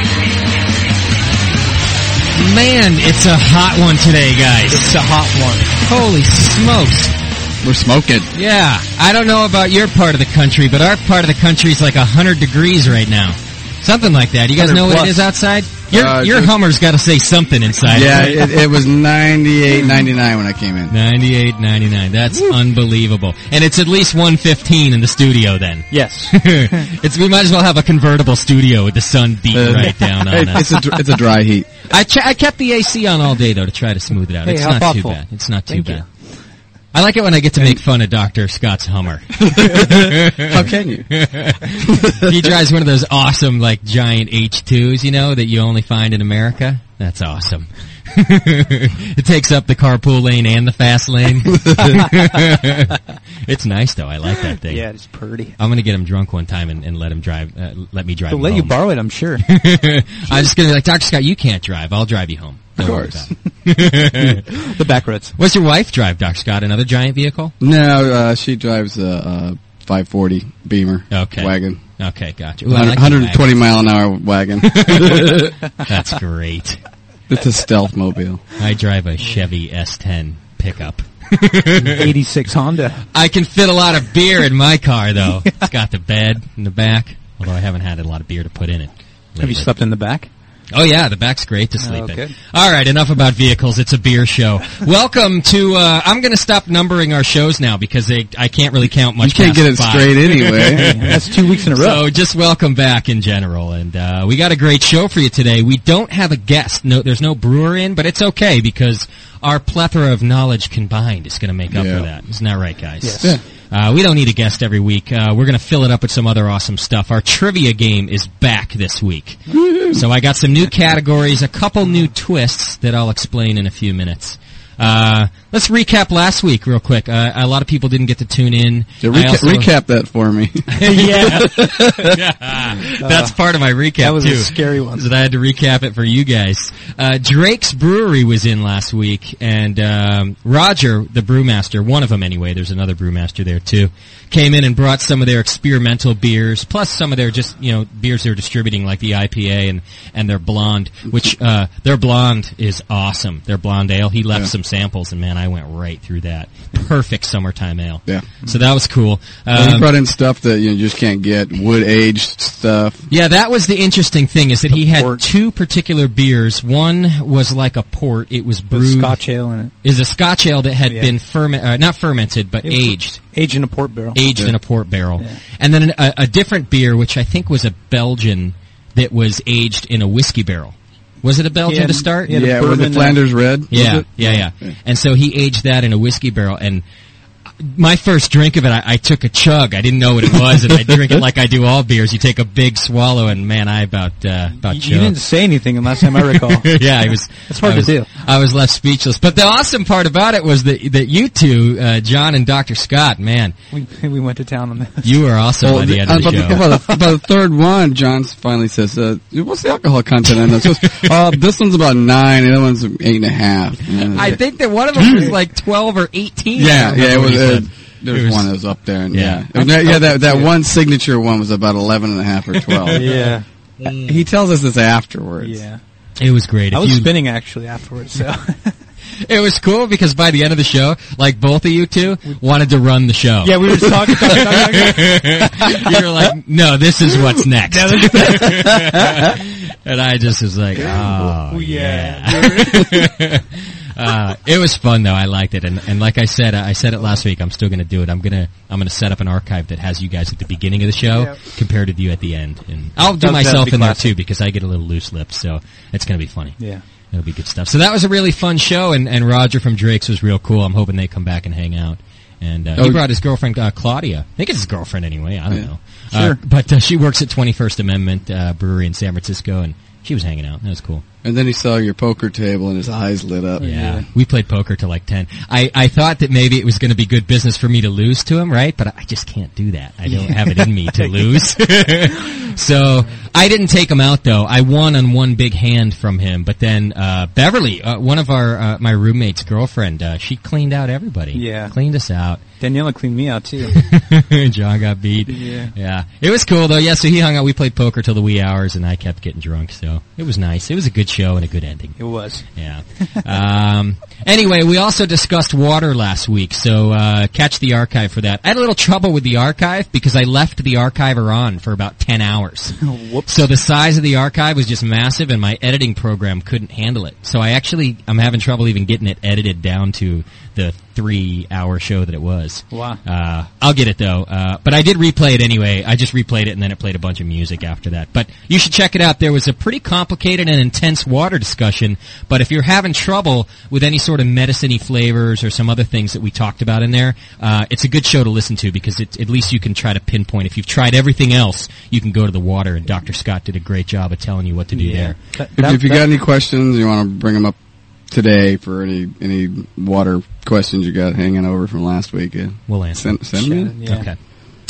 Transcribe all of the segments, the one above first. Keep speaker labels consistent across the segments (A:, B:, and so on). A: Man, it's a hot one today, guys. It's a hot one. Holy smokes.
B: We're smoking.
A: Yeah, I don't know about your part of the country, but our part of the country's like 100 degrees right now. Something like that. You guys know what it is outside? Your,
B: Uh,
A: your
B: it's-
A: Hummer's got to say something inside.
B: Yeah,
A: Right?
B: it, it was 98, 99 when I came in.
A: 98, 99. That's unbelievable. And it's at least 115 in the studio then.
C: Yes.
A: it's, we might as well have a convertible studio with the sun beating
B: Uh,
A: right down on
B: It- it's
A: us.
B: a dr- it's a dry heat.
A: I, ch- I kept the AC on all day though to try to smooth it out.
C: Hey,
A: it's
C: how
A: not too
C: thoughtful.
A: bad. It's not too
C: Thank you.
A: bad. I like it when I get to make fun of Dr. Scott's Hummer.
B: How can you?
A: he drives one of those awesome like giant H2s, you know, that you only find in America. That's awesome. it takes up the carpool lane and the fast lane. it's nice though. I like that thing.
C: Yeah, it's pretty.
A: I'm gonna get him drunk one time and, and let him drive. Uh, let me drive.
C: They'll
A: him
C: let you
A: home.
C: borrow it, I'm sure.
A: I'm just gonna be like, Doctor Scott, you can't drive. I'll drive you home.
B: Of
A: Don't worry
B: course.
A: about it."
C: the back roads.
A: What's your wife drive, Doctor Scott? Another giant vehicle?
B: No, uh, she drives a, uh 540 Beamer
A: Okay.
B: wagon.
A: Okay, gotcha. Ooh, I like the
B: 120 mile an hour wagon.
A: wagon. That's great.
B: it's a stealth mobile.
A: I drive a Chevy S10 pickup.
C: 86 Honda.
A: I can fit a lot of beer in my car, though. It's got the bed in the back, although I haven't had a lot of beer to put in it.
C: Have
A: lately.
C: you slept in the back?
A: Oh yeah, the back's great to sleep
C: Oh,
A: in.
C: good.
A: All right, enough about vehicles. It's a beer show. Welcome to. Uh, I'm going to stop numbering our shows now because they, I can't really count much.
B: You can't
A: past
B: get it
A: five.
B: straight anyway.
C: That's two weeks in a row.
A: So just welcome back in general, and uh, we got a great show for you today. We don't have a guest. No, there's no brewer in, but it's okay because our plethora of knowledge combined is going to make up
B: Yeah.
A: for that. Isn't that right, guys?
C: Yes.
B: Yeah.
A: Uh, we don't need a guest every week. Uh, we're going to fill it up with some other awesome stuff. Our trivia game is back this week. So I got some new categories, a couple new twists that I'll explain in a few minutes. Uh, let's recap last week real quick. Uh, a lot of people didn't get to tune in.
B: Yeah,
A: I
B: reca-
A: also-
B: recap that for me.
A: yeah. That's part of my recap
C: that was a
A: too.
C: scary one.
A: Is That I had to recap it for you guys. Uh, Drake's Brewery was in last week, and um, Roger, the brewmaster, one of them anyway. There's another brewmaster there too. Came in and brought some of their experimental beers, plus some of their just you know beers they're distributing, like the IPA and and their blonde, which uh, their blonde is awesome. Their blonde ale. He left some samples, and man, I went right through that. Perfect summertime ale.
B: Yeah.
A: So that was cool.
B: he
A: Um,
B: brought in stuff that you just can't get. Wood aged stuff.
A: yeah, that was the interesting thing is that he had
C: port.
A: two particular beers. One was like a port; it was
C: With
A: brewed.
C: Scotch ale in it.
A: Is a Scotch ale that had
C: Yeah.
A: been ferment, uh, not fermented, but aged,
C: Aged in a port barrel.
A: aged in a port barrel, and then an, a, a different beer, which I think was a Belgian that was aged in a whiskey barrel. Was it a Belgian
C: Yeah,
A: to start?
C: yeah, uh, He had a
B: Yeah, was
C: bourbon
B: it
C: in-
B: Flanders Red? was
A: Yeah,
B: it?
A: yeah, yeah. And so he aged that in a whiskey barrel, and my first drink of it, I, I took a chug. I didn't know what it was, and I drink it like I do all beers. You take a big swallow, and man, I about uh, about
C: You
A: choked.
C: didn't say anything the last time I recall.
A: yeah, I was.
C: That's hard
A: I
C: to
A: was-
C: do.
A: I was left speechless. But the awesome part about it was that that you two, uh, John and Doctor Scott, man,
C: we, we went to town on that.
A: you were awesome by the
B: the- uh,
A: end of the
B: about,
A: show.
B: about the- about the third one, John finally says, uh, "What's the alcohol content on this?" He goes, uh, this one's about nine, and that one's eight and a half. And
A: I think that one of them was like twelve or eighteen.
B: yeah,
A: I
B: yeah, it
A: remember
B: was.
A: what he
B: Uh,
A: said.
B: there was,
A: It was-
B: one that was up there, and
A: Yeah.
B: yeah, And that, yeah, that that one signature one was about eleven and a half or twelve.
C: Yeah.
B: He tells us this afterwards.
C: Yeah.
A: It was great.
C: I
A: If
C: was
A: you-
C: spinning actually afterwards, so.
A: it was cool because by the end of the show, like both of you two wanted to run the show.
C: we were just talking, talking,
A: you were like, no, this is what's next. and I just was like, oh, yeah. uh, it was fun though. I liked it. And, and like I said, I said it last week. I'm still going to do it. I'm going to, I'm going to set up an archive that has you guys at the beginning of the show
C: Yep.
A: compared with you at the end. And I'll do
C: That'll- that'll
A: myself
C: be
A: in there
C: classic.
A: too because I get a little loose lips. So it's going to be funny.
C: Yeah.
A: It'll be good stuff. So that was a really fun show, and, and Roger from Drake's was real cool. I'm hoping they come back and hang out. And uh, he
B: Oh.
A: brought his girlfriend uh, Claudia. I think it's his girlfriend anyway. I don't know. Uh,
C: Sure.
A: but uh, she works at 21st Amendment uh, Brewery in San Francisco, and she was hanging out. That was cool.
B: And then he saw your poker table, and his eyes lit up.
A: Yeah. Uh, We played poker till like 10. I, I thought that maybe it was going to be good business for me to lose to him, right? But I just can't do that. I don't have it in me to lose. so I didn't take him out though. I won on one big hand from him, but then, uh, Beverly, uh, one of our, uh, my roommate's girlfriend, uh, she cleaned out everybody.
C: Yeah.
A: Cleaned us out.
C: Daniela cleaned me out too.
A: John got beat.
C: Yeah.
A: It was cool though. Yeah. So he hung out. We played poker till the wee hours and I kept getting drunk. So it was nice. It was a good show and a good ending.
C: It was.
A: Yeah. Um, anyway, we also discussed water last week, so uh, catch the archive for that. I had a little trouble with the archive because I left the archiver on for about ten hours.
C: Whoops.
A: So the size of the archive was just massive, and my editing program couldn't handle it. So I actually I'm having trouble even getting it edited down to the three hour show that it was.
C: Wow.
A: Uh, I'll get it though. Uh, but I did replay it anyway. I just replayed it and then it played a bunch of music after that. But you should check it out. There was a pretty complicated and intense water discussion. But if you're having trouble with any sort of medicine-y flavors or some other things that we talked about in there, uh, it's a good show to listen to because it, at least you can try to pinpoint. If you've tried everything else, you can go to the water and Dr. Scott did a great job of telling you what to do there.
C: That-
B: If,
C: that-
B: if you
C: that-
B: got any questions, you want to bring them up today for any any water questions you got hanging over from last week. Yeah.
A: We'll answer.
B: Send, send me.
C: Shannon, yeah.
A: Okay.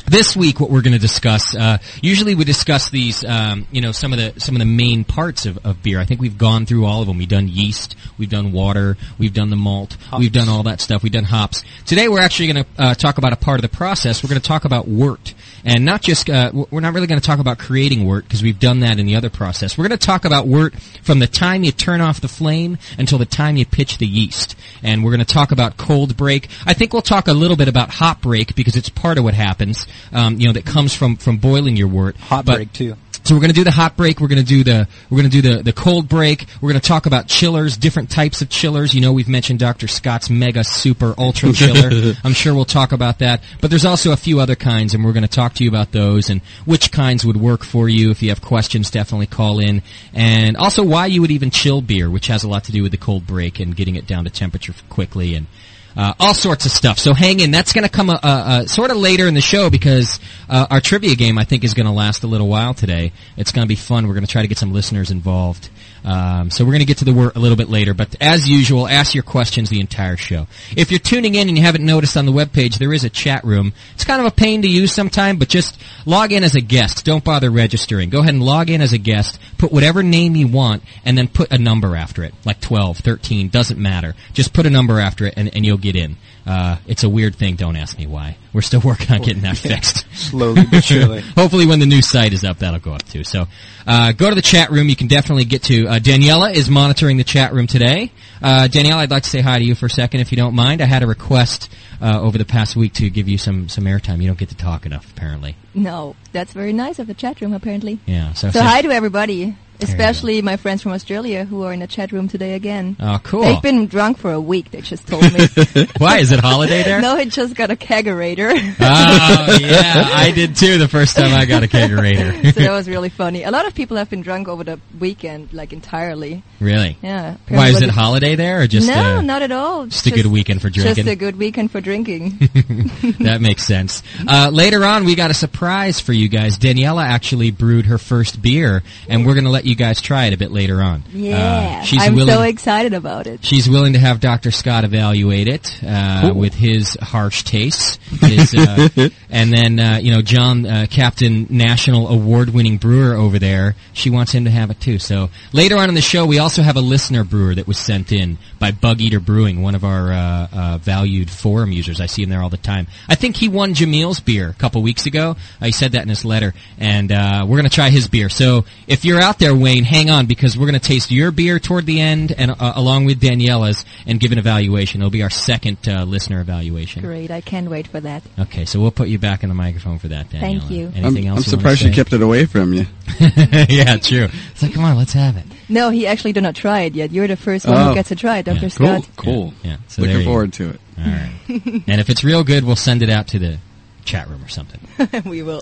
A: This week, what we're going to discuss. Uh, usually, we discuss these, um, you know, some of the some of the main parts of, of beer. I think we've gone through all of them. We've done yeast, we've done water, we've done the malt, we've done all that stuff. We've done hops. Today, we're actually going to uh, talk about a part of the process. We're going to talk about wort, and not just. Uh, w- we're not really going to talk about creating wort because we've done that in the other process. We're going to talk about wort from the time you turn off the flame until the time you pitch the yeast, and we're going to talk about cold break. I think we'll talk a little bit about hop break because it's part of what happens. Um, you know, that comes from from boiling your wort.
C: Hot
A: But-
C: break too.
A: so we're gonna do the hot break. We're gonna do the we're gonna do the the cold break. We're gonna talk about chillers, different types of chillers. You know, we've mentioned Dr. Scott's mega super ultra chiller. I'm sure we'll talk about that. But there's also a few other kinds, and we're gonna talk to you about those and which kinds would work for you. If you have questions, definitely call in. And also why you would even chill beer, which has a lot to do with the cold break and getting it down to temperature quickly and uh, all sorts of stuff. So hang in. That's going to come uh, uh, sort of later in the show because uh, our trivia game, I think, is going to last a little while today. It's going to be fun. We're going to try to get some listeners involved. Um, so we're going to get to the word a little bit later. But as usual, ask your questions the entire show. If you're tuning in and you haven't noticed on the webpage, there is a chat room. It's kind of a pain to use sometimes, but just log in as a guest. Don't bother registering. Go ahead and log in as a guest. Put whatever name you want and then put a number after it, like 12, 13, doesn't matter. Just put a number after it and, and you'll get in. Uh, it's a weird thing. Don't ask me why. We're still working on getting that fixed.
C: Slowly but surely.
A: Hopefully when the new site is up, that'll go up too. So, uh, go to the chat room. You can definitely get to, uh, Daniela is monitoring the chat room today. Uh, Daniela, I'd like to say hi to you for a second if you don't mind. I had a request, uh, over the past week to give you some, some airtime. You don't get to talk enough, apparently.
D: No, that's very nice of the chat room, apparently.
A: Yeah. So,
D: So hi to everybody. Especially my friends from Australia who are in the chat room today again.
A: Oh, cool.
D: They've been drunk for a week, they just told me.
A: Why is it holiday there?
D: no, it just got a kegerator.
A: Oh yeah, I did too the first time I got a
D: so
A: kegerator.
D: that was really funny. A lot of people have been drunk over the weekend, like entirely.
A: really?
D: Yeah.
A: Why is
D: Apparently-
A: it holiday there or just
D: No,
A: uh,
D: not at all.
A: just a good weekend for
D: Just
A: drinking?
D: a good weekend for drinking.
A: that makes sense. Uh, later on, we got a surprise for you guys. Daniela actually brewed her first beer, and we're going to let you guys try it a bit later on.
D: Yeah,
A: Uh, she's
D: I'm
A: willing.
D: so excited about it.
A: She's willing to have Dr. Scott evaluate it uh, with his harsh tastes. His, uh, and then, uh, you know, John, uh, Captain National Award-winning brewer over there, she wants him to have it too. So later on in the show, we also have a listener brewer that was sent in by Bug Eater Brewing, one of our uh, uh, valued forum users. I see him there all the time. I think he won Jamil's beer a couple weeks ago. Uh, he said that in his letter, and uh, we're going to try his beer. So if you're out there, Wayne, hang on because we're going to taste your beer toward the end, and uh, along with Daniela's, and give an evaluation. It'll be our second uh, listener evaluation.
D: Great, I can't wait for that.
A: Okay, so we'll put you back in the microphone for that, Daniela.
D: Thank you.
A: Anything
B: I'm,
A: else? you
B: I'm
A: wanna
B: surprised she
A: say?
B: kept it away from you.
A: yeah, true. It's like, come on, let's have it.
D: No, he actually did not try it yet. You're the first one
B: Oh.
D: who gets to try it, Dr.
A: Yeah,
D: Scott.
B: Cool.
A: Yeah, yeah. So there
B: Looking
A: you go.
B: forward to it.
A: All right. and if it's real good, we'll send it out to the chat room or something.
D: we will.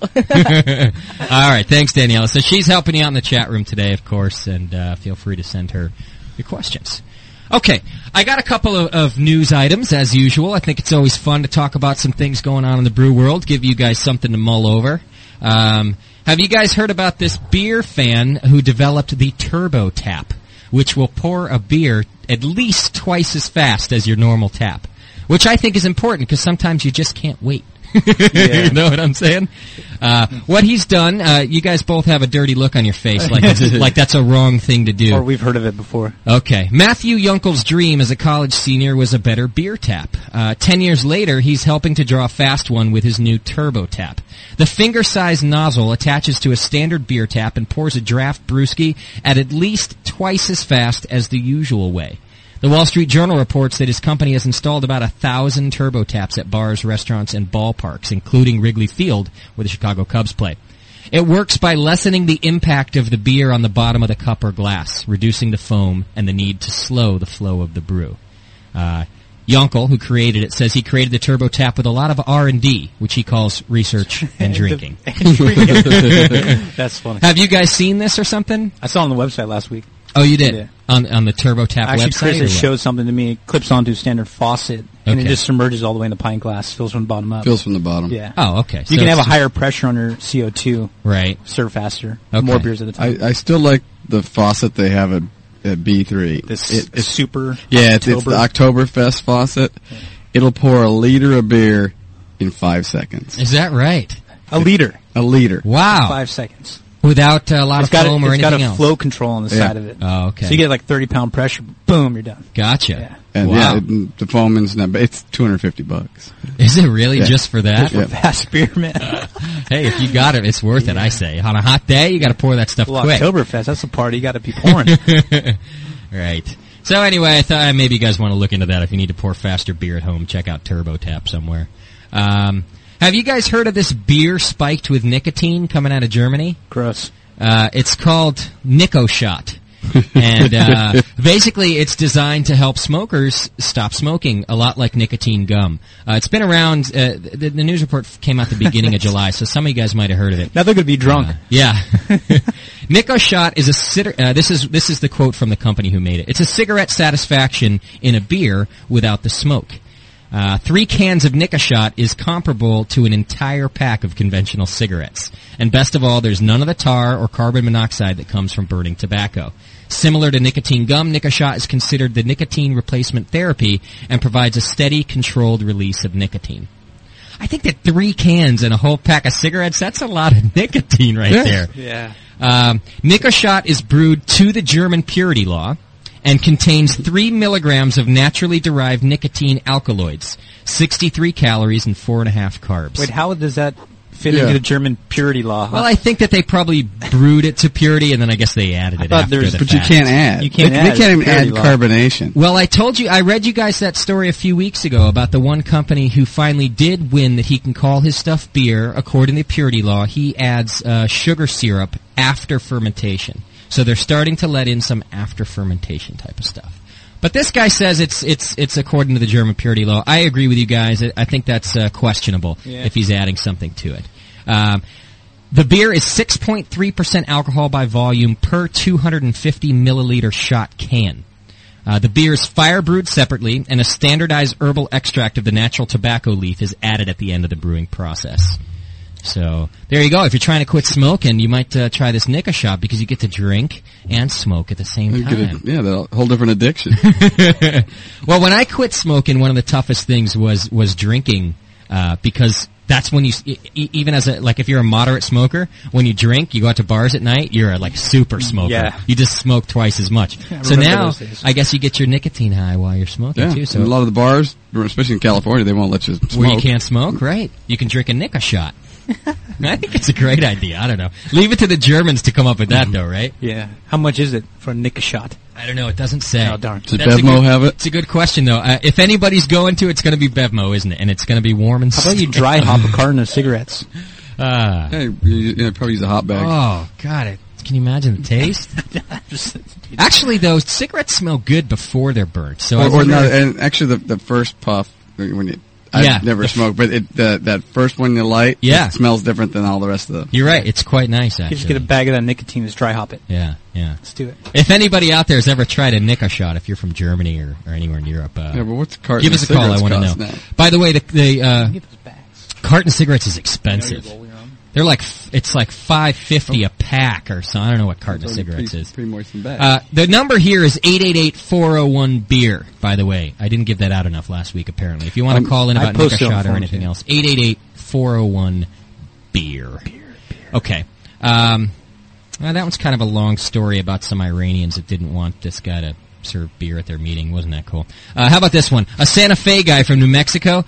A: All right, thanks, Daniela. So she's helping you out in the chat room today, of course, and uh, feel free to send her your questions. Okay, I got a couple of, of news items as usual. I think it's always fun to talk about some things going on in the brew world, give you guys something to mull over. Um, have you guys heard about this beer fan who developed the Turbo Tap, which will pour a beer at least twice as fast as your normal tap? Which I think is important because sometimes you just can't wait. you know what I'm saying? Uh, what he's done, uh, you guys both have a dirty look on your face, like it's, like that's a wrong thing to do.
C: Or we've heard of it before.
A: Okay. Matthew Yunkel's dream as a college senior was a better beer tap. Uh, ten years later, he's helping to draw a fast one with his new Turbo Tap. The finger-sized nozzle attaches to a standard beer tap and pours a draft brewski at at least twice as fast as the usual way. The Wall Street Journal reports that his company has installed about a thousand turbo taps at bars, restaurants, and ballparks, including Wrigley Field, where the Chicago Cubs play. It works by lessening the impact of the beer on the bottom of the cup or glass, reducing the foam and the need to slow the flow of the brew. Uh, Yonkel, who created it, says he created the turbo tap with a lot of R&D, which he calls research and drinking.
C: That's funny.
A: Have you guys seen this or something?
C: I saw it on the website last week.
A: Oh, you did?
C: Yeah.
A: On, on the TurboTap
C: Actually,
A: website?
C: Chris
A: or
C: has
A: what?
C: showed something to me. It clips onto a standard faucet, and it
A: Okay.
C: just submerges all the way in the pint glass, fills from the bottom up.
B: Feels from the bottom.
C: yeah.
A: Oh, okay.
C: You
A: So
C: can have a
A: it's
C: higher pressure on your CO2,
A: just- Right.
C: serve faster,
A: Okay.
C: more beers at a time.
B: I, I still like the faucet they have at, at B3.
C: this
B: It-
C: is
B: it's
C: super.
B: Yeah, it's, it's the
C: October-
B: Oktoberfest faucet. It'll pour a liter of beer in five seconds.
A: Is that right?
C: a liter.
B: A liter.
A: Wow.
C: Five seconds.
A: Without uh, a lot
C: It's
A: of
C: got, a,
A: foam or
C: it's got
A: anything
C: a
A: else.
C: flow control on the
B: Yeah.
C: side of it.
A: Oh, okay.
C: So you get like 30 pound pressure, boom, you're done.
A: Gotcha.
B: And
A: wow.
B: yeah, it, the foaming's not, but it's 250 bucks.
A: Is it really
B: Yeah.
A: just for that?
B: Yeah.
C: Fast beer, man.
A: Hey, if you got it, it's worth it, I say. On a hot day, you gotta pour that stuff
C: well,
A: quick.
C: Oktoberfest, that's a party. You got to be pouring.
A: Right. So anyway, I thought uh, maybe you guys want to look into that. If you need to pour faster beer at home, check out Turbo Tap somewhere. Um, have you guys heard of this beer spiked with nicotine coming out of Germany?
C: Gross.
A: Uh, it's called Nico Shot. and uh, basically, it's designed to help smokers stop smoking, a lot like nicotine gum. Uh, it's been around. Uh, the, the news report came out the beginning of July, so some of you guys might have heard of it.
C: Now they're going to be drunk.
A: Yeah. Nico Shot is a cit- uh, this is this is the quote from the company who made it. It's a cigarette satisfaction in a beer without the smoke. Uh, three cans of Nico Shot is comparable to an entire pack of conventional cigarettes. And best of all, there's none of the tar or carbon monoxide that comes from burning tobacco. Similar to nicotine gum, Nicoshot is considered the nicotine replacement therapy and provides a steady, controlled release of nicotine. I think that three cans and a whole pack of cigarettes, that's a lot of nicotine right there.
C: Yeah.
A: Um, Nicoshot is brewed to the German purity law and contains 3 milligrams of naturally derived nicotine alkaloids, 63 calories, and 4.5 carbs.
C: Wait, how does that fit
B: Yeah.
C: into the German purity law? huh?
A: well, I think that they probably brewed it to purity, and then I guess they added it
C: thought
A: after
C: there's-
A: the
B: But you
A: fact.
B: can't add.
C: You can't
B: they,
C: add.
B: They can't even
C: It's
B: add
C: purity law.
B: carbonation.
A: Well, I told you, I read you guys that story a few weeks ago about the one company who finally did win that he can call his stuff beer according to purity law. He adds uh, sugar syrup after fermentation. So they're starting to let in some after fermentation type of stuff. But this guy says it's it's it's according to the German purity law. I agree with you guys. I I think that's uh, questionable
C: Yeah.
A: if he's adding something to it. Um, the beer is 6.3% alcohol by volume per 250 milliliter shot can. Uh, the beer is fire brewed separately, and a standardized herbal extract of the natural tobacco leaf is added at the end of the brewing process. So there you go. If you're trying to quit smoking, you might uh, try this Nika shot because you get to drink and smoke at the same
B: You get a-
A: time.
B: yeah, that whole different addiction.
A: Well, when I quit smoking, one of the toughest things was was drinking uh, because that's when you s- e- e- even as a like if you're a moderate smoker, when you drink, you go out to bars at night, you're a like super smoker.
C: Yeah.
A: You just smoke twice as much.
C: I
A: so
C: remember
A: now
C: those days.
A: I guess you get your nicotine high while you're smoking
B: yeah,
A: too. So
B: And a lot of the bars, especially in California, they won't let you smoke.
A: where you can't smoke, right? You can drink a Nika shot. I think it's a great idea. I don't know. Leave it to the Germans to come up with that, though, right?
C: Mm-hmm. Yeah. How much is it for a nick shot?
A: I don't know. It doesn't say.
C: Oh, darn.
B: Does
A: That's a
B: Bevmo
A: good-
B: have it?
A: It's a good question, though. Uh, if anybody's going to, it's going to be Bevmo, isn't it? And it's going to be warm and.
C: How about you
A: still.
C: dry hop a carton of cigarettes?
A: Ah.
B: Hey, you, you probably use a hot bag.
A: oh God! It, can you imagine the taste? Actually, though, cigarettes smell good before they're burnt. So I
B: or, or
A: wonder
B: no,
A: if-
B: and actually the, the first puff when you, I
A: Yeah.
B: never smoked, but it, the, that first one you light,
A: Yeah.
B: it smells different than all the rest of the.
A: you're right. It's quite nice,
C: You just get
A: actually.
C: a bag of that nicotine, just dry hop it.
A: yeah, yeah.
C: Let's do it.
A: If anybody out there has ever tried a Nika shot, if you're from Germany or, or anywhere in Europe, uh,
B: Yeah, but what's a carton
A: give
B: of
A: us a call. I
B: cigarettes
A: want to know.
B: cost now?
A: By the way, the, the uh,
C: Get those bags.
A: carton of cigarettes is expensive. They're like f- it's like five fifty a pack or so. I don't know what carton of cigarettes
B: Oh. Pretty-
A: is.
B: pretty moistened bag.
A: Uh, the number here is 888-401 beer. By the way, I didn't give that out enough last week. Apparently, if you want to
B: Um,
A: call in
C: I
A: about Nick
C: posted on
A: shot or
C: forums,
A: anything
C: yeah.
A: else, 888-401 beer. Okay. Um, well, that one's kind of a long story about some Iranians that didn't want this guy to serve beer at their meeting. Wasn't that cool? Uh, how about this one? A Santa Fe guy from New Mexico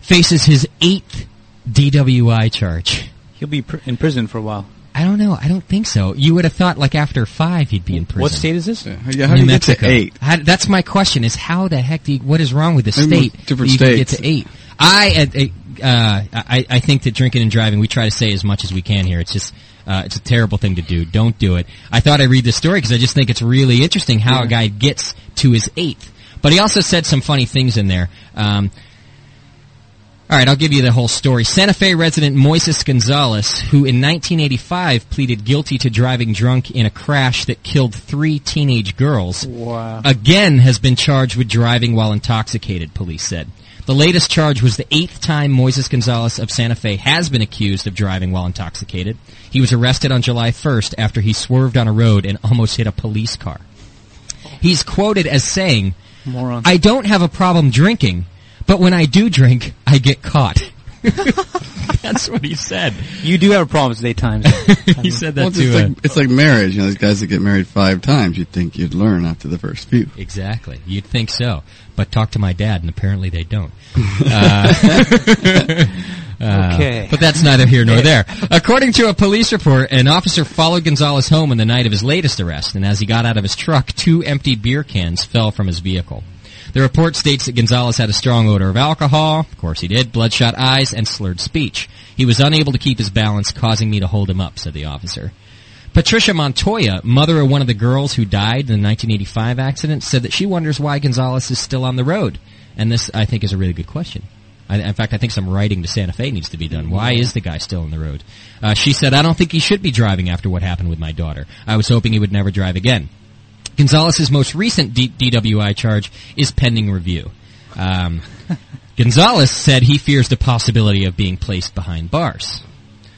A: faces his eighth DWI charge.
C: He'll be pr- in prison for a while.
A: I don't know. I don't think so. You would have thought like after five he'd be in prison.
C: What state is this?
B: yeah, how yeah, how do
A: New
B: you get to
A: Mexico.
B: eight?
A: How, that's my question: Is how the heck do you, what is wrong with the
B: Maybe we're
A: state?
B: different
A: that you can
B: states.
A: get to eight. I uh, uh, I I think that drinking and driving we try to say as much as we can here. It's just uh, it's a terrible thing to do. Don't do it. I thought I read this story because I just think it's really interesting how a guy gets to his eighth. But he also said some funny things in there. Um, all right, I'll give you the whole story. Santa Fe resident Moises Gonzalez, who in 1985 pleaded guilty to driving drunk in a crash that killed three teenage girls,
C: Wow.
A: again has been charged with driving while intoxicated, police said. The latest charge was the eighth time Moises Gonzalez of Santa Fe has been accused of driving while intoxicated. He was arrested on July 1st after he swerved on a road and almost hit a police car. He's quoted as saying,
C: Moron.
A: I don't have a problem drinking, but when I do drink, I get caught. That's what he said.
C: you do have problems at eight times.
A: He said
B: Well,
A: that
B: it's,
A: to
B: just
A: uh,
B: like, it's like marriage. You know, these guys that get married five times, you'd think you'd learn after the first few.
A: Exactly. You'd think so, but talk to my dad, and apparently they don't. Uh,
C: okay.
A: But that's neither here nor there. According to a police report, an officer followed Gonzalez home on the night of his latest arrest, and as he got out of his truck, two empty beer cans fell from his vehicle. The report states that Gonzalez had a strong odor of alcohol, of course he did, bloodshot eyes, and slurred speech. He was unable to keep his balance, causing me to hold him up, said the officer. Patricia Montoya, mother of one of the girls who died in the 1985 accident, said that she wonders why Gonzalez is still on the road. And this, I think, is a really good question. I, in fact, I think some writing to Santa Fe needs to be done. Why is the guy still on the road? Uh, she said, I don't think he should be driving after what happened with my daughter. I was hoping he would never drive again. Gonzalez's most recent D- DWI charge is pending review. Um, Gonzalez said he fears the possibility of being placed behind bars.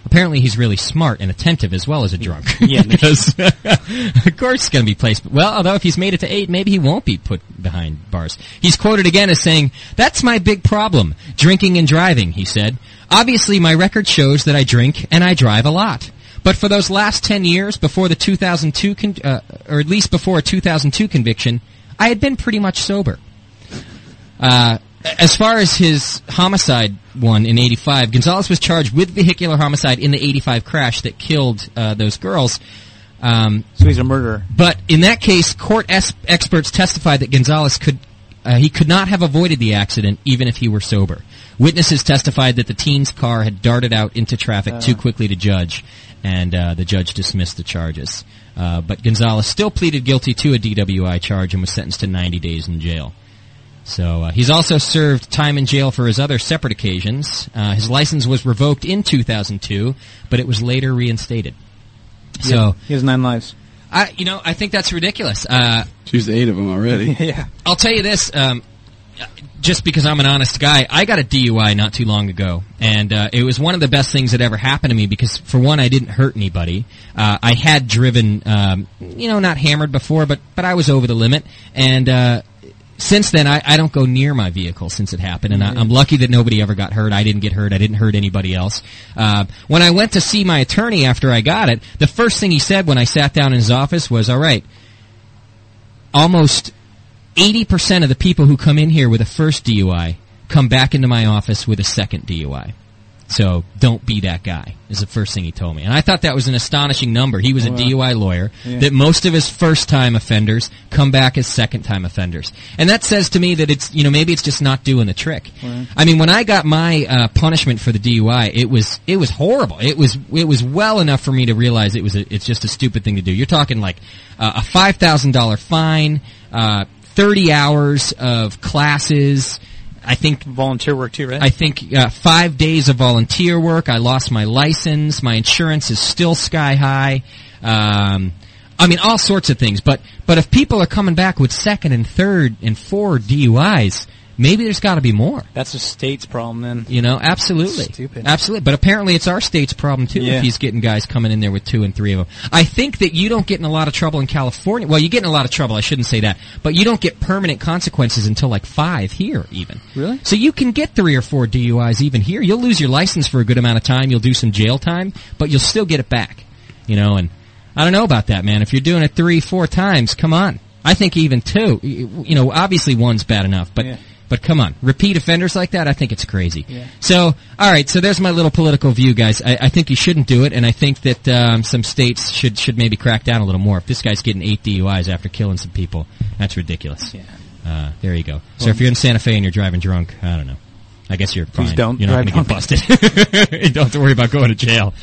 A: Apparently, he's really smart and attentive as well as a drunk.
C: Yeah, no
A: because of course he's going to be placed. Well, although if he's made it to eight, maybe he won't be put behind bars. He's quoted again as saying, "That's my big problem: drinking and driving." He said, "Obviously, my record shows that I drink and I drive a lot." But for those last 10 years, before the 2002, con- uh, or at least before a 2002 conviction, I had been pretty much sober. Uh, As far as his homicide one in 85, Gonzalez was charged with vehicular homicide in the 85 crash that killed uh, those girls. Um,
C: so he's a murderer.
A: but in that case, court es- experts testified that Gonzalez could uh, he could not have avoided the accident even if he were sober. Witnesses testified that the teen's car had darted out into traffic too quickly to judge, and uh, the judge uh, dismissed the charges. Uh, but Gonzalez still pleaded guilty to a DWI charge and was sentenced to 90 days in jail. So uh, he's also served time in jail for his other separate occasions. Uh, his license was revoked in 2002, but it was later reinstated. So
C: He has nine lives.
A: I, you know, I think that's ridiculous. Uh,
B: She's eight of them already.
C: Yeah.
A: I'll tell you this, um, just because I'm an honest guy, I got a DUI not too long ago, and uh, it was one of the best things that ever happened to me because, for one, I didn't hurt anybody. Uh, I had driven, um, you know, not hammered before, but but I was over the limit, and uh, since then I, I don't go near my vehicle since it happened, and I, I'm lucky that nobody ever got hurt. I didn't get hurt. I didn't hurt anybody else. Uh, when I went to see my attorney after I got it, the first thing he said when I sat down in his office was, "All right." almost 80% of the people who come in here with a first DUI come back into my office with a second DUI. So don't be that guy is the first thing he told me. And I thought that was an astonishing number. He was a DUI lawyer that most of his first time offenders come back as second time offenders. And that says to me that it's, you know, maybe it's just not doing the trick. I mean, when I got my uh, punishment for the DUI, it was, it was horrible. It was, it was well enough for me to realize it was, a, it's just a stupid thing to do. You're talking like uh, a $5,000 fine, uh, 30 hours of classes, I think
C: Volunteer work too, right?
A: I think uh, five days of volunteer work. I lost my license. My insurance is still sky high. Um, I mean, all sorts of things. But but if people are coming back with second and third and four DUIs, maybe there's got to be more.
C: That's the state's problem then.
A: You know, absolutely,
C: Stupid.
A: absolutely. But apparently, it's our state's problem too.
C: Yeah.
A: If he's getting guys coming in there with two and three of them, I think that you don't get in a lot of trouble in California. Well, you get in a lot of trouble. I shouldn't say that, but you don't get permanent consequences until like five here, even.
C: Really?
A: So you can get three or four DUIs even here. You'll lose your license for a good amount of time. You'll do some jail time, but you'll still get it back. You know, and I don't know about that, man. If you're doing it three, four times, come on. I think even two. y- You know, obviously one's bad enough, but
C: Yeah.
A: but come on, repeat offenders like that, I think it's crazy. So, all right, so there's my little political view, guys. I, I think you shouldn't do it, and I think that um, some states should should maybe crack down a little more. If this guy's getting eight DUIs after killing some people, that's ridiculous.
C: Yeah.
A: Uh, there you go. So if you're in Santa Fe and you're driving drunk, I don't know. I guess you're fine.
C: don't
A: You're not
C: drive
A: going to get busted. you don't have to worry about going to jail.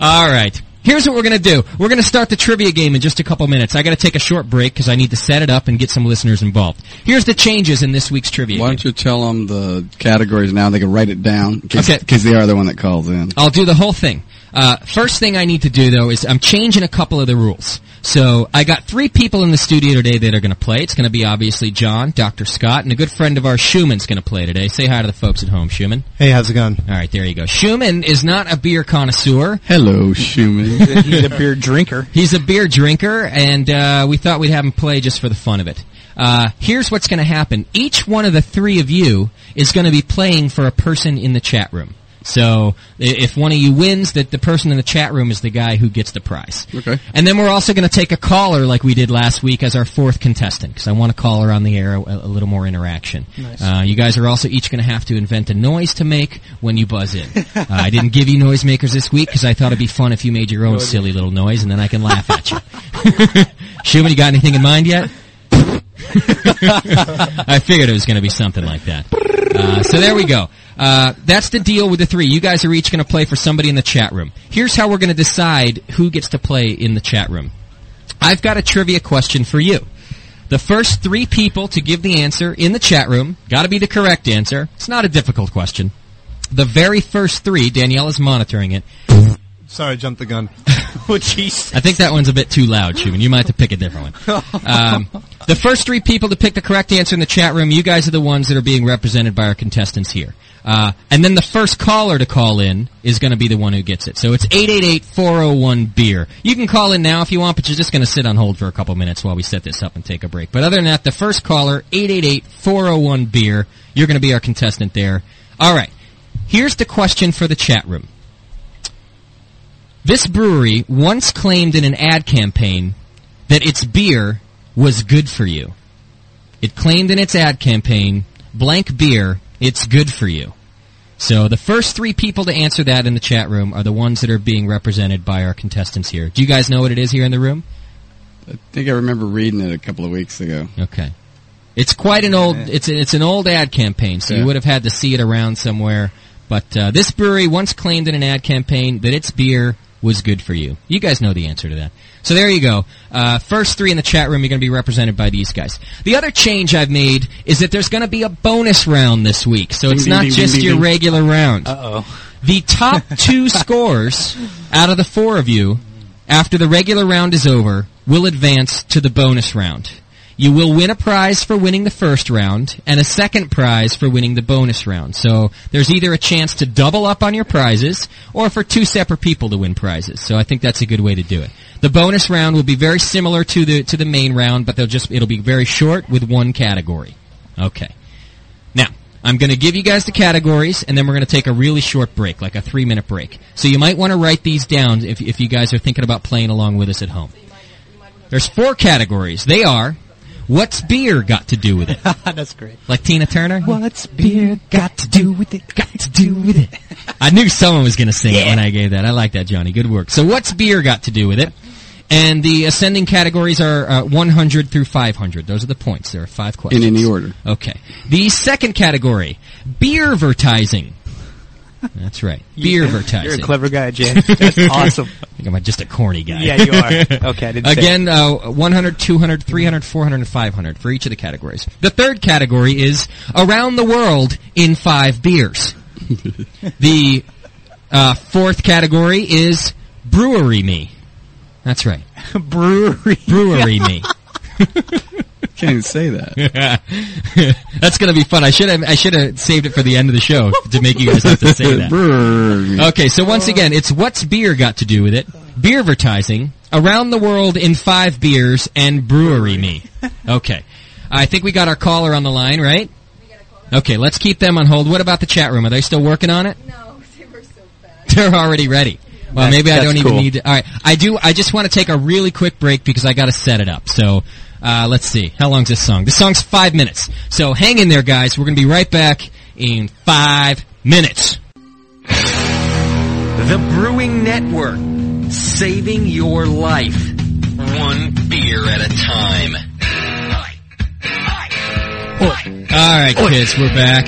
A: All right. Here's what we're going to do. We're going to start the trivia game in just a couple minutes. I got to take a short break because I need to set it up and get some listeners involved. Here's the changes in this week's trivia.
B: Why
A: game.
B: don't you tell them the categories now? They can write it down in case,
A: Okay.
B: in case they are the one that calls in.
E: Um,
A: I'll do the whole thing. Uh, first thing I need to do though is I'm changing a couple of the rules. So I got three people in the studio today that are going to play. It's going to be obviously John, Dr. Scott, and a good friend of ours, Schuman's going to play today. Say hi to the folks at home, Schumann.
E: Hey, how's it going?
A: All right, there you go. Schumann is not a beer connoisseur.
B: Hello, Schumann.
C: He's a beer drinker.
A: He's a beer drinker, and uh, we thought we'd have him play just for the fun of it. Uh, here's what's going to happen. Each one of the three of you is going to be playing for a person in the chat room. So i- if one of you wins, that the person in the chat room is the guy who gets the prize.
B: Okay.
A: And then we're also going to take a caller like we did last week as our fourth contestant because I want a caller on the air, a, a little more interaction. Uh, you guys are also each going to have to invent a noise to make when you buzz in. uh, I didn't give you noisemakers this week because I thought it'd be fun if you made your own silly little noise and then I can laugh at you. Schumann, you got anything in mind yet? I figured it was going to be something like that. Uh, so there we go. Uh, that's the deal with the three. You guys are each going to play for somebody in the chat room. Here's how we're going to decide who gets to play in the chat room. I've got a trivia question for you. The first three people to give the answer in the chat room got to be the correct answer. It's not a difficult question. The very first three, Danielle is monitoring it.
E: Sorry, I jumped the gun.
C: Oh, jeez.
A: I think that one's a bit too loud, Schumann. You might have to pick a different one. Um, the first three people to pick the correct answer in the chat room, you guys are the ones that are being represented by our contestants here. Uh, and then the first caller to call in is going to be the one who gets it. So it's 888-401-BEER. You can call in now if you want, but you're just going to sit on hold for a couple minutes while we set this up and take a break. But other than that, the first caller, 888-401-BEER, you're going to be our contestant there. All right. Here's the question for the chat room. This brewery once claimed in an ad campaign that its beer was good for you. It claimed in its ad campaign, blank beer, it's good for you. So the first three people to answer that in the chat room are the ones that are being represented by our contestants here. Do you guys know what it is here in the room?
B: I think I remember reading it a couple of weeks ago.
A: Okay. It's quite an old. It's it's an old ad campaign, so you
B: Yeah.
A: would have had to see it around somewhere. But uh, this brewery once claimed in an ad campaign that its beer was good for you? You guys know the answer to that. So there you go. Uh, first three in the chat room are going to be represented by these guys. The other change I've made is that there's going to be a bonus round this week, so it's
B: ding,
A: not
B: ding,
A: just
B: ding,
A: your
B: ding.
A: regular round.
C: Uh-oh.
A: The top two scores out of the four of you, after the regular round is over, will advance to the bonus round. You will win a prize for winning the first round and a second prize for winning the bonus round. So there's either a chance to double up on your prizes or for two separate people to win prizes. So I think that's a good way to do it. The bonus round will be very similar to the to the main round, but they'll just it'll be very short with one category. Okay. Now, I'm going to give you guys the categories, and then we're going to take a really short break, like a three minute break. So you might want to write these down if, if you guys are thinking about playing along with us at home. There's four categories. They are, what's beer got to do with it?
C: That's great.
A: Like Tina Turner?
C: What's beer got to do with it? Got to do with it.
A: I knew someone was going to sing it when I gave that. I like that, Johnny. Good work. So what's beer got to do with it? And the ascending categories are uh, 100 through 500. Those are the points. There are five questions.
B: in any order.
A: Okay. The second category, beer advertising. That's right. Beer
C: You're a
A: advertising.
C: clever guy, Jay. That's awesome.
A: I think I'm just a corny guy.
C: Yeah, you are. Okay, I didn't say
A: Again, uh, 100, 200, 300, 400, and 500 for each of the categories. The third category is around the world in five beers. the uh, fourth category is brewery me. That's right.
C: it. brewery.
A: Brewery me.
B: Can't even say that.
A: That's gonna be fun. I should have I should have saved it for the end of the show to make you guys have to say that.
B: Brrr.
A: Okay, so once again, it's what's beer got to do with it? Beer advertising around the world in five beers and brewery me. Okay, I think we got our caller on the line, right? Okay, let's keep them on hold. What about the chat room? Are they still working on it?
D: No, they were so bad.
A: They're already ready. Well,
C: That's-
A: maybe I
C: that's
A: don't even
C: cool.
A: need. To, all right, I do. I just want to take a really quick break because I got to set it up. So uh, let's see. How long's this song? This song's five minutes. So hang in there, guys. We're gonna be right back in five minutes. The Brewing Network, saving your life, one beer at a time. All right, kids, we're back.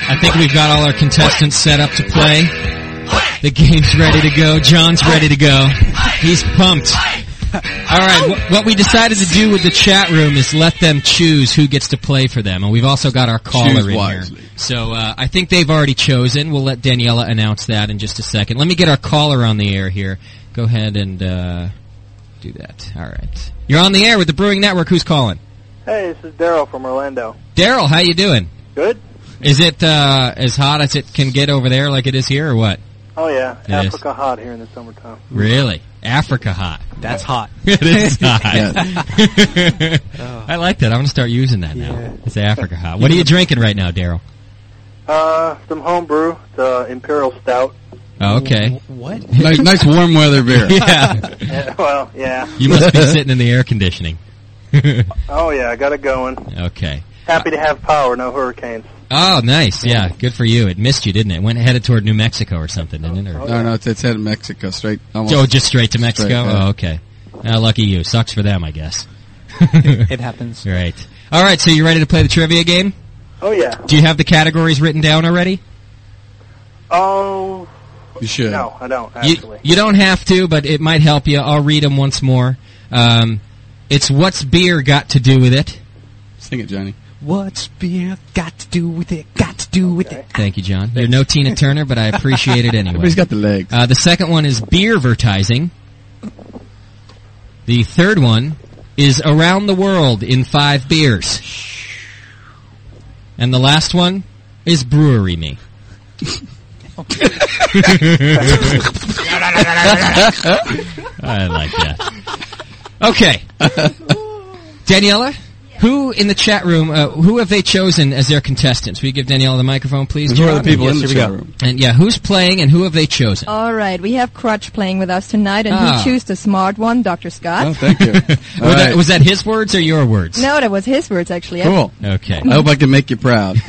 A: I think we've got all our contestants set up to play. The game's ready to go. John's ready to go. He's pumped. All right, wh- what we decided to do with the chat room is let them choose who gets to play for them, and we've also got our caller
B: Choose
A: in
B: wisely.
A: here. So uh, I think they've already chosen. We'll let Daniela announce that in just a second. Let me get our caller on the air here. Go ahead and uh, do that. All right, you're on the air with the Brewing Network. Who's calling?
F: Hey, this is Daryl from Orlando.
A: Daryl, how you doing?
F: Good?
A: Is it uh, as hot as it can get over there, like it is here, or what?
F: Oh yeah,
A: Yes.
F: Africa hot here in the summertime.
A: Really, Africa hot.
C: That's hot.
A: it is hot.
B: Yes.
A: I like that. I'm gonna start using that now.
C: Yeah.
A: It's Africa hot. What are you drinking right now, Daryl?
F: Uh, some homebrew, the Imperial Stout.
A: Oh, okay.
C: What?
B: nice, nice warm weather beer.
A: Yeah,
F: Yeah, well, yeah.
A: you must be sitting in the air conditioning.
F: Oh yeah, I got it going.
A: okay.
F: Happy to have power, no hurricanes.
A: Oh, nice. Yeah, good for you. It missed you, didn't it? Went headed toward New Mexico or something, didn't
F: Oh,
A: it? Or,
B: No, no, it's, it's headed Mexico straight. Almost.
A: oh, just straight to Mexico.
B: Straight, yeah.
A: Oh, okay. Ah, lucky you. Sucks for them, I guess.
C: It happens.
A: right. All right. So you ready to play the trivia game?
F: Oh yeah.
A: Do you have the categories written down already?
F: Oh
B: you should.
F: no, I don't
A: You,
F: actually.
A: you don't have to, but it might help you. I'll read them once more. Um, it's what's beer got to do with it?
B: Sing it, Johnny.
C: What's beer got to do with it? Got to do with it.
A: Thank you, John. You're no Tina Turner, but I appreciate it anyway.
B: Everybody's got the legs.
A: Uh, the second one is beer advertising. The third one is around the world in five beers. And the last one is brewery me. I like that. Okay. Daniela, who in the chat room, uh, who have they chosen as their contestants? Will you give Daniela the microphone, please?
B: Who are the
A: John?
B: people
C: yes,
B: in
C: here
B: the
C: we
B: chat
C: go.
B: room?
A: And yeah, who's playing and who have they chosen?
D: All right, we have Crutch playing with us tonight, and
A: Ah.
D: he chose the smart one, Dr. Scott.
B: Oh, thank you. All
A: Were that-
B: right.
A: Was that his words or your words?
D: No, that was his words, actually.
B: cool.
A: Okay.
B: I hope I can make you proud.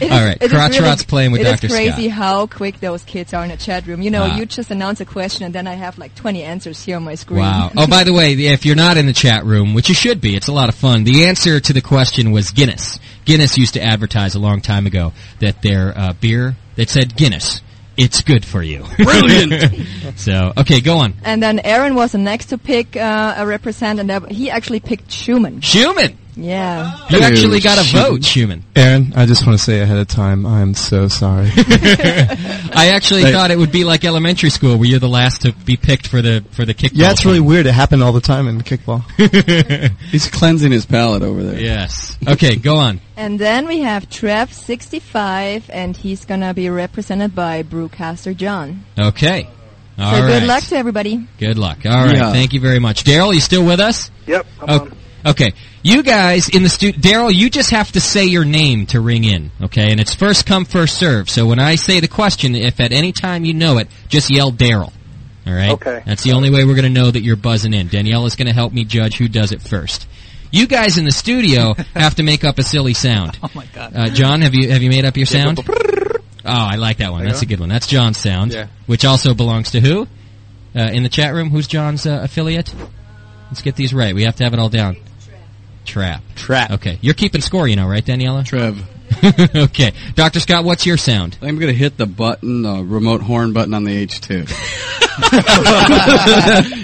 D: It
A: All right,
D: it
A: Crotch Rot's playing with
D: it is
A: Dr.
D: crazy
A: Scott.
D: how quick those kids are in the chat room. You know,
A: Ah.
D: you just announce a question, and then I have like 20 answers here on my screen.
A: Wow. Oh, by the way, if you're not in the chat room, which you should be, it's a lot of fun. The answer to the question was Guinness. Guinness used to advertise a long time ago that their uh, beer, that said Guinness. it's good for you.
B: Brilliant.
A: so, okay, go on.
D: And then Aaron was the next to pick uh, a representative. He actually picked Schumann.
A: Schumann!
D: Yeah.
A: You
B: Dude,
A: actually got a vote,
B: Schumann.
A: Schumann.
E: Aaron, I just want to say ahead of time, I'm so sorry.
A: I actually
E: They-
A: thought it would be like elementary school where you're the last to be picked for the, for the kickball.
E: yeah, it's really
A: team.
E: weird. It happened all the time in kickball.
B: He's cleansing his palate over there.
A: Yes. Okay, go on.
D: And then we have Trev65, and he's gonna be represented by Brewcaster John.
A: Okay. All
D: So
A: right.
D: good luck to everybody.
A: Good luck. All right.
B: Yeah.
A: Thank you very much. Daryl, you still with us?
F: Yep. I'm
A: Oh,
F: on.
A: okay. You guys in the stu- Daryl, you just have to say your name to ring in. Okay. And it's first come, first serve. So when I say the question, if at any time you know it, just yell Daryl. All right.
F: Okay.
A: That's the only way we're going to know that you're buzzing in. Danielle is going to help me judge who does it first. You guys in the studio have to make up a silly sound. Oh my god. Uh, John, have you have you made up your sound? Oh, I like that one. That's a good one. That's John's sound,
E: Yeah.
A: which also belongs to who? Uh, in the chat room, who's John's uh, affiliate? Let's get these right. We have to have it all down. Trap.
B: Trap.
A: Okay, you're keeping score, you know, right, Daniela?
B: Trev.
A: okay, Doctor Scott, what's your sound?
B: I'm gonna hit the button, the remote horn button on the H2.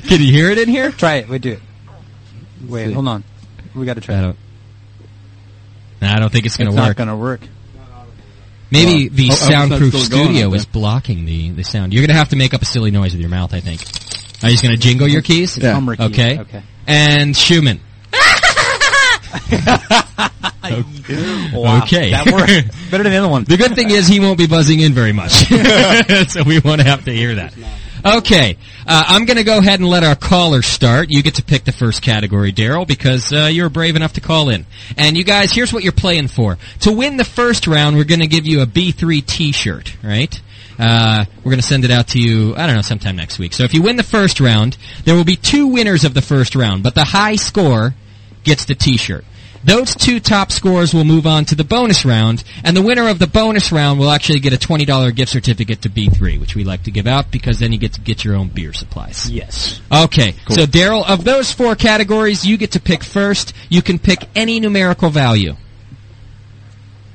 A: Can you hear it in here?
C: Try it. We do it. Wait, hold on. We got to try
A: I
C: it.
A: don't. Nah, I don't think it's going
C: It's
A: to
C: not
A: work.
C: gonna work.
A: Maybe the
B: Oh, oh, it's not
A: soundproof
B: still going
A: studio
B: out
A: is
B: there.
A: blocking the the sound. You're going to have to make up a silly noise with your mouth. I think. Are you just going to jingle your keys?
B: Yeah.
C: Hummer key.
A: Okay.
C: Okay.
A: And Schumann.
C: Wow,
A: Okay.
C: That worked. Better than the other one.
A: The good thing is he won't be buzzing in very much, so we won't have to hear that. Okay, uh, I'm going to go ahead and let our caller start. You get to pick the first category, Daryl, because uh, you're brave enough to call in. And you guys, here's what you're playing for. To win the first round, we're going to give you a B3 T-shirt, right? Uh, we're going to send it out to you, I don't know, sometime next week. So if you win the first round, there will be two winners of the first round, but the high score gets the t-shirt. Those two top scores will move on to the bonus round, and the winner of the bonus round will actually get a $20 gift certificate to B3, which we like to give out because then you get to get your own beer supplies.
C: Yes.
A: Okay, so Daryl, of those four categories, you get to pick first. You can pick any numerical value.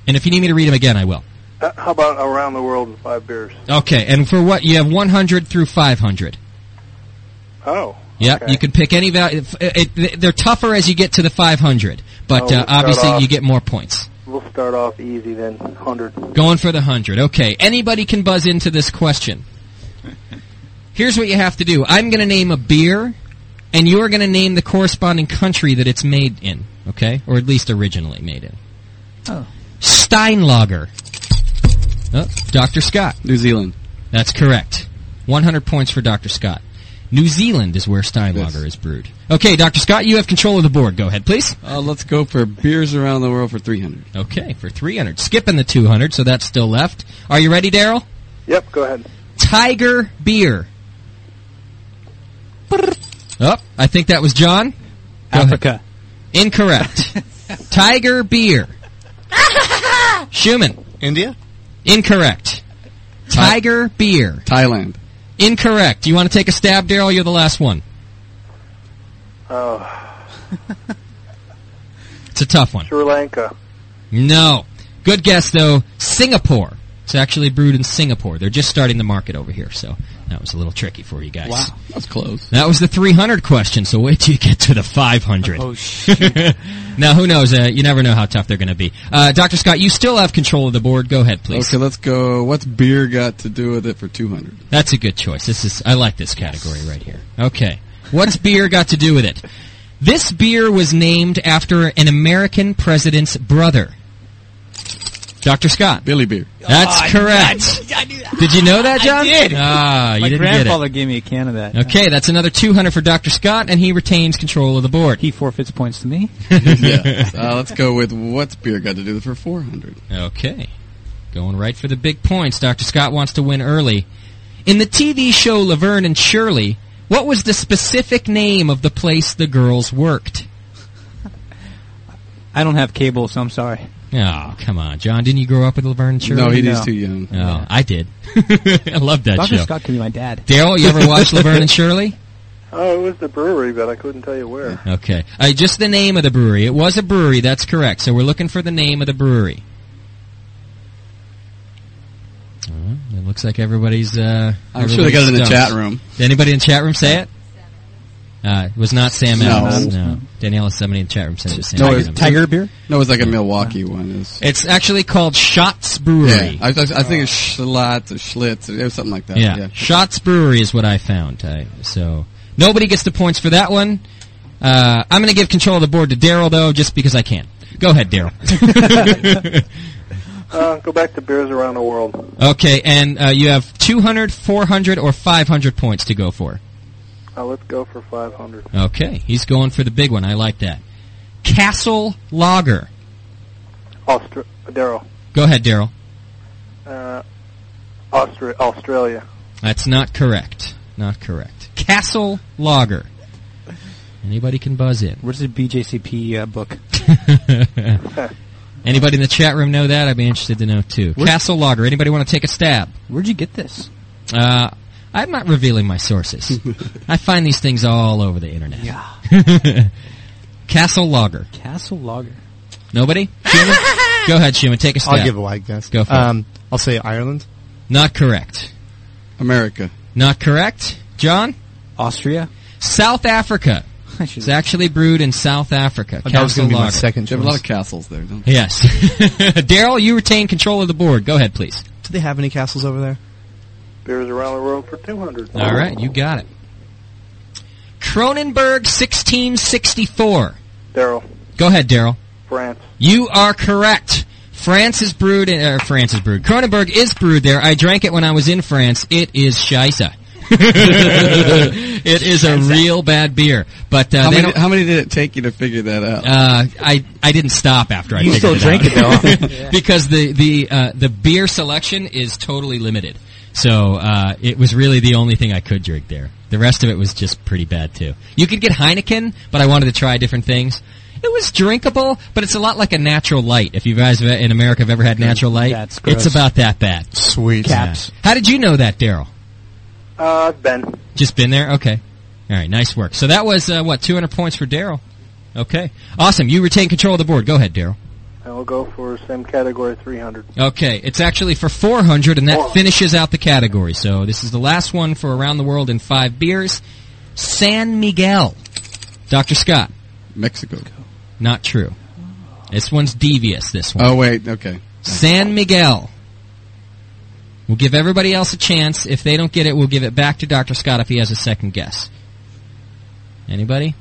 A: And if you need me to read them again, I will.
F: Uh, How about around the world in five beers?
A: Okay, and for what, you have 100 through 500.
F: Oh.
A: Yep,
F: okay.
A: you can pick any value. It, it- they're tougher as you get to the 500,
F: Oh,
A: but
F: we'll
A: uh,
F: start
A: obviously
F: off-
A: you get more points.
F: We'll start off easy then. Hundred.
A: Going for the 100. Okay, anybody can buzz into this question. Here's what you have to do. I'm going to name a beer, and you're going to name the corresponding country that it's made in, okay? Or at least originally made in.
C: Oh.
A: Steinlager. Oh, Dr. Scott.
B: New Zealand.
A: That's correct. 100 points for Dr. Scott. New Zealand is where Steinlager is brewed. Okay, Dr. Scott, you have control of the board. Go ahead, please.
B: Uh, let's go for beers around the world for 300.
A: Okay, for 300. Skipping the 200, so that's still left. Are you ready, Daryl?
F: Yep. Go ahead.
A: Tiger Beer. Oh, I think that was John. Go ahead.
C: Africa.
A: Incorrect. Tiger Beer. Schumann.
E: India?
A: Incorrect. Tiger Beer.
B: Thailand.
A: Incorrect. You want to take a stab, Daryl? You're the last one.
F: Oh,
A: It's a tough one.
F: Sri Lanka.
A: No. Good guess though. Singapore. It's actually brewed in Singapore. They're just starting the market over here, so that was a little tricky for you guys.
B: That's close.
A: That was the 300 question, so wait till you get to the 500.
C: Oh shit.
A: now, who knows? Uh, you never know how tough they're going to be. Uh, Dr. Scott, you still have control of the board. Go ahead, please.
B: Okay, let's go. What's beer got to do with it for 200?
A: That's a good choice. This is I like this category right here. Okay. What's beer got to do with it? This beer was named after an American president's brother. Dr. Scott.
B: Billy beer.
A: That's correct. Did you know that, John?
C: did.
A: Ah, you
C: My
A: didn't get it.
C: grandfather gave me a can of that.
A: Okay, that's another 200 for Dr. Scott, and he retains control of the board.
C: He forfeits points to me.
B: yeah. Uh, let's go with what's beer got to do with it for 400?
A: Okay. Going right for the big points. Dr. Scott wants to win early. In the TV show Laverne and Shirley, what was the specific name of the place the girls worked?
C: I don't have cable, so I'm sorry.
A: Oh, come on, John. Didn't you grow up with Laverne and Shirley?
B: no, he
C: no.
B: is too young.
A: Oh, I did. I love that
C: Doctor
A: show.
C: Scott could be my dad.
A: Daryl, you ever watched Laverne and Shirley?
F: Oh, it was the brewery, but I couldn't tell you where.
A: Okay. Uh, just the name of the brewery. It was a brewery, that's correct. So we're looking for the name of the brewery. It looks like everybody's. Uh,
B: I'm sure
A: everybody's
B: they got it in the
A: stumped.
B: chat room.
A: Did anybody in the chat room say it? Uh, it was not Sam
B: No.
A: Adams. No. Danielle is somebody in the chat room said it. was Sam
B: No,
A: Adams.
B: it's-
G: Tiger beer?
B: No, it's like a Milwaukee one. It's,
A: It's actually called Shots
B: yeah,
A: Brewery.
B: I, I, I think it's Schlitz or Schlitz or something like that.
A: Yeah. Shots Brewery is what I found. I, so nobody gets the points for that one. Uh, I'm going to give control of the board to Daryl though, just because I can. Go ahead, Daryl.
F: Uh, go back to beers around the world.
A: okay, and uh, you have 200, 400, or 500 points to go for.
F: Uh, let's go for 500.
A: Okay, he's going for the big one. I like that. Castle Lager.
F: Austra- Daryl.
A: Go ahead, Daryl.
F: Uh, Austra- Australia.
A: That's not correct. Not correct. Castle Lager. Anybody can buzz in.
G: Where's the BJCP uh, book?
A: Anybody in the chat room know that? I'd be interested to know too.
G: Where's-
A: Castle Lager. Anybody want to take a stab?
G: Where'd you get this?
A: Uh, I'm not revealing my sources. I find these things all over the internet.
G: Yeah.
A: Castle Lager.
G: Castle Lager.
A: Nobody? Shimon? Go ahead, Shimon. Take a stab.
E: I'll give away, I guess.
A: Go for it.
E: um, I'll say Ireland.
A: Not correct.
B: America.
A: Not correct. John?
G: Austria?
A: South Africa.
G: I should-
A: It's actually brewed in South Africa.
E: that was
A: Castle
E: going to be my
A: Lager.
E: second
B: They have a lot
E: choice.
B: of castles there. Don't they?
A: Yes. Daryl, you retain control of the board. Go ahead, please.
E: Do they have any castles over there?
F: Beers around the world for 200.
A: All right, you got it. Cronenberg 1664.
F: Daryl.
A: Go ahead, Daryl.
F: France.
A: You are correct. France is brewed in, er, France is brewed. Cronenberg is brewed there. I drank it when I was in France. It is scheisse. it is a real bad beer, but uh,
B: How
A: they
B: many,
A: don't-
B: how many did it take you to figure that out?
A: uh, I I didn't stop after I
G: You
A: figured
G: still
A: it out.
G: drank it, though.
A: because the the uh, the beer selection is totally limited. So uh, it was really the only thing I could drink there. The rest of it was just pretty bad too. You could get Heineken, but I wanted to try different things. It was drinkable, but it's a lot like a natural light. If you guys in America have ever had natural light,
G: That's gross.
A: it's about that bad.
E: Sweet.
G: Caps.
A: How did you know that, Daryl?
F: Uh, Ben.
A: Just been there? Okay. All right, nice work. So that was uh, what 200 points for Daryl. Okay, awesome. You retain control of the board. Go ahead, Daryl.
F: And we'll go for same category 300.
A: Okay, it's actually for 400, and that
F: Oh.
A: finishes out the category. So this is the last one for Around the World in Five Beers. San Miguel. Dr. Scott,
B: Mexico.
A: not true. This one's devious, this one.
B: Oh wait, okay.
A: San Miguel. We'll give everybody else a chance. If they don't get it, we'll give it back to Dr. Scott if he has a second guess. Anybody?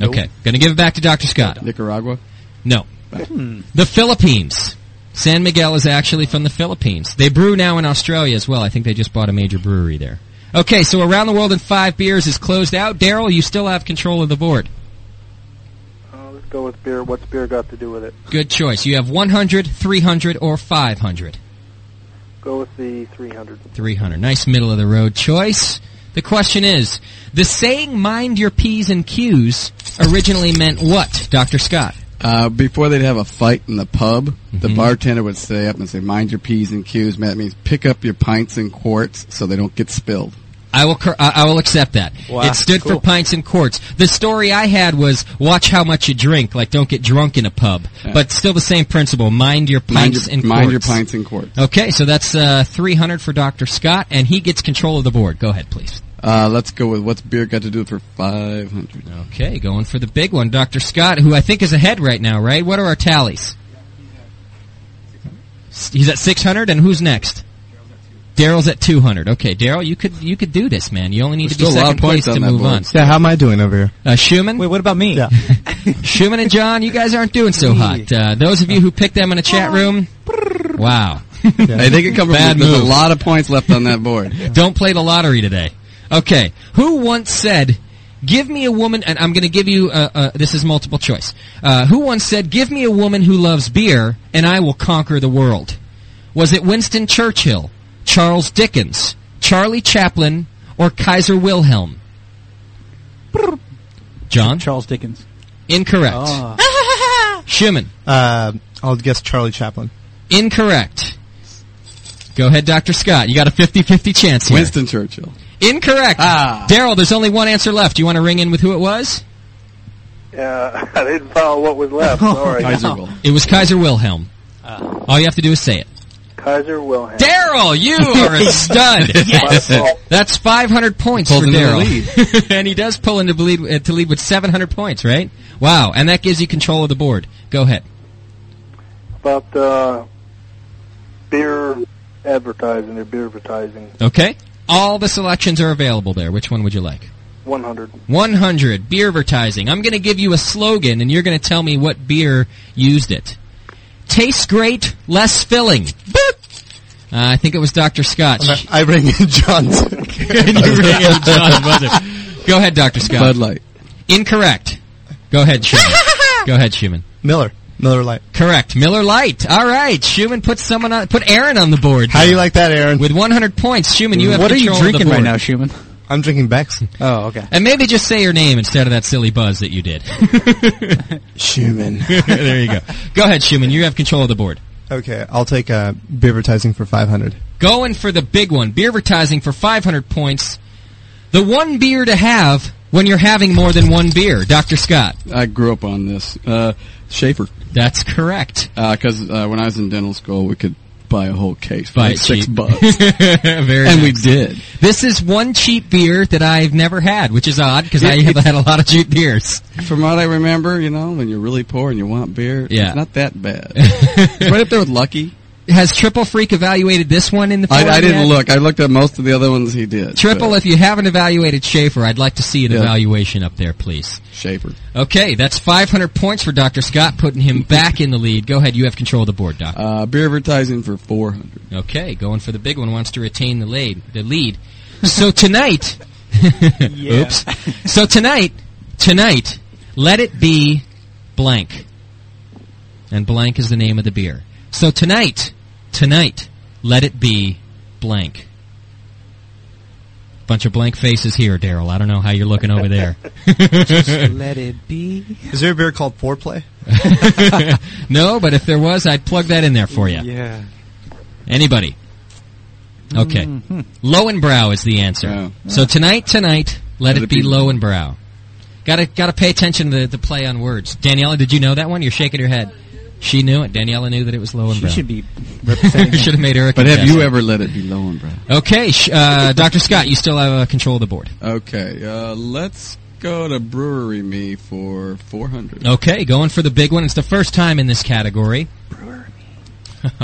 A: Okay, gonna give it back to Dr. Scott.
B: Nicaragua.
A: No.
G: Hmm.
A: The Philippines. San Miguel is actually from the Philippines. They brew now in Australia as well. I think they just bought a major brewery there. Okay, so around the world in five beers is closed out. Daryl, you still have control of the board.
F: Uh, let's go with beer. What's beer got to do with it?
A: Good choice. You have 100, 300, or 500.
F: Go with the 300.
A: 300. Nice middle of the road choice. The question is, the saying mind your P's and Q's originally meant what, Dr. Scott?
B: Uh, before they'd have a fight in the pub, the bartender would stay up and say, "Mind your p's and q's." That means pick up your pints and quarts so they don't get spilled.
A: I will. Cor- I I will accept that.
G: Wow,
A: it stood for
G: cool.
A: pints and quarts. The story I had was watch how much you drink. Like don't get drunk in a pub. But still the same principle. Mind your
B: Mind
A: pints
B: your,
A: and
B: mind your
A: quarts.
B: pints and quarts.
A: Okay, so that's uh, 300 for Dr. Scott, and he gets control of the board. Go ahead, please.
B: Uh, let's go with what's beer got to do for five hundred.
A: Okay, going for the big one, Dr. Scott, who I think is ahead right now, right? What are our tallies? S- He's at 600, and who's next? Daryl's at 200. Okay, Daryl, you could you could do this, man. You only need
B: There's
A: to be
B: still a lot
A: second
B: of points
A: place to
B: on that
A: move
B: board.
A: on.
E: Yeah, how am I doing over here?
A: Uh, Schumann?
G: Wait, what about me?
E: Yeah.
A: Schumann and John, you guys aren't doing so hot. Uh, those of you who picked them in a chat room, wow.
B: Hey, they can come.
A: Bad
B: from, There's a
A: move.
B: lot of points left on that board.
A: Don't play the lottery today. Okay. Who once said, give me a woman, and I'm going to give you, uh, uh, this is multiple choice. Uh, who once said, give me a woman who loves beer, and I will conquer the world? Was it Winston Churchill, Charles Dickens, Charlie Chaplin, or Kaiser Wilhelm? John?
G: Charles Dickens.
A: Incorrect.
G: Oh.
B: Ah.
A: Schumann?
E: Uh, I'll guess Charlie Chaplin.
A: Incorrect. Go ahead, Dr. Scott. You got a 50-50 chance here.
B: Winston Churchill.
A: Incorrect.
B: Ah.
A: Daryl, there's only one answer left. Do you want to ring in with who it was?
F: Yeah, Uh, I didn't follow what was left. Sorry.
B: Kaiser Ah. Will.
A: It was Kaiser Wilhelm. All you have to do is say it.
F: Kaiser Wilhelm.
A: Daryl, you are a stud.
F: Yes.
A: That's 500 points
B: Pulls
A: for
B: into the
A: Daryl. and he does pull into lead, uh, to lead with 700 points, right? Wow. And that gives you control of the board. Go ahead.
F: About uh, beer advertising or beer advertising.
A: Okay. All the selections are available there. Which one would you like?
F: 100.
A: 100. Beer advertising. I'm going to give you a slogan and you're going to tell me what beer used it. Tastes great, less filling. Boop. Uh, I think it was Dr. Scott.
E: I bring in John's.
A: Go ahead, Dr. Scott.
B: Bud Light.
A: Incorrect. Go ahead, Schumann. Go ahead, Schumann.
E: Miller. Miller Light.
A: Correct. Miller Light. All right. Schumann put someone on, put Aaron on the board.
E: How do you like that, Aaron?
A: With 100 points, Schumann, you have
G: What are you
A: control of the
G: drinking right
A: board.
G: now, Schumann?
E: I'm drinking Beck's.
G: Oh, okay.
A: And maybe just say your name instead of that silly buzz that you did.
B: Schumann.
A: there you go. Go ahead, Schumann. You have control of the board.
E: Okay, I'll take uh, beer advertising for 500.
A: Going for the big one. Beer advertising for 500 points. The one beer to have when you're having more than one beer. Dr. Scott.
B: I grew up on this. Uh, Schaefer.
A: That's correct.
B: Because uh, when I was in dental school, we could buy a whole case for
A: Buy
B: like
A: it
B: six
A: cheap.
B: bucks.
A: Very nice.
B: and we did.
A: This is one cheap beer that I've never had, which is odd because I have had a lot of cheap beers.
B: From what I remember, you know, when you're really poor and you want beer,
A: Yeah.
B: it's not that bad. it's right up there with Lucky.
A: Has Triple Freak evaluated this one in the?
B: I,
A: forum
B: I didn't
A: yet?
B: look. I looked at most of the other ones he did.
A: Triple,
B: but
A: if you haven't evaluated Schaefer, I'd like to see an
B: Yeah.
A: evaluation up there, please.
B: Schaefer.
A: Okay, that's 500 points for Dr. Scott, putting him back in the lead. Go ahead, you have control of the board, Doc.
B: Uh, beer advertising for 400.
A: Okay, going for the big one, wants to retain the lead. The lead. So tonight, oops. So tonight, tonight, let it be blank. And blank is the name of the beer. So tonight, tonight, let it be blank. Bunch of blank faces here, Daryl. I don't know how you're looking over there.
G: Let it be.
E: Is there a beer called Foreplay?
A: no, but if there was, I'd plug that in there for you.
G: Yeah.
A: Anybody? Okay.
B: Mm-hmm.
A: Lowenbrow is the answer.
B: Yeah.
A: So tonight, tonight, let, it,
B: Oh. it
A: be,
B: be-
A: Lowenbrow. Gotta, gotta pay attention to the, the play on words. Daniela, did you know that one? You're shaking your head. She knew it. Daniela knew that it was
G: She
A: Lowenbrow.
G: should be representing.
A: Should have made her a
B: But have you
A: contestant.
B: ever let it be low and bro?
A: Okay, sh- uh, Dr. Scott, you still have uh, control of the board.
B: Okay, uh, let's go to Brewery Me for 400.
A: Okay, going for the big one. It's the first time in this category.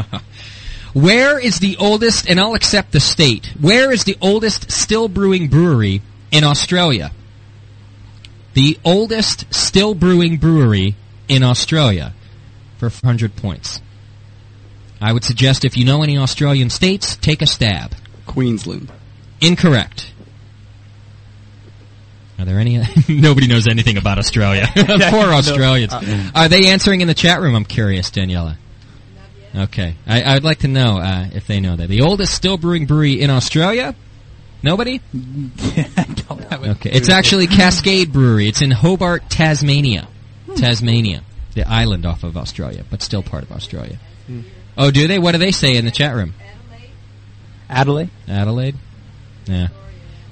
A: Where is the oldest, and I'll accept the state, where is the oldest still brewing brewery in Australia? The oldest still brewing brewery in Australia for 100 points. I would suggest if you know any Australian states, take a stab.
B: Queensland.
A: Incorrect. Are there any? Nobody knows anything about Australia. Poor Australians. Are they answering in the chat room? I'm curious, Daniela. Okay, I, I'd like to know uh, if they know that the oldest still brewing brewery in Australia. Nobody.
G: Oh,
A: Okay, it's actually Cascade Brewery. It's in Hobart, Tasmania. Tasmania, the island off of Australia, but still part of Australia. Oh, do they? What do they say in the chat room?
G: Adelaide.
A: Adelaide? Yeah.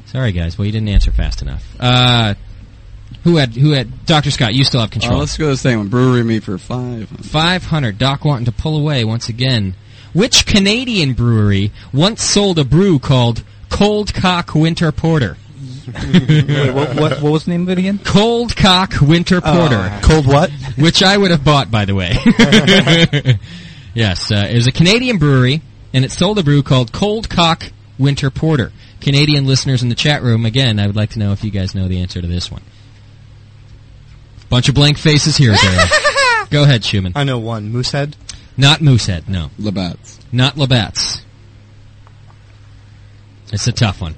A: Sorry, guys. Well, you didn't answer fast enough. Uh, who had, who had, Dr. Scott, you still have
B: Uh,
A: control.
B: let's go to the same one. Brewery Me for 500.
A: 500. Doc wanting to pull away once again. Which Canadian brewery once sold a brew called Cold Cock Winter Porter?
G: Wait, what, what, what was the name of it again? Oh,
A: Cold Cock Winter Porter.
E: Cold what?
A: which I would have bought, by the way. yes, uh, it was a Canadian brewery, and it sold a brew called Cold Cock Winter Porter. Canadian listeners in the chat room, again, I would like to know if you guys know the answer to this one. Bunch of blank faces here. Sarah. Go ahead, Schumann.
E: I know one. Moosehead.
A: Not Moosehead, no.
B: Labatt's.
A: Not Labatt's. It's a tough one.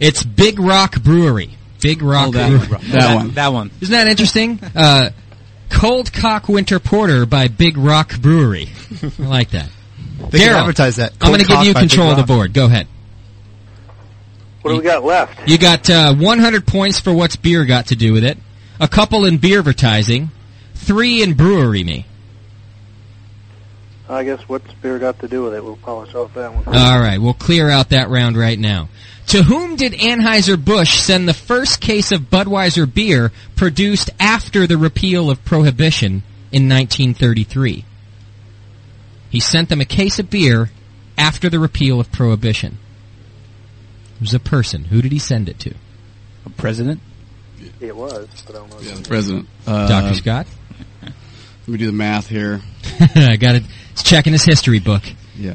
A: It's Big Rock Brewery. Big Rock
B: Oh,
A: Brewery.
B: that one. That one.
G: That one.
A: Isn't that interesting? Uh, Cold Cock Winter Porter by Big Rock Brewery. I like that.
E: They can
A: Daryl,
E: advertise that.
A: I'm
E: Cold
A: going to give
E: Cock
A: you
E: by Big
A: control of the
E: Rock.
A: board. Go ahead.
F: What do we got left?
A: You got uh, 100 points for what's beer got to do with it. A couple in beer advertising. Three in brewery me.
F: I guess what's beer got to do with it? We'll polish off that one.
A: All right, we'll clear out that round right now. To whom did Anheuser-Busch send the first case of Budweiser beer produced after the repeal of Prohibition in 1933? He sent them a case of beer after the repeal of prohibition. It was a person. Who did he send it to?
G: A president?
F: It was, but I don't know.
B: Yeah, the president. Uh,
A: Dr. Scott?
B: Let me do the math here.
A: I got it. He's checking his history book.
B: Yeah.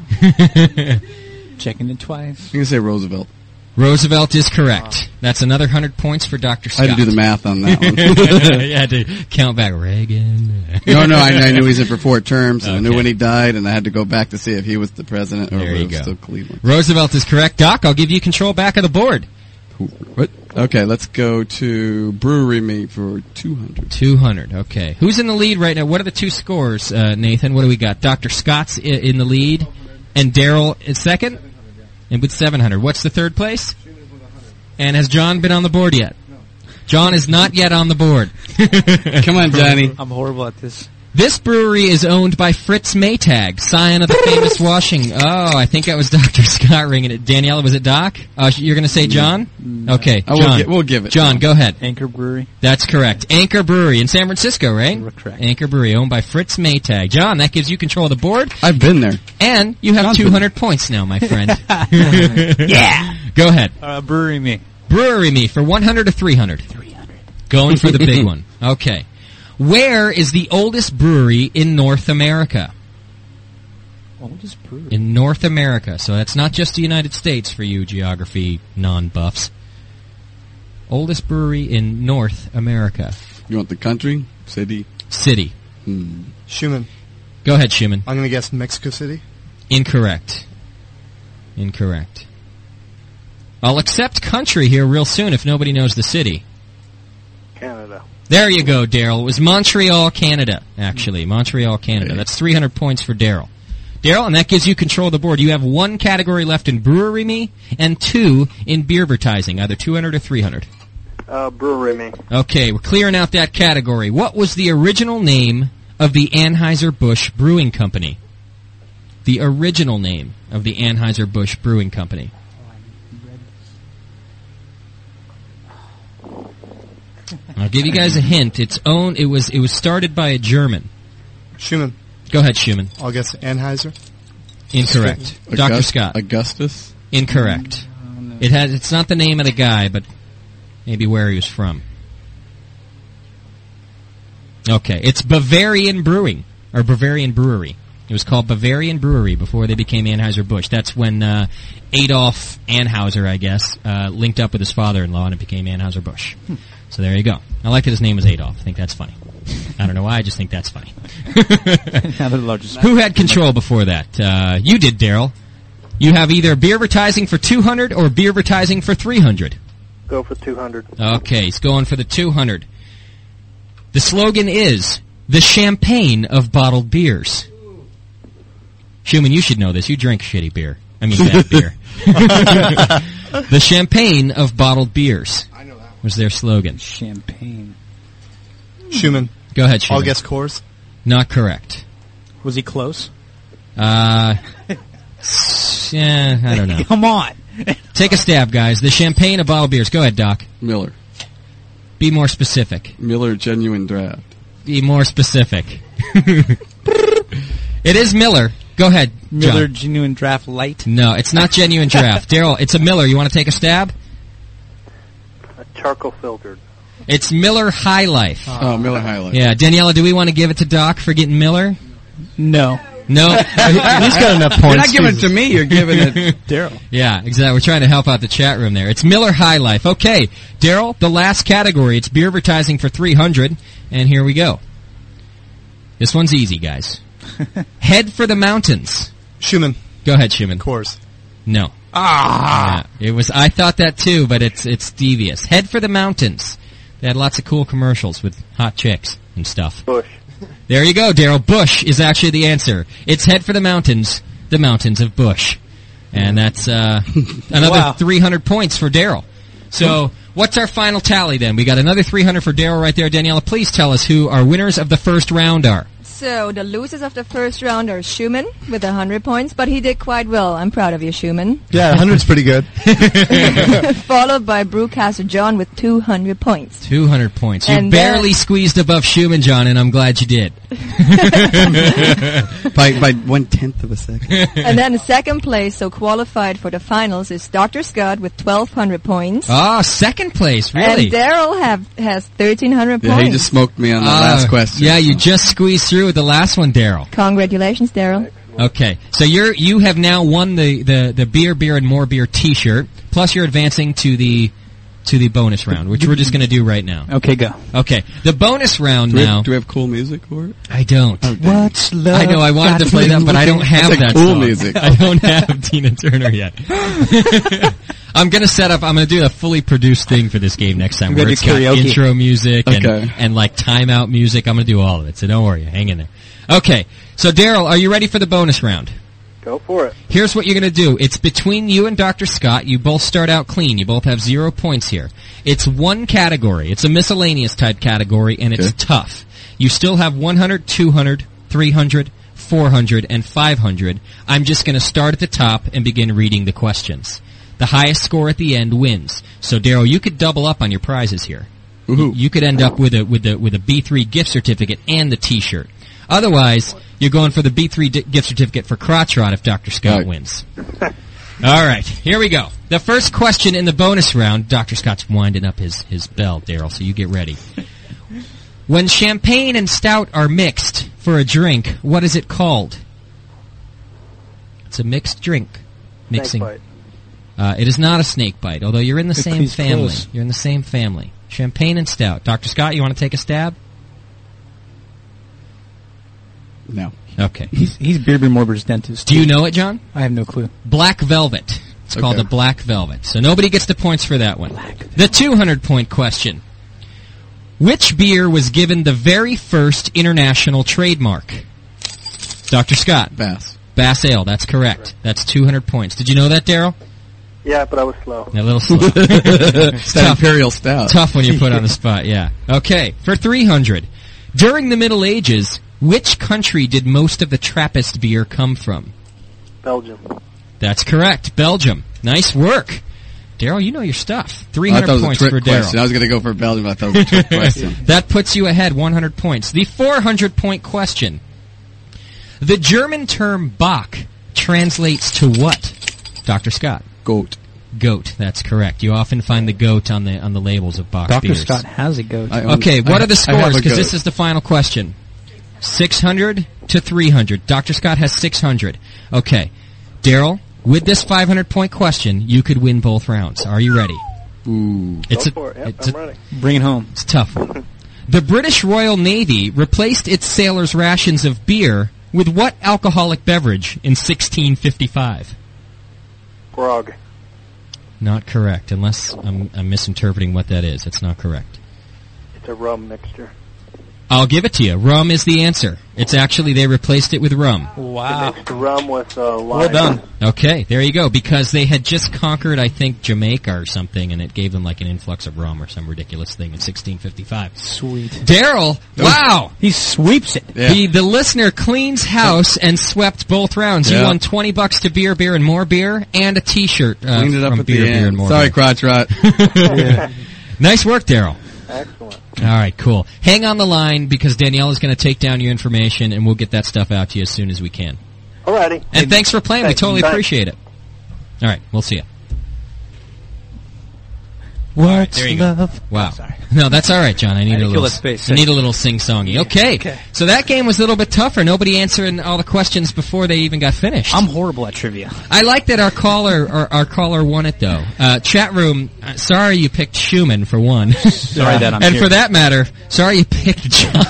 G: Checking it twice.
B: You can say Roosevelt.
A: Roosevelt is correct. That's another hundred points for Dr.
B: I
A: Scott.
B: had to do the math on that one.
A: you had to count back Reagan.
B: no, no, I, I knew he was in for four terms. and I knew
A: Okay.
B: when he died, and I had to go back to see if he was the president or
A: There
B: if
A: you
B: it was
A: go.
B: still Cleveland.
A: Roosevelt is correct. Doc, I'll give you control back of the board.
B: What? Okay, let's go to brewery meat for 200.
A: 200. Okay. Who's in the lead right now? What are the two scores, uh, Nathan? What do we got? Dr. Scott's i- in the lead and Daryl is second and with 700. What's the third place? And has John been on the board yet? John is not yet on the board.
B: Come on, Johnny.
G: I'm horrible at this.
A: This brewery is owned by Fritz Maytag, scion of the famous washing. Oh, I think that was Dr. Scott ringing it. Daniela, was it Doc? Uh, sh- you're going to say John? Okay,
B: Mm. I will
A: John.
B: gi- we'll give it.
A: John, go ahead.
G: Anchor Brewery.
A: That's correct. Anchor Brewery in San Francisco, right?
G: Correct.
A: Anchor Brewery, owned by Fritz Maytag. John, that gives you control of the board,
B: I've been there.
A: and you have
B: John's
A: 200 points now, my friend. yeah! Go ahead.
G: Uh, brewery me.
A: Brewery me for 100 to 300. 300. Going for the big one. Okay. Where is the oldest brewery in North America?
G: Oldest brewery.
A: in North America. So that's not just the United States for you geography non-buffs. Oldest brewery in North America.
B: You want the country? City? Hmm.
A: City.
E: Schumann.
A: Go ahead, Shimon.
E: I'm going to guess Mexico City.
A: Incorrect. Incorrect. I'll accept country here real soon if nobody knows the city.
F: Canada.
A: There you go, Daryl. It was Montreal, Canada, actually. Montreal, Canada.
B: Hey.
A: That's 300 points for Daryl. Daryl, and that gives you control of the board. You have one category left in brewery me and two in beer advertising, either 200 or 300.
F: Uh, brewery me.
A: Okay, we're clearing out that category. What was the original name of the Anheuser-Busch Brewing Company? The original name of the Anheuser-Busch Brewing Company. I'll give you guys a hint. Its own it was it was started by a German.
E: Schumann.
A: Go ahead, Schumann.
E: I'll guess Anheuser.
A: Incorrect. Dr.
B: August-
A: Scott.
B: Augustus? Mm.
A: Incorrect. It has. It's not the name of the guy, but maybe where he was from. Okay, it's Bavarian Brewing or Bavarian Brewery. It was called Bavarian Brewery before they became Anheuser Busch. That's when uh, Adolf Anheuser, I guess, uh, linked up with his father-in-law and it became Anheuser Busch. So there you go. I like that his name was Adolf. I think that's funny. I don't know why. I just think that's funny.
G: Another largest.
A: Who had control before that? Uh, you did, Daryl. You have either beer advertising for 200 or beer advertising for 300.
F: Go for 200.
A: Okay, he's going for the 200. The slogan is, the champagne of bottled beers. Schumann, you should know this. You drink shitty beer. I mean bad beer. the champagne of bottled beers
B: I know that
A: was their slogan.
G: Champagne.
E: Schumann.
A: Go ahead,
E: I'll
A: Schumann.
E: guess Coors.
A: Not correct.
G: Was he close?
A: Uh, s- yeah, I don't know.
G: Come on.
A: Take a stab, guys. The champagne of bottled beers. Go ahead, Doc.
B: Miller.
A: Be more specific.
B: Miller Genuine Draft.
A: Be more specific. it is Miller. Go ahead, John.
G: Miller Genuine Draft Light.
A: No, it's not genuine draft. Daryl, it's a Miller. You want to take a stab?
F: Uh, charcoal filtered.
A: It's Miller High Life.
B: Oh, Miller Highlight.
A: Yeah, Daniela, do we want to give it to Doc for getting Miller?
G: No.
A: No.
E: He's got enough points.
B: You're not giving it to me, you're giving it.
G: Daryl.
A: yeah, exactly. We're trying to help out the chat room there. It's Miller High Life. Okay, Daryl, the last category. It's beer advertising for 300, and here we go. This one's easy, guys. Head for the mountains.
E: Schumann.
A: Go ahead, Shimon.
E: Coors.
A: No. Ah. it was. I thought that too, but it's it's devious. Head for the mountains. They had lots of cool commercials with hot chicks and stuff.
F: Bush.
A: There you go, Daryl. Bush is actually the answer. It's head for the mountains, the mountains of Bush, and that's uh, another
G: Wow.
A: 300 points for Daryl. So. What's our final tally then? We got another 300 for Daryl right there. Daniela, please tell us who our winners of the first round are.
D: So the losers of the first round are Schumann with 100 points, but he did quite well. I'm proud of you, Schumann.
E: Yeah, 100's pretty good.
D: Followed by Brewcaster John with 200 points.
A: 200 points. You
D: And uh,
A: barely
D: then-
A: squeezed above Schumann, John, and I'm glad you did.
B: by by one tenth of a second.
D: and then second place, so qualified for the finals, is Dr. Scott with 1,200 points.
A: Ah, second place, really?
D: And Daryl have has 1,300
B: Yeah,
D: points.
B: he just smoked me on the
A: Ah,
B: last question.
A: Yeah, you just squeezed through with the last one, Daryl.
D: Congratulations, Daryl.
A: Okay, so you're you have now won the, the, the beer, beer, and more beer T-shirt. Plus, you're advancing to the to the bonus round, which we're just going to do right now.
G: Okay, go.
A: Okay, the bonus round
B: Do we,
A: now.
B: have, do we have cool music for it?
A: I don't.
G: What's love?
A: I know I wanted to play that, but I don't have
B: That's like
A: that
B: cool
A: song.
B: music.
A: I don't have Tina Turner yet. I'm gonna set up. I'm gonna do a fully produced thing for this game next time.
G: gonna
A: Where
G: do
A: it's got
G: karaoke.
A: intro music and,
B: Okay.
A: and like timeout music. I'm gonna do all of it. So don't worry. Hang in there. Okay. So Daryl, are you ready for the bonus round?
F: Go for it.
A: Here's what you're going to do. It's between you and Dr. Scott. You both start out clean. You both have zero points here. It's one category. It's a miscellaneous type category and it's
B: Okay.
A: tough. You still have 100, 200, 300, 400, and 500. I'm just going to start at the top and begin reading the questions. The highest score at the end wins. So Daryl, you could double up on your prizes here.
B: Ooh.
A: You could end up with a with a with a B3 gift certificate and the T-shirt. Otherwise, you're going for the B3 di- gift certificate for crotch rod if Dr. Scott
B: Right.
A: wins. All right, here we go. The first question in the bonus round. Dr. Scott's winding up his his bell, Daryl. So you get ready. When champagne and stout are mixed for a drink, what is it called? It's a mixed drink. Mixing.
F: Snake bite.
A: Uh, it is not a snake bite, although you're in the same
G: please
A: family.
G: close.
A: You're in the same family. Champagne and stout. Dr. Scott, you want to take a stab?
B: No.
A: Okay.
G: He's he's Beerber Morber's dentist.
A: Do you know it, John?
G: I have no clue.
A: Black Velvet. It's called
B: Okay.
A: the Black Velvet. So nobody gets the points for that one. The 200 point question. Which beer was given the very first international trademark? Dr. Scott.
B: Bass.
A: Bass Ale. That's correct. That's 200 points. Did you know that, Daryl?
F: Yeah, but I was slow.
A: A little slow.
B: It's that Imperial Stout.
A: Tough when you're put on the spot, yeah. Okay, for 300. During the Middle Ages, which country did most of the Trappist beer come from?
F: Belgium.
A: That's correct, Belgium. Nice work. Daryl, you know your stuff.
B: I
A: 300
B: thought it was a
A: points
B: trick
A: for
B: question.
A: Daryl.
B: I was going to go for Belgium. but I thought it was a trick question.
A: That puts you ahead 100 points. The 400 point question. The German term Bach translates to what? Dr. Scott.
B: Goat.
A: Goat, that's correct. You often find the goat on the on the labels of Bach
G: Doctor
A: beers.
G: Scott has a goat.
B: I own-
A: Okay, what
B: I-
A: are the
B: I have
A: scores?
B: a
A: Because
B: goat.
A: this is the final question. 600 to 300. Dr. Scott has 600. Okay. Daryl, with this 500 point question, you could win both rounds. Are you ready?
B: Ooh.
A: It's
F: Go for
A: a,
F: it. Yep,
A: it's
F: I'm
A: a-
F: ready.
G: Bring it home.
A: it's a tough one. The British Royal Navy replaced its sailors' rations of beer with what alcoholic beverage in 1655?
F: Grog.
A: Not correct, unless I'm, I'm misinterpreting what that is. It's not correct.
F: It's a rum mixture.
A: I'll give it to you. Rum is the answer. It's actually, they replaced it with rum.
G: Wow.
F: Mixed rum with uh, lime.
G: Well done.
A: Okay, there you go. Because they had just conquered, I think, Jamaica or something, and it gave them like an influx of rum or some ridiculous thing in 1655.
G: Sweet.
A: Daryl, wow,
G: He sweeps it.
B: Yeah.
A: the the listener cleans house and swept both rounds. You
B: Yeah.
A: won twenty bucks to beer, beer, and more beer, and a T-shirt uh,
B: Cleaned it up
A: from
B: at
A: beer,
B: the
A: beer, and
B: end.
A: more.
B: Sorry,
A: beer.
B: crotch rot.
A: nice work, Daryl.
F: Excellent.
A: All right, cool. Hang on the line because Danielle is going to take down your information, and we'll get that stuff out to you as soon as we can.
F: Alrighty.
A: And thanks for playing.
F: Thanks.
A: We totally
F: Bye.
A: appreciate it. All right, we'll see you.
G: What's
A: There you go.
G: love?
A: Wow. No, that's all right, John. I need a
G: I feel
A: little.
G: that space.
A: I need a little sing-songy. Okay.
G: Okay.
A: So that game was a little bit tougher. Nobody answering all the questions before they even got finished.
G: I'm horrible at trivia.
A: I like that our caller our, our caller won it though. Uh, chat room. Uh, sorry you picked Schumann for one.
G: Sorry that I'm
A: and
G: here.
A: for that matter, sorry you picked John.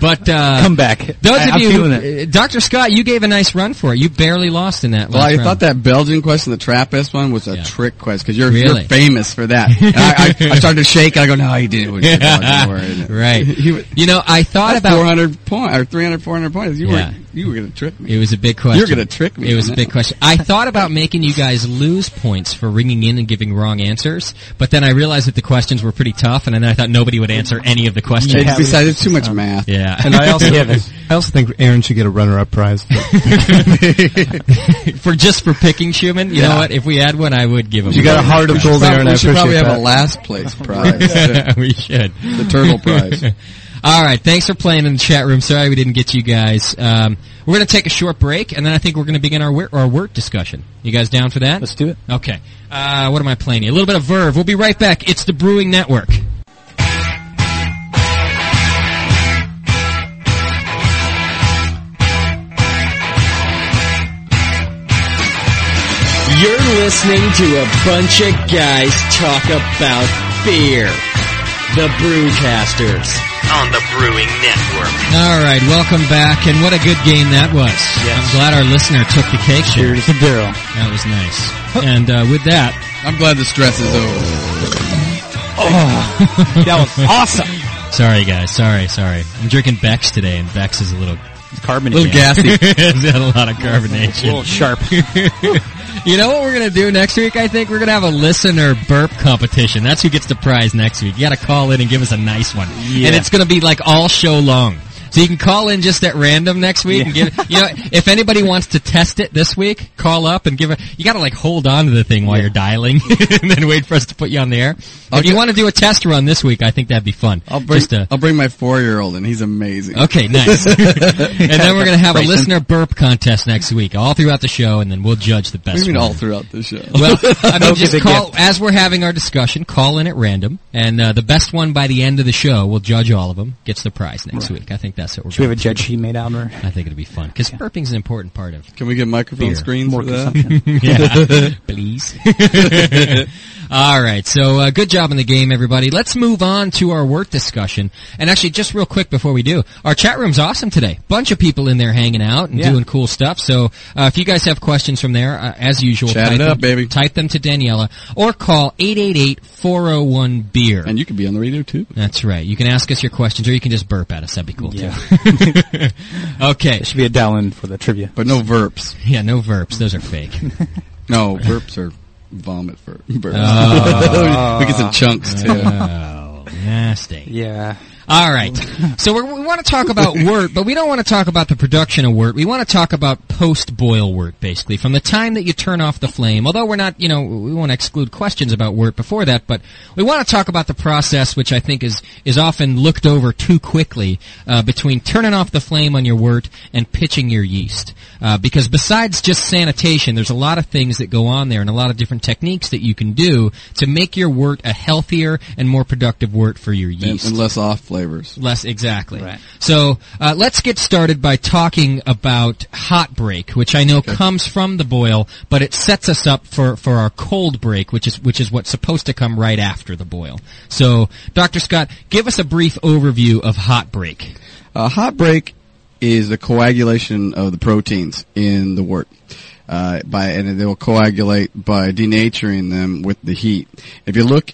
A: but uh,
G: Come back.
A: Those
G: I-
A: of
G: I'm
A: you,
G: feeling it.
A: who- uh, Dr. Scott, you gave a nice run for it. You barely lost in that.
B: Well,
A: last
B: I
A: round.
B: thought that Belgian question, the Trappist one, was a
A: Yeah.
B: trick question because you're,
A: Really?
B: you're famous for that. And I, I, I started to shake. I go, no, he didn't. It was the Belgian word, isn't it?
A: right.
B: He was-
A: you know, I thought
B: That's
A: about
B: 400 points or 300, 400 points. You
A: Yeah.
B: were you were going to trick me.
A: It was a big question.
B: You're gonna trick me
A: It
B: on
A: was a
B: that
A: big
B: one.
A: question. I thought about making you guys lose points for ringing in and giving wrong answers, but then I realized that the questions were pretty tough, and then I thought nobody would answer any of the questions.
B: It's- Besides, it's too much math.
A: Yeah.
E: And I also, I also think Aaron should get a runner-up prize.
A: Mm-hmm. for just for picking Schumann, you know what? If we had one, I would give him.
E: You got a heart of gold,
B: Probably-
E: Aaron. I
B: we should
E: appreciate
B: probably have
E: that.
B: a last place prize, the
A: we should.
B: turtle prize.
A: All right, thanks for playing in the chat room. Sorry we didn't get you guys. Um, we're going to take a short break, and then I think we're going to begin our wor- our work discussion. You guys down for that? Let's do it. Okay. Uh, what am I playing? here? A little bit of Verve. We'll be right back. It's the Brewing Network. You're listening to a bunch of guys talk about beer. The Brewcasters.
H: on the Brewing Network.
A: All right, welcome back, and what a good game that was. I'm glad our listener took the cake share.
G: Here's the girl.
A: That was nice. And uh, with that,
B: I'm glad the stress is over.
G: Oh, That was awesome.
A: sorry guys, sorry, sorry. I'm drinking Bex today, and Bex is a little
G: Carbon
B: A little gassy.
A: it's had a lot of
G: A little
A: carbonation.
G: sharp.
A: you know what we're gonna do next week? I think we're gonna have a listener burp competition. That's who gets the prize next week. You gotta call in and give us a nice one.
G: Yeah.
A: And it's gonna be like all show long. So you can call in just at random next week and give, you know, if anybody wants to test it this week, call up and give a, you gotta like hold on to the thing while you're dialing and then wait for us to put you on the air. if you wanna do a test run this week, I think that'd be fun.
B: I'll bring
A: Just, uh,
B: I'll bring my four year old and he's amazing.
A: Okay, nice. and then we're going to have a
G: Bryson.
A: listener burp contest next week, all throughout the show, and then we'll judge the best
B: We mean
A: one.
B: all throughout the show.
A: Well, I mean,
G: No
A: just
G: good
A: call, as we're having our discussion, call in at random, and uh, the best one by the end of the show, we'll judge all of them, gets the prize next week. I think that's what we're
G: Do we
A: going
G: have a judge she made out of her?
A: I think it'll be fun, because burping's an important part of
B: Can we get microphone
A: Beer.
B: screens
G: More
B: for that?
G: consumption.
A: yeah, please. All right, so uh, good job in the game, everybody. Let's move on to our work discussion. And actually, just real quick before we do, our chat room's awesome today. Bunch of people in there hanging out and
G: Yeah.
A: doing cool stuff. So uh, if you guys have questions from there, uh, as usual,
B: Chat
A: type
B: it up,
A: them,
B: baby.
A: Type them to Daniela or call 888-401-BEER.
B: And you could be on the radio too.
A: E That's right. You can ask us your questions, or you can just burp at us. That'd be cool too. okay.
G: Should be a dial in for the trivia.
B: But no verps.
A: Yeah, no verbs. Those are fake.
B: No, verps are vomit for burps. we get some chunks too.
A: oh, Ah. nasty.
G: Yeah.
A: All right. So we're, we want to talk about wort, but we don't want to talk about the production of wort. We want to talk about post-boil wort, basically, from the time that you turn off the flame. Although we're not, you know, we want to exclude questions about wort before that, but we want to talk about the process, which I think is is often looked over too quickly uh, between turning off the flame on your wort and pitching your yeast. Uh, because besides just sanitation, there's a lot of things that go on there and a lot of different techniques that you can do to make your wort a healthier and more productive wort for your
B: and,
A: yeast
B: and less off flavors.
A: less exactly.
G: Right.
A: So uh, let's get started by talking about hot break, which I know comes from the boil, but it sets us up for, for our cold break, which is which is what's supposed to come right after the boil. So, Dr. Scott, give us a brief overview of hot break.
B: Uh, hot break is the coagulation of the proteins in the wort. Uh, by and they will coagulate by denaturing them with the heat. If you look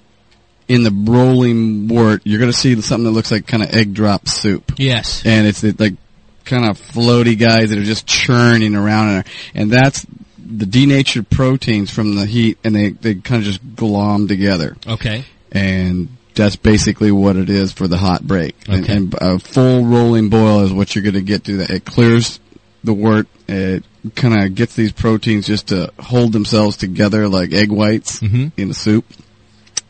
B: in the rolling wort, you're going to see something that looks like kind of egg drop soup.
A: Yes.
B: and it's the, like kind of floaty guys that are just churning around in there. And that's the denatured proteins from the heat and they, they kind of just glom together.
A: Okay.
B: And that's basically what it is for the hot break. And,
A: Okay.
B: and a full rolling boil is what you're going to get through that. It clears the wort. It kind of gets these proteins just to hold themselves together like egg whites in a soup.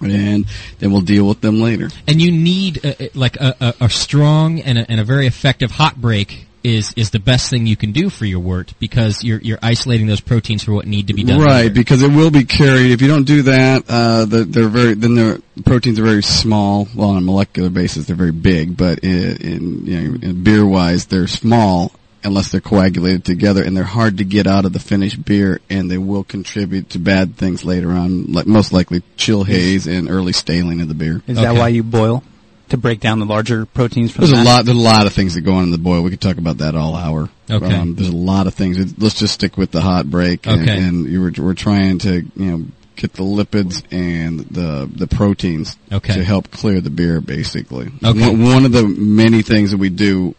B: And then we'll deal with them later.
A: And you need uh, uh, like a, a, a strong and a, and a very effective hot break. Is, is the best thing you can do for your wort because you're you're isolating those proteins for what need to be done.
B: Right,
A: later.
B: because it will be carried. If you don't do that, uh, the, they're very then the proteins are very small. Well, on a molecular basis, they're very big, but in, in, you know, in beer wise, they're small unless they're coagulated together, and they're hard to get out of the finished beer, and they will contribute to bad things later on, like most likely chill haze and early staling of the beer.
G: Is
A: Okay.
G: that why you boil? To break down the larger proteins from
B: There's
G: the
B: a
G: mass?
B: lot. There's a lot of things that go on in the boil. We could talk about that all hour.
A: Okay.
B: Um, there's a lot of things. It- Let's just stick with the hot break. And,
A: Okay.
B: And you were, we're trying to you know get the lipids and the the proteins.
A: Okay.
B: To help clear the beer, basically.
A: Okay.
B: One, one of the many things that we do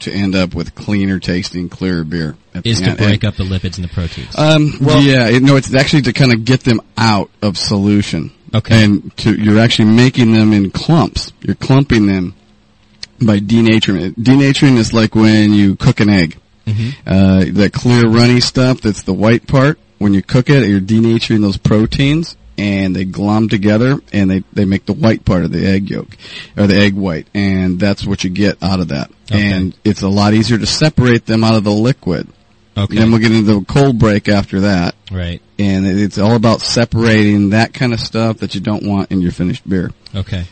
B: to end up with cleaner tasting, clearer beer at
A: is
B: the
A: to
B: end.
A: break
B: And-
A: up the lipids and the proteins.
B: um, yeah, it, no, it's actually to kind of get them out of solution.
A: Okay.
B: And to, you're actually making them in clumps. You're clumping them by denaturing. Denaturing is like when you cook an egg. Uh, that clear runny stuff that's the white part, when you cook it, you're denaturing those proteins and they glom together and they, they make the white part of the egg yolk or the egg white and that's what you get out of that. And it's a lot easier to separate them out of the liquid.
A: Okay.
B: Then we'll get into the cold break after that.
A: Right.
B: And it- it's all about separating that kind of stuff that you don't want in your finished beer.
A: Okay.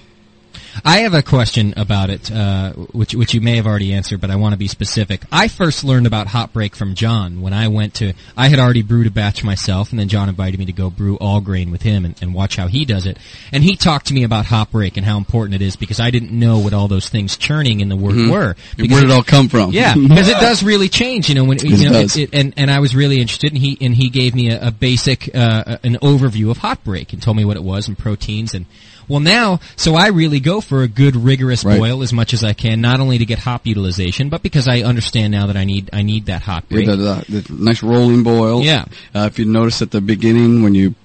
A: I have a question about it, uh, which which you may have already answered, but I want to be specific. I first learned about hot break from John when I went to. I had already brewed a batch myself, and then John invited me to go brew all grain with him and, and watch how he does it. And he talked to me about hot break and how important it is because I didn't know what all those things churning in the work
B: Mhm.
A: were.
B: Where
A: Because
B: did it all come from?
A: Yeah, because it does really change. You know when
B: It
A: you know
B: does.
A: It, it, and and I was really interested, and he and he gave me a, a basic uh, an overview of hot break and told me what it was and proteins and well now so I really go for a good rigorous
B: Right.
A: boil as much as I can, not only to get hop utilization, but because I understand now that I need I need that hot break.
B: With a, a- a nice rolling boil.
A: Yeah.
B: Uh, if you notice at the beginning when you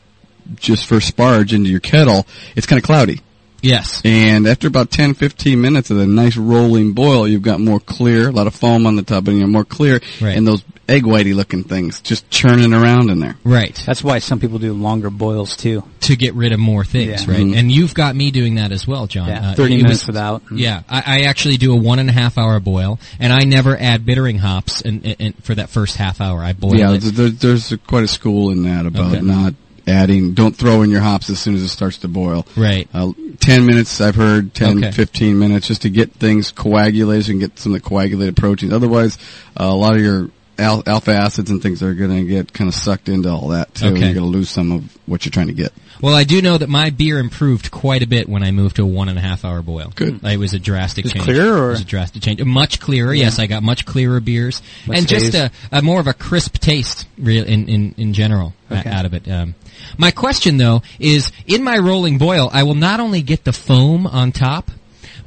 B: just first sparge into your kettle, it's kind of cloudy.
A: Yes.
B: And after about 10, 15 minutes of the nice rolling boil, you've got more clear, a lot of foam on the top, and you're more clear,
A: Right.
B: and those egg whitey looking things just churning around in there.
A: Right.
G: That's why some people do longer boils too.
A: To get rid of more things,
G: Yeah. Mm-hmm.
A: right?
B: Mm-hmm.
A: And you've got me doing that as well, John.
G: Yeah,
A: Uh,
G: 30
A: it was-
G: minutes without. Mm-hmm. and-
A: Yeah, I, I actually do a one and a half hour boil, and I never add bittering hops and, and, and for that first half hour. I boil
B: yeah,
A: it.
B: there, there's quite a school in that about
A: Okay.
B: not adding, don't throw in your hops as soon as it starts to boil.
A: Right.
B: Uh, 10 minutes, I've heard, 10,
A: Okay.
B: 15 minutes, just to get things coagulated and get some of the coagulated proteins. Otherwise, uh, a lot of your al- alpha acids and things are going to get kind of sucked into all that, too. and
A: Okay.
B: You're going to lose some of what you're trying to get.
A: Well, I do know that my beer improved quite a bit when I moved to a one and a half hour boil.
B: Good.
A: It was a drastic
G: Is it
A: change.
G: clearer or-
A: It was a drastic change. Much clearer. Yes, I got much clearer beers
G: Less
A: and just
G: haze.
A: a, a more of a crisp taste real in in in general uh,
G: Okay.
A: out of it. Um, my question though is in my rolling boil, I will not only get the foam on top,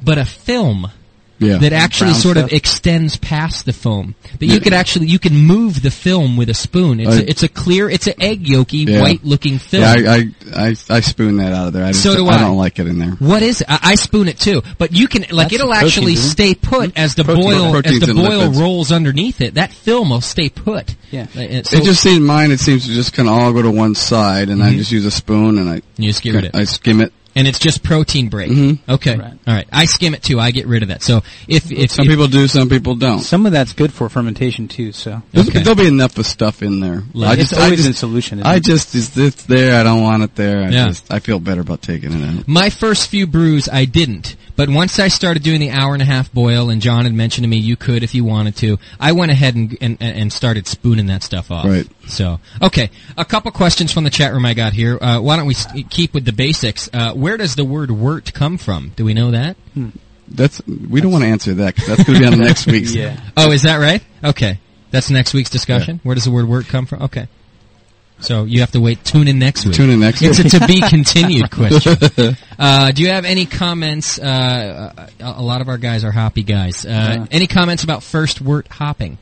A: but a film
B: Yeah.
A: that actually
G: brown
A: sort of
G: stuff?
A: extends past the foam. That you could actually you can move the film with a spoon. It's
B: I-
A: a, it's a clear, it's an egg yolky
B: Yeah.
A: white looking film.
B: yeah, I, I, I, I spoon that out of there. I just,
A: So do I.
B: don't like it in there.
A: What is it? I, I spoon it too, but you can like
G: That's
A: it'll
G: protein,
A: actually
G: isn't it?
A: stay put as the
B: Hmm? Protein.
A: boil
B: Proteins
A: as the
B: and
A: boil
B: lipids.
A: rolls underneath it. That film will stay put.
G: Yeah.
A: Uh, and so
B: it just seems mine, it seems to just kind of all go to one side, and I just use a spoon and I,
A: you just get rid of it,
B: I skim it.
A: and it's just protein break.
B: Mm-hmm.
A: Okay,
G: Right.
A: all right. I skim it too. I get rid of that. So if if
B: Some
A: if-
B: people do, some people don't.
G: Some of that's good for fermentation too, so.
B: There's-
A: Okay.
B: There'll be enough of stuff in there.
A: Like-
B: I
G: it's
B: just, I
G: always
B: just-
G: in solution. isn't
B: I
G: it?
B: just is it's there. I don't want it there. I
A: Yeah.
B: just I feel better about taking it out.
A: My first few brews, I didn't. But once I started doing the hour and a half boil, and John had mentioned to me you could if you wanted to, I went ahead and and, and started spooning that stuff off.
B: Right.
A: So, okay, a couple questions from the chat room I got here. Uh, why don't we st- keep with the basics? Uh, where does the word "wort" come from? Do we know that?
B: That's we don't want to answer that 'cause that's going to be on next week's.
G: Yeah.
A: Oh, is that right? Okay, that's next week's discussion. Where does the word "wort" come from? Okay. So you have to wait. Tune in next week.
B: Tune in next
A: It's
B: week.
A: a to be continued question. Uh, do you have any comments? Uh, a a lot of our guys are hoppy guys. Uh, Any comments about first wort hopping?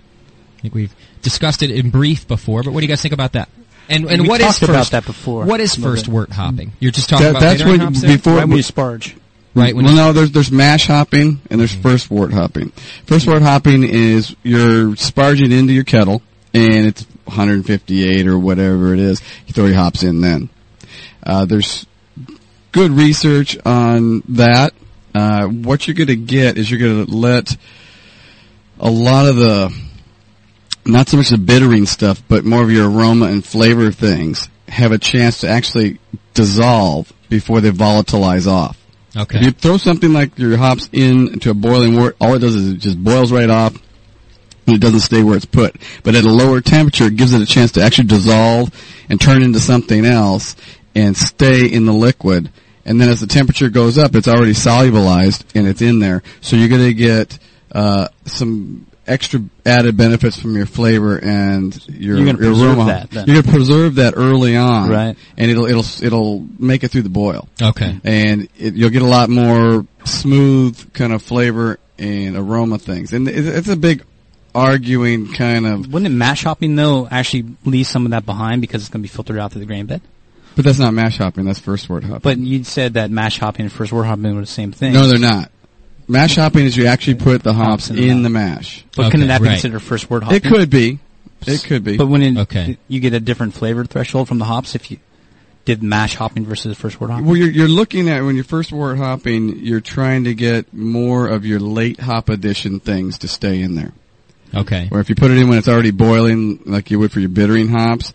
A: I think we've discussed it in brief before, but what do you guys think about that? And and
G: We
A: what is
G: talked about
A: first-
G: that before.
A: What is
G: A little
A: first
G: bit.
A: wort hopping? You're just talking
B: That,
A: about
B: that's
A: bittering
B: when
A: hops there?
B: before
G: Right when you sparge.
A: right when
B: well, no, there's there's mash hopping and there's first wort hopping. First wort hopping is you're sparging into your kettle and it's 158 or whatever it is. You throw your hops in then. Uh, there's good research on that. Uh, what you're going to get is you're going to let a lot of the not so much the bittering stuff, but more of your aroma and flavor things have a chance to actually dissolve before they volatilize off.
A: okay.
B: If you throw something like your hops in to a boiling wort, all it does is it just boils right off. And it doesn't stay where it's put. But at a lower temperature, it gives it a chance to actually dissolve and turn into something else and stay in the liquid. And then as the temperature goes up, it's already solubilized and it's in there. So you're going to get uh, some extra added benefits from your flavor and your,
G: You're gonna
B: your
G: preserve
B: aroma.
G: that then.
B: You're going to preserve that early on,
G: Right.
B: And it'll it'll it'll make it through the boil
A: okay.
B: and it, you'll get a lot more smooth kind of flavor and aroma things. And it, it's a big arguing kind of,
G: Wouldn't mash hopping though actually leave some of that behind because it's going to be filtered out through the grain bed?
B: but that's not mash hopping. That's first word
A: Uh-huh.
B: hopping.
G: But you said that mash hopping and first wort hopping were the same thing.
B: no, they're not. Mash hopping is you actually put the hops
G: in the
B: in
G: mouth.
B: the mash.
G: But couldn't
A: Okay,
G: that be
A: right.
G: considered first wort hopping?
B: It could be. It could be.
G: But when it,
A: Okay.
G: you get a different flavor threshold from the hops, if you did mash hopping versus first wort hopping?
B: Well, you're, you're looking at when you're first wort hopping, you're trying to get more of your late hop addition things to stay in there.
A: Okay.
B: Where if you put it in when it's already boiling, like you would for your bittering hops,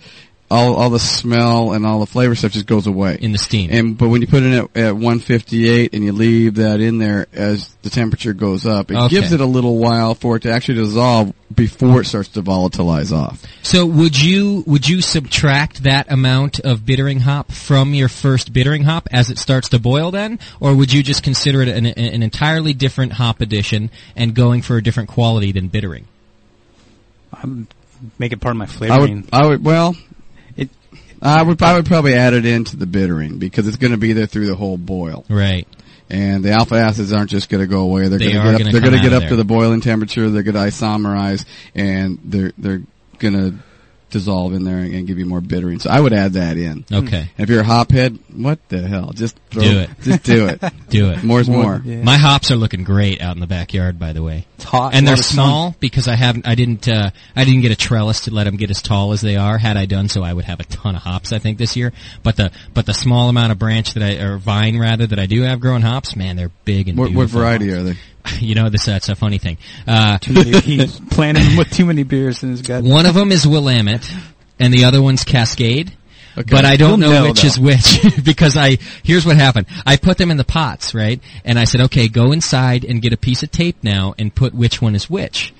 B: all all the smell and all the flavor stuff just goes away
A: in the steam.
B: And but when you put it at, at 158 and you leave that in there as the temperature goes up, it
A: Okay.
B: gives it a little while for it to actually dissolve before it starts to volatilize off.
A: So would you would you subtract that amount of bittering hop from your first bittering hop as it starts to boil then, or would you just consider it an, an entirely different hop addition and going for a different quality than bittering?
G: I would make it part of my
B: I
G: flavoring.
B: would, I would, well,
G: It-
B: I would, I would probably add it into the bittering because it's going to be there through the whole boil.
A: Right.
B: And the alpha acids aren't just going to go away. They're
A: They
B: going
A: are
B: to get
A: gonna
B: up, they're
A: come
B: going to
A: out
B: get
A: of
B: up to
A: there.
B: the boiling temperature. They're going to isomerize and they're, they're going to dissolve in there and, and give you more bittering. So I would add that in.
A: Okay.
B: If you're a hophead, what the hell? Just throw,
A: Do it.
B: Just do it.
A: Do it.
B: More's more.
A: My hops are looking great out in the backyard, by the way.
G: It's hot
A: and
G: a lot
A: they're
G: of sun.
A: small because I haven't, I didn't, uh, I didn't get a trellis to let them get as tall as they are. Had I done so, I would have a ton of hops. I think this year, but the but the small amount of branch that I or vine rather that I do have growing hops, man, they're big and
B: What, what
A: beautiful.
B: variety are they?
A: You know, this that's a funny thing. Uh,
G: Too many, he's planning them with too many beers in his gut.
A: one of them is Willamette, and the other one's Cascade.
B: Okay.
A: But I don't know,
G: You'll know,
A: which
G: though.
A: is which because I here's what happened. I put them in the pots, right? And I said, "Okay, go inside and get a piece of tape now and put which one is which."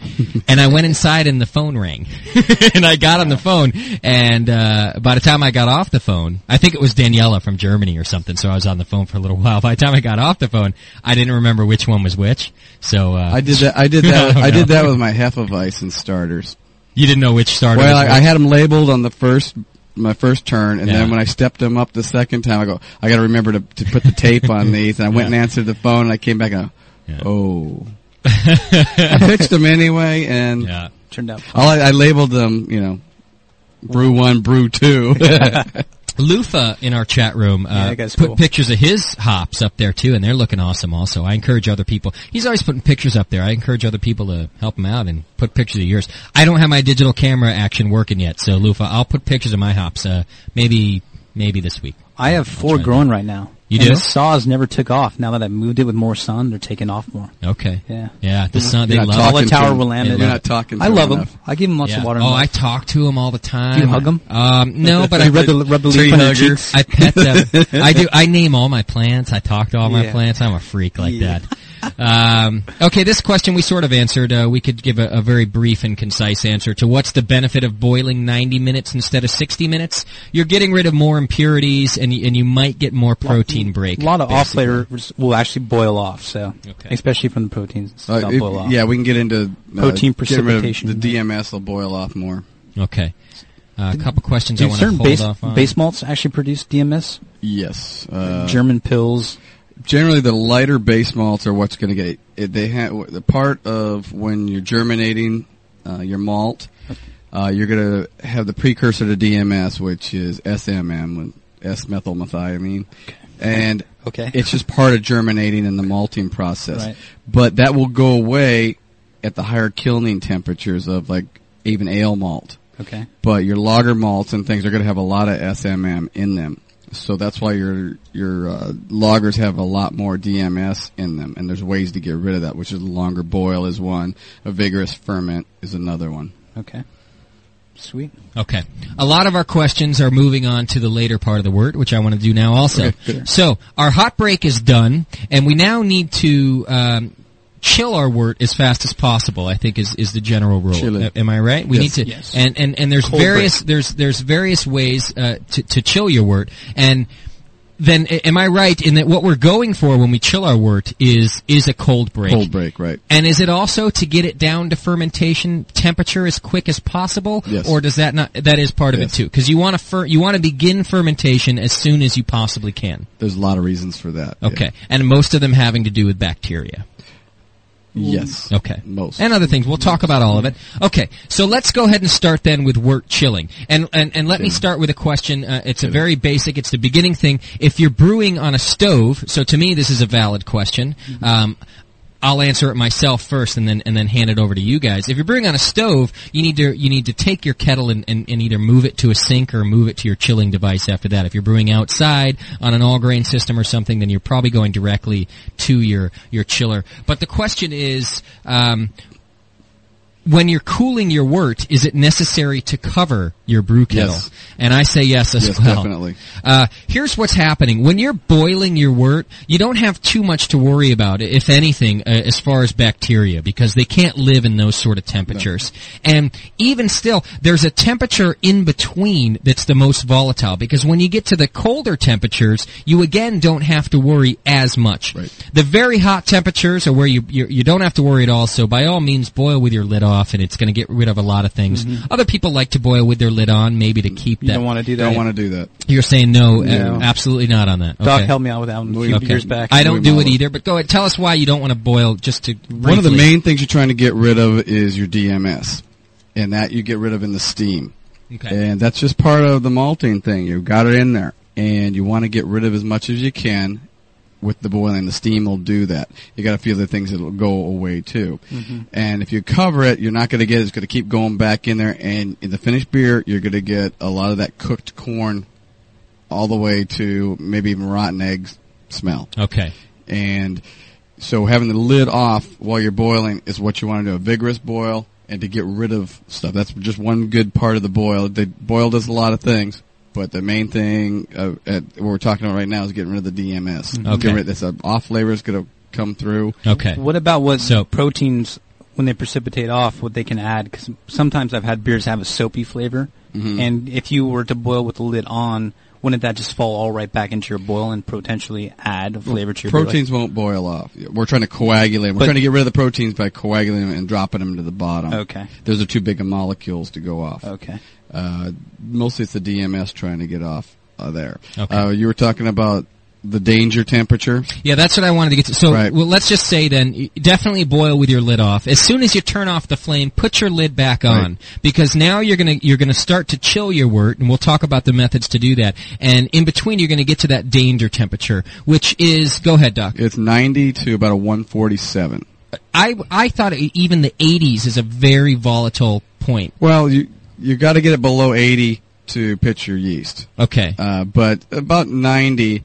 A: and I went inside and the phone rang. and I got on the phone and uh by the time I got off the phone, I think it was Daniela from Germany or something, so I was on the phone for a little while. By the time I got off the phone, I didn't remember which one was which. So uh
B: I did that, I did that,
A: Oh,
B: I
A: no.
B: did that with my Hefeweizen starters.
A: you didn't know which starter
B: Well,
A: was
B: I, I had them labeled on the first my first turn, and
A: Yeah.
B: then when I stepped them up the second time, I go, I got to remember to, to put the tape on these. And I went and answered the phone, and I came back and, I, oh, I pitched them anyway, and
A: which. yeah.
G: Turned out.
B: all I, I labeled them, you know, brew one, brew two.
A: Lufa in our chat room uh,
G: Yeah, that guy's
A: put
G: cool.
A: pictures of his hops up there too, and they're looking awesome. Also, I encourage other people. He's always putting pictures up there. I encourage other people to help him out and put pictures of yours. I don't have my digital camera action working yet, so Lufa, I'll put pictures of my hops. Uh, maybe maybe this week.
G: I have four
A: right.
G: grown right now.
A: You
G: and
A: do?
G: The saws never took off. Now that I moved it with more sun, they're taking off more.
A: Okay.
G: Yeah.
A: Yeah. The sun. They
B: You're
A: love.
B: not
A: it.
G: All
B: talking
G: the tower
B: to 'em.
G: Willamette.
B: You're not talking. To
G: I love
B: them.
G: them. I give them lots
A: Yeah.
G: of water.
A: Oh,
G: and
A: I
G: milk.
A: talk to him all the time.
G: Do you hug 'em?
A: Um, no, but I
G: rub the rub the
B: Tree
G: leaf on their
B: hugger.
G: cheeks.
A: I pet them. I do. I name all my plants. I talk to all my
G: Yeah.
A: plants. I'm a freak like
G: Yeah.
A: that. Um, okay, this question we sort of answered. Uh, we could give a, a very brief and concise answer to what's the benefit of boiling 90 minutes instead of 60 minutes. You're getting rid of more impurities, and y- and you might get more protein break.
G: A lot of off
A: basically.
G: flavors will actually boil off. So,
A: Okay.
G: especially from the proteins,
B: Uh,
G: they'll
B: if-
G: boil off.
B: yeah, we can get into uh,
G: Protein
B: get rid of
G: precipitation.
B: The DMS will boil off more.
A: Okay, uh, a couple questions I
G: Do
A: want to
G: certain
A: hold
G: base,
A: off on.
G: base malts actually produce DMS?
B: Yes. Uh,
G: German pills.
B: generally the lighter base malts are what's going to get it, they have the part of when you're germinating uh, your malt uh, you're going to have the precursor to DMS which is SMM S methylmethiamine and
G: Okay.
B: it's just part of germinating in the malting process
G: Right.
B: but that will go away at the higher kilning temperatures of like even ale malt
G: Okay.
B: but your lager malts and things are going to have a lot of SMM in them. So that's why your your uh, lagers have a lot more DMS in them, and there's ways to get rid of that, which is a longer boil is one, a vigorous ferment is another one.
G: Okay. Sweet.
A: Okay. A lot of our questions are moving on to the later part of the word, which I want to do now also. So our hot break is done, and we now need to um, chill our wort as fast as possible. I think is is the general rule.
B: Chill it.
A: A- Am I right? We
B: Yes.
A: need to.
G: Yes.
A: And and and there's various there's there's various ways uh, to to chill your wort and. Then a- am I right in that what we're going for when we chill our wort is is a cold break?
B: Cold break, right?
A: And is it also to get it down to fermentation temperature as quick as possible?
B: Yes.
A: Or does that not, that is part of it
B: Yes.
A: too? Because you want to fer- you want to begin fermentation as soon as you possibly can.
B: There's a lot of reasons for that.
A: Okay. And most of them having to do with bacteria.
B: Yeah. Yes.
A: Okay.
B: Most.
A: And other things. We'll talk about all of it. Okay. So let's go ahead and start then with wort chilling. And, and, and let me start with a question. Uh, it's a very basic, it's the
B: Mm-hmm.
A: beginning thing. If you're brewing on a stove, so to me this is a valid question. Um, I'll answer it myself first, and then and then hand it over to you guys. If you're brewing on a stove, you need to you need to take your kettle and, and, and either move it to a sink or move it to your chilling device. After that, if you're brewing outside on an all grain system or something, then you're probably going directly to your your chiller. But the question is. Um, when you're cooling your wort, is it necessary to cover your brew kettle?
B: Yes.
A: And I say yes as
B: Yes,
A: well.
B: definitely.
A: Uh, here's what's happening. When you're boiling your wort, you don't have too much to worry about, if anything, uh, as far as bacteria, because they can't live in those sort of temperatures. And even still, there's a temperature in between that's the most volatile, because when you get to the colder temperatures, you again don't have to worry as much. The very hot temperatures are where you, you, you don't have to worry at all, so by all means boil with your lid off, and it's gonna get rid of a lot of things. Other people like to boil with their lid on, maybe to keep
G: Mm-hmm. You
A: that.
G: don't want to do that.
B: Don't want to do that.
A: You're saying no, uh,
G: No.
A: absolutely not on that. Okay.
G: Doc helped me out with that one a few
A: Okay.
G: years back.
A: I don't
B: We
A: do it
B: model.
A: either, but go ahead. Tell us why you don't want to boil just to
B: One of the main things you're trying to get rid of is your DMS, and that you get rid of in the steam.
A: Okay.
B: And that's just part of the malting thing. You've got it in there, and you want to get rid of as much as you can with the boiling. The steam will do that. You got a few other things that'll go away too. And if you cover it, you're not going to get. it. It's going to keep going back in there, and in the finished beer, you're going to get a lot of that cooked corn, all the way to maybe even rotten eggs smell.
A: Okay.
B: And so having the lid off while you're boiling is what you want to do. A vigorous boil and to get rid of stuff. That's just one good part of the boil. The boil does a lot of things, but the main thing uh, at, what we're talking about right now is getting rid of the DMS.
A: Okay.
B: Get rid that's an off flavor is going to come through.
A: Okay.
G: What about what
A: So-
G: proteins when they precipitate off? What they can add? Because sometimes I've had beers have a soapy flavor,
B: Mm-hmm.
G: and if you were to boil with the lid on, wouldn't that just fall all right back into your boil and potentially add a flavor to your beer? Like-
B: Proteins won't boil off. We're trying to coagulate. 'em. We're
G: But-
B: trying to get rid of the proteins by coagulating them and dropping them to the bottom.
G: Okay.
B: Those are too big of molecules to go off.
G: okay.
B: Uh, mostly it's the DMS trying to get off uh, there.
A: Okay.
B: Uh, you were talking about the danger temperature.
A: Yeah, that's what I wanted to get to. So,
B: Right.
A: well, let's just say then, y- definitely boil with your lid off. As soon as you turn off the flame, put your lid back on because now you're gonna you're gonna start to chill your wort, and we'll talk about the methods to do that. And in between, you're gonna get to that danger temperature, which is go ahead, Doc.
B: It's 90 to about a 147.
A: I I thought e-, even the 80s is a very volatile point.
B: Well, you you got to get it below 80 to pitch your yeast.
A: Okay.
B: Uh, but about 90,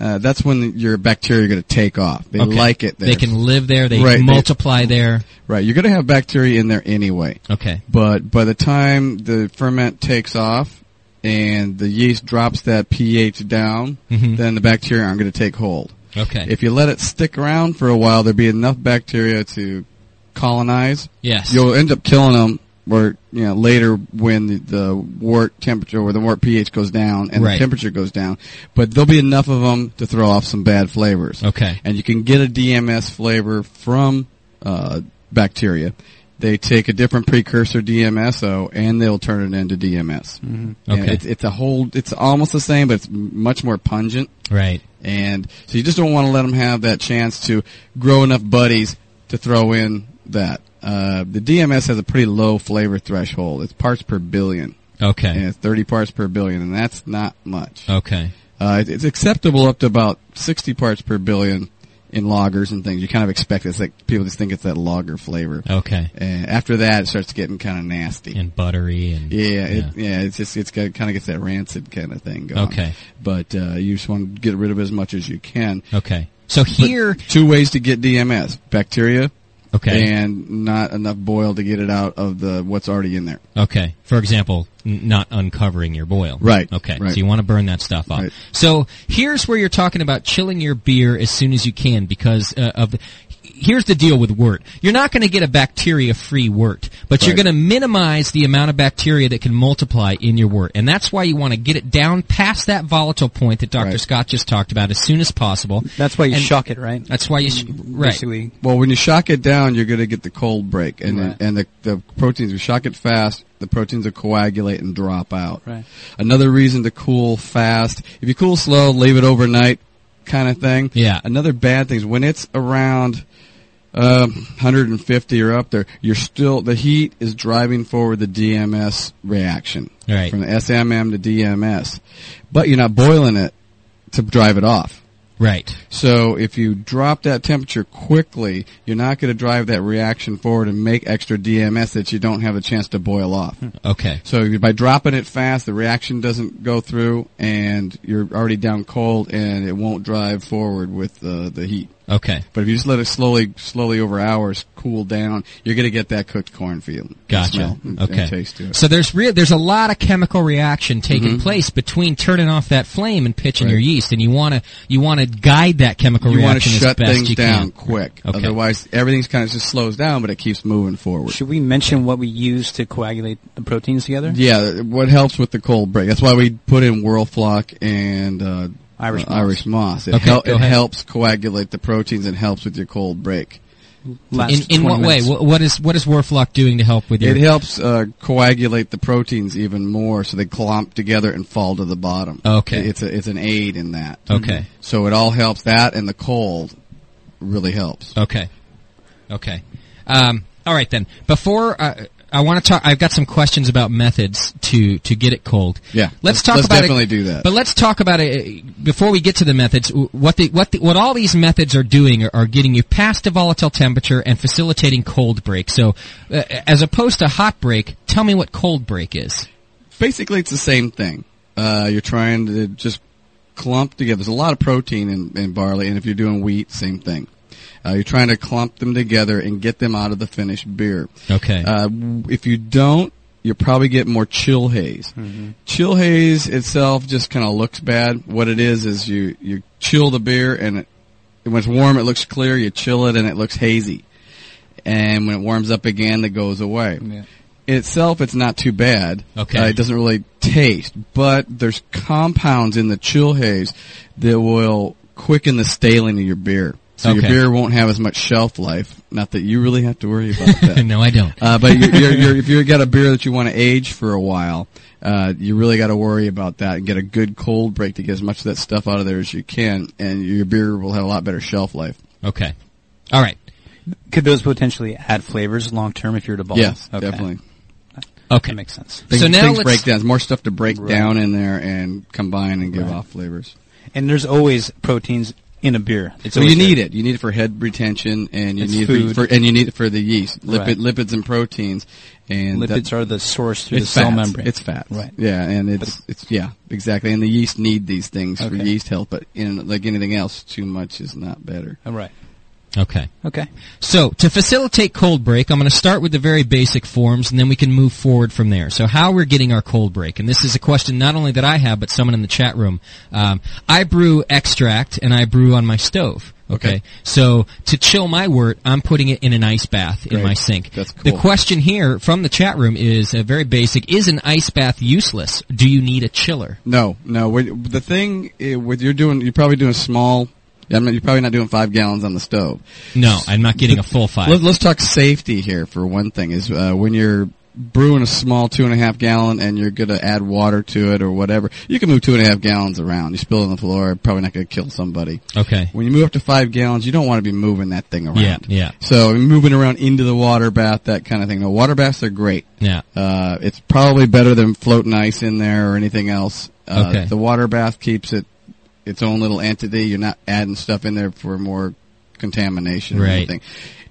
B: uh, that's when your bacteria are going to take off. They
A: Okay.
B: like it. There.
A: They can live there. They
B: Right, they- Mm-hmm.
A: multiply there.
B: Right. You're going to have bacteria in there anyway.
A: Okay.
B: But by the time the ferment takes off and the yeast drops that pH down, then the bacteria aren't going to take hold.
A: Mm-hmm. Okay.
B: If you let it stick around for a while, there'd be enough bacteria to colonize.
A: yes.
B: You'll end up killing them. Or you know later when the, the wort temperature or the wort pH goes down and
A: Right.
B: the temperature goes down, but there'll be enough of them to throw off some bad flavors.
A: Okay.
B: and you can get a DMS flavor from uh, bacteria. They take a different precursor DMSO and they'll turn it into DMS. Mm-hmm.
A: Okay.
B: it's, it's a whole. It's almost the same, but it's m- much more pungent.
A: Right.
B: And so you just don't want to let them have that chance to grow enough buddies to throw in that. Uh, the DMS has a pretty low flavor threshold. It's parts per billion. And
A: Okay.
B: it's 30 parts per billion, and that's not much.
A: Okay.
B: Uh, it- it's acceptable up to about 60 parts per billion in loggers and things. You kind of expect it. It's like people just think it's that lager flavor.
A: Okay.
B: And after that, it starts getting kind of nasty.
A: And buttery and
B: Yeah, it, yeah. It's just it's got, kind of gets that rancid kind of thing going.
A: Okay.
B: but uh, you just want to get rid of it as much as you can.
A: Okay. So here.
B: Two ways to get DMS: bacteria
A: Okay.
B: and not enough boil to get it out of the what's already in there.
A: Okay. For example, n- not uncovering your boil.
B: Right,
A: Okay.
B: right.
A: So you want to burn that stuff off.
B: Right.
A: So here's where you're talking about chilling your beer as soon as you can because uh, of the, here's the deal with wort. You're not going to get a bacteria free wort, but you're
B: Right.
A: going to minimize the amount of bacteria that can multiply in your wort. And that's why you want to get it down past that volatile point that Dr.
B: Right.
A: Scott just talked about as soon as possible.
G: That's why you
A: And-
G: shock it, right?
A: That's why you sh- right.
G: Basically,
B: Well, when you shock it down, you're going to get the cold break, and
G: Right.
B: and the, the proteins. You shock it fast, the proteins will coagulate and drop out.
G: Right.
B: Another reason to cool fast. If you cool slow, leave it overnight, kind of thing.
A: Yeah.
B: Another bad thing is when it's around um, 150 or up there, you're still the heat is driving forward the DMS reaction.
A: Right.
B: From the SMM to DMS, but you're not boiling it to drive it off.
A: Right.
B: So if you drop that temperature quickly, you're not going to drive that reaction forward and make extra DMS that you don't have a chance to boil off.
A: Hmm. Okay.
B: So you- by dropping it fast, the reaction doesn't go through, and you're already down cold, and it won't drive forward with uh, the heat.
A: Okay.
B: But if you just let it slowly, slowly over hours cool down, you're going to get that cooked corn feeling.
A: Gotcha.
B: Smell and- and
A: okay.
B: taste to it.
A: So there's real there's a lot of chemical reaction taking place between turning off that flame and pitching your yeast, and you want to you want to guide that chemical
B: you want to
A: reaction as
B: shut
A: best
B: things
A: you can.
B: down quick.
A: Okay.
B: Otherwise, everything's kind of just slows down, but it keeps moving forward.
G: Should we mention what we use to coagulate the proteins together?
B: Yeah, what helps with the cold break? That's why we put in Whirlflock and uh,
G: Irish
B: uh, Irish moss. It,
A: Okay,
B: hel-
A: go
B: it
A: ahead.
B: helps coagulate the proteins and helps with your cold break.
G: Last
A: In, in
G: 20
A: what way?
G: minutes.
A: What, what is what is Warflock doing to help with your?
B: It helps uh, coagulate the proteins even more, so they clump together and fall to the bottom.
A: Okay.
B: it's a, it's an aid in that.
A: Okay.
B: so it all helps. That and the cold really helps.
A: Okay. Okay. Um, all right then. Before uh, I want to talk, I've got some questions about methods to to get it cold.
B: Yeah.
A: Let's
B: Let's-
A: talk
B: let's
A: about
B: definitely
A: it,
B: do that.
A: But let's talk about it uh, before we get to the methods. w- What the what the, what all these methods are doing are, are getting you past a volatile temperature and facilitating cold break. So, uh, as opposed to hot break, tell me what cold break is.
B: basically it's the same thing. Uh, you're trying to just clump together. There's a lot of protein in, in barley, and if you're doing wheat, same thing. Uh, you're trying to clump them together and get them out of the finished beer.
A: Okay.
B: Uh, if you don't, you'll probably get more chill haze. Chill haze itself just kind of looks bad. What it is is you you chill the beer, and it, when it's warm, it looks clear. You chill it, and it looks hazy. And when it warms up again, it goes away. In itself, it's not too bad.
A: Okay.
B: Uh, it doesn't really taste, but there's compounds in the chill haze that will quicken the staling of your beer. So
A: Okay.
B: your beer won't have as much shelf life. Not that you really have to worry about that.
A: no, I don't.
B: Uh, but you're, you're, you're, if you've got a beer that you want to age for a while, uh, you really got to worry about that and get a good cold break to get as much of that stuff out of there as you can, and your beer will have a lot better shelf life.
A: Okay. All right.
G: Could those potentially add flavors long term if you were to bottle?
B: Yes,
G: Okay.
B: definitely.
A: Okay.
G: That makes sense.
B: Things,
A: now
B: things
A: let's-
B: break down. There's more stuff to break down in there and combine and give off flavors.
G: And there's always proteins in a beer. It's
B: So you
G: always
B: need
G: there.
B: it. You need it for head retention, and you
G: It's
B: need
G: food.
B: it for, for and you need it for the yeast, lipid,
G: Right.
B: lipids and proteins, and that-
G: Lipids are the source through the
B: it's
G: cell
B: fats.
G: membrane.
B: It's fats.
G: Right.
B: Yeah, and it's it's yeah, exactly. And the yeast need these things for
G: Okay.
B: yeast health, but in like anything else, too much is not better.
G: All right.
A: Okay.
G: Okay.
A: So, to facilitate cold break, I'm going to start with the very basic forms and then we can move forward from there. So, how we're getting our cold break. And this is a question not only that I have, but someone in the chat room. Um, I brew extract and I brew on my stove. Okay.
B: Okay.
A: So, to chill my wort, I'm putting it in an ice bath in
B: Great.
A: my sink.
B: That's
A: The
B: cool.
A: question here from the chat room is uh, very basic. Is an ice bath useless? Do you need a chiller?
B: No, no. when- The thing eh, with you're doing, you're probably doing small. I mean, you're probably not doing five gallons on the stove.
A: No, I'm not getting a full five.
B: Let, us talk safety here for one thing. Is uh, when you're brewing a small two and a half gallon and you're going to add water to it or whatever, you can move two and a half gallons around. You spill it on the floor, probably not going to kill somebody.
A: Okay.
B: When you move up to five gallons, you don't want to be moving that thing around.
A: Yeah, yeah.
B: So moving around into the water bath, that kind of thing. The water baths are great.
A: Yeah.
B: Uh, it's probably better than floating ice in there or anything else. Uh,
A: Okay.
B: The water bath keeps it its own little entity. You're not adding stuff in there for more contamination
A: Right.
B: or anything.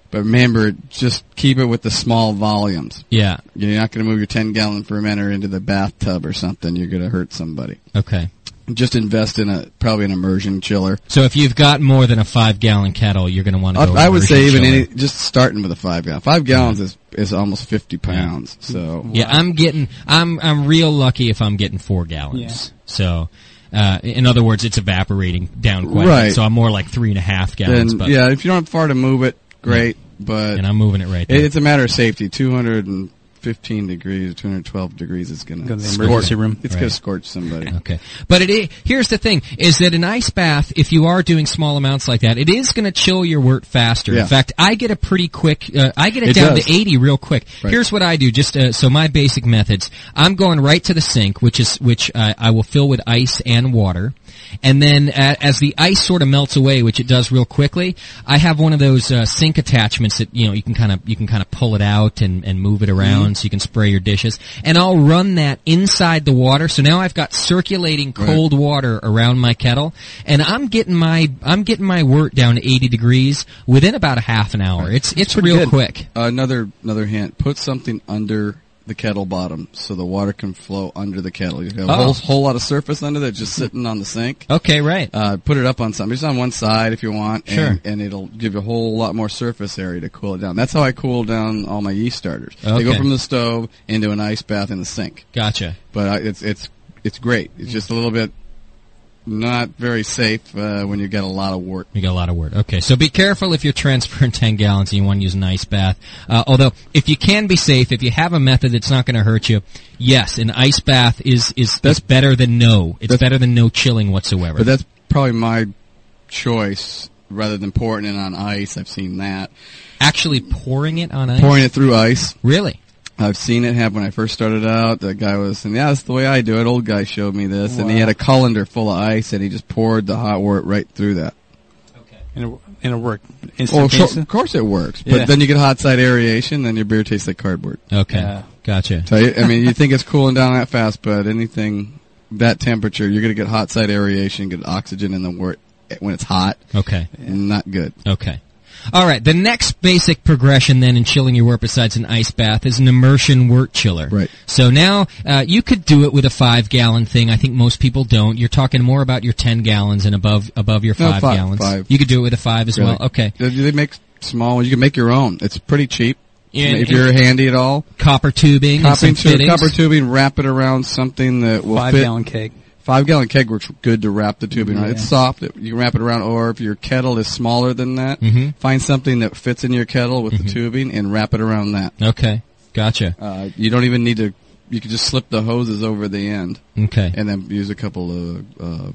B: But remember, just keep it with the small volumes.
A: Yeah.
B: You're not going to move your 10 gallon fermenter into the bathtub or something. You're going to hurt somebody.
A: Okay.
B: Just invest in a, probably an immersion chiller.
A: So if you've got more than a five gallon kettle, you're going to want to go.
B: I, I would say
A: immersion
B: even
A: chiller.
B: any, just starting with a five gallon. Five gallons is, is almost 50 pounds.
A: Mm-hmm.
B: So
A: Yeah, I'm getting. I'm I'm real lucky if I'm getting four gallons.
G: Yeah.
A: So, uh, in other words, it's evaporating down quite. A bit,
B: Right.
A: so I'm more like three and a half
B: then
A: gallons. but,
B: yeah, if you don't have far to move it, great. But
A: And I'm moving it right
B: it,
A: there.
B: it's a matter of safety. 215 degrees, 212 degrees is going
G: Go
B: to
G: to the emergency room.
B: It's
A: Right.
B: going to scorch somebody.
A: Okay, but it i- here's the thing: is that an ice bath, if you are doing small amounts like that, it is going to chill your wort faster.
B: Yeah.
A: In fact, I get a pretty quick, uh, I get it,
B: It
A: down
B: does.
A: to eighty real quick.
B: Right.
A: Here's what I do: just uh, so my basic methods, I'm going right to the sink, which is which uh, I will fill with ice and water, and then uh, as the ice sort of melts away, which it does real quickly, I have one of those uh, sink attachments that you know you can kind of you can kind of pull it out and and move it around one so you can spray your dishes. And I'll run that inside the water. So now I've got circulating cold water around my kettle and I'm getting my, I'm getting my wort down to 80 degrees within about a half an hour. It's, it's real quick.
B: another another hint: put something under the kettle bottom so the water can flow under the kettle. You have a
A: Oh.
B: whole whole lot of surface under there just sitting on the sink.
A: Okay, right.
B: Uh, put it up on something, just on one side if you want,
A: Sure.
B: and, and it'll give you a whole lot more surface area to cool it down. That's how I cool down all my yeast starters. They go
A: Okay.
B: from the stove into an ice bath in the sink.
A: Gotcha.
B: But I, it's it's it's great. It's just a little bit not very safe uh, when you get a lot of wort.
A: We got a lot of word. Okay, so be careful if you're transferring 10 gallons and you want to use an ice bath. Uh, although, if you can be safe, if you have a method that's not going to hurt you, yes, an ice bath is, is, is better than no. It's better than no chilling whatsoever.
B: But that's probably my choice rather than pouring it on ice. I've seen that.
A: Actually pouring it on ice?
B: Pouring it through ice.
A: Really?
B: I've seen it happen when I first started out. That guy was saying, yeah, that's the way I do it. Old guy showed me this. And he had a colander full of ice and he just poured the hot wort right through that.
G: and it, and it worked.
B: Oh,
G: Instant
B: sure,
G: pasta?
B: of course it works. But
G: Yeah.
B: then you get hot side aeration, then your beer tastes like cardboard.
A: Okay,
G: Yeah.
A: gotcha.
B: So, I I mean, you think it's cooling down that fast, but anything that temperature, you're going to get hot side aeration, get oxygen in the wort when it's hot.
A: Okay.
B: Not good.
A: Okay. All right. The next basic progression then in chilling your wort besides an ice bath is an immersion wort chiller.
B: Right.
A: So now uh, you could do it with a five gallon thing. I think most people don't. You're talking more about your ten gallons and above above your
B: No,
A: five,
B: five,
A: gallons.
B: five.
A: You could do it with a five as well.
B: Really.
A: Okay.
B: They- They make small ones. You can make your own. It's pretty cheap.
A: Yeah,
B: if
A: and-
B: you're handy at all,
A: Copper tubing. and
B: copper,
A: some
B: tube,
A: fittings.
B: copper tubing, wrap it around something that will
G: five
B: fit.
G: gallon keg.
B: Five gallon keg works good to wrap the tubing around. It's soft. It, you can wrap it around, or if your kettle is smaller than that,
A: Mm-hmm.
B: find something that fits in your kettle with the tubing and wrap it around that.
A: Okay. Mm-hmm. Gotcha.
B: Uh, you don't even need to. You can just slip the hoses over the end
A: Okay.
B: and then use a couple of uh,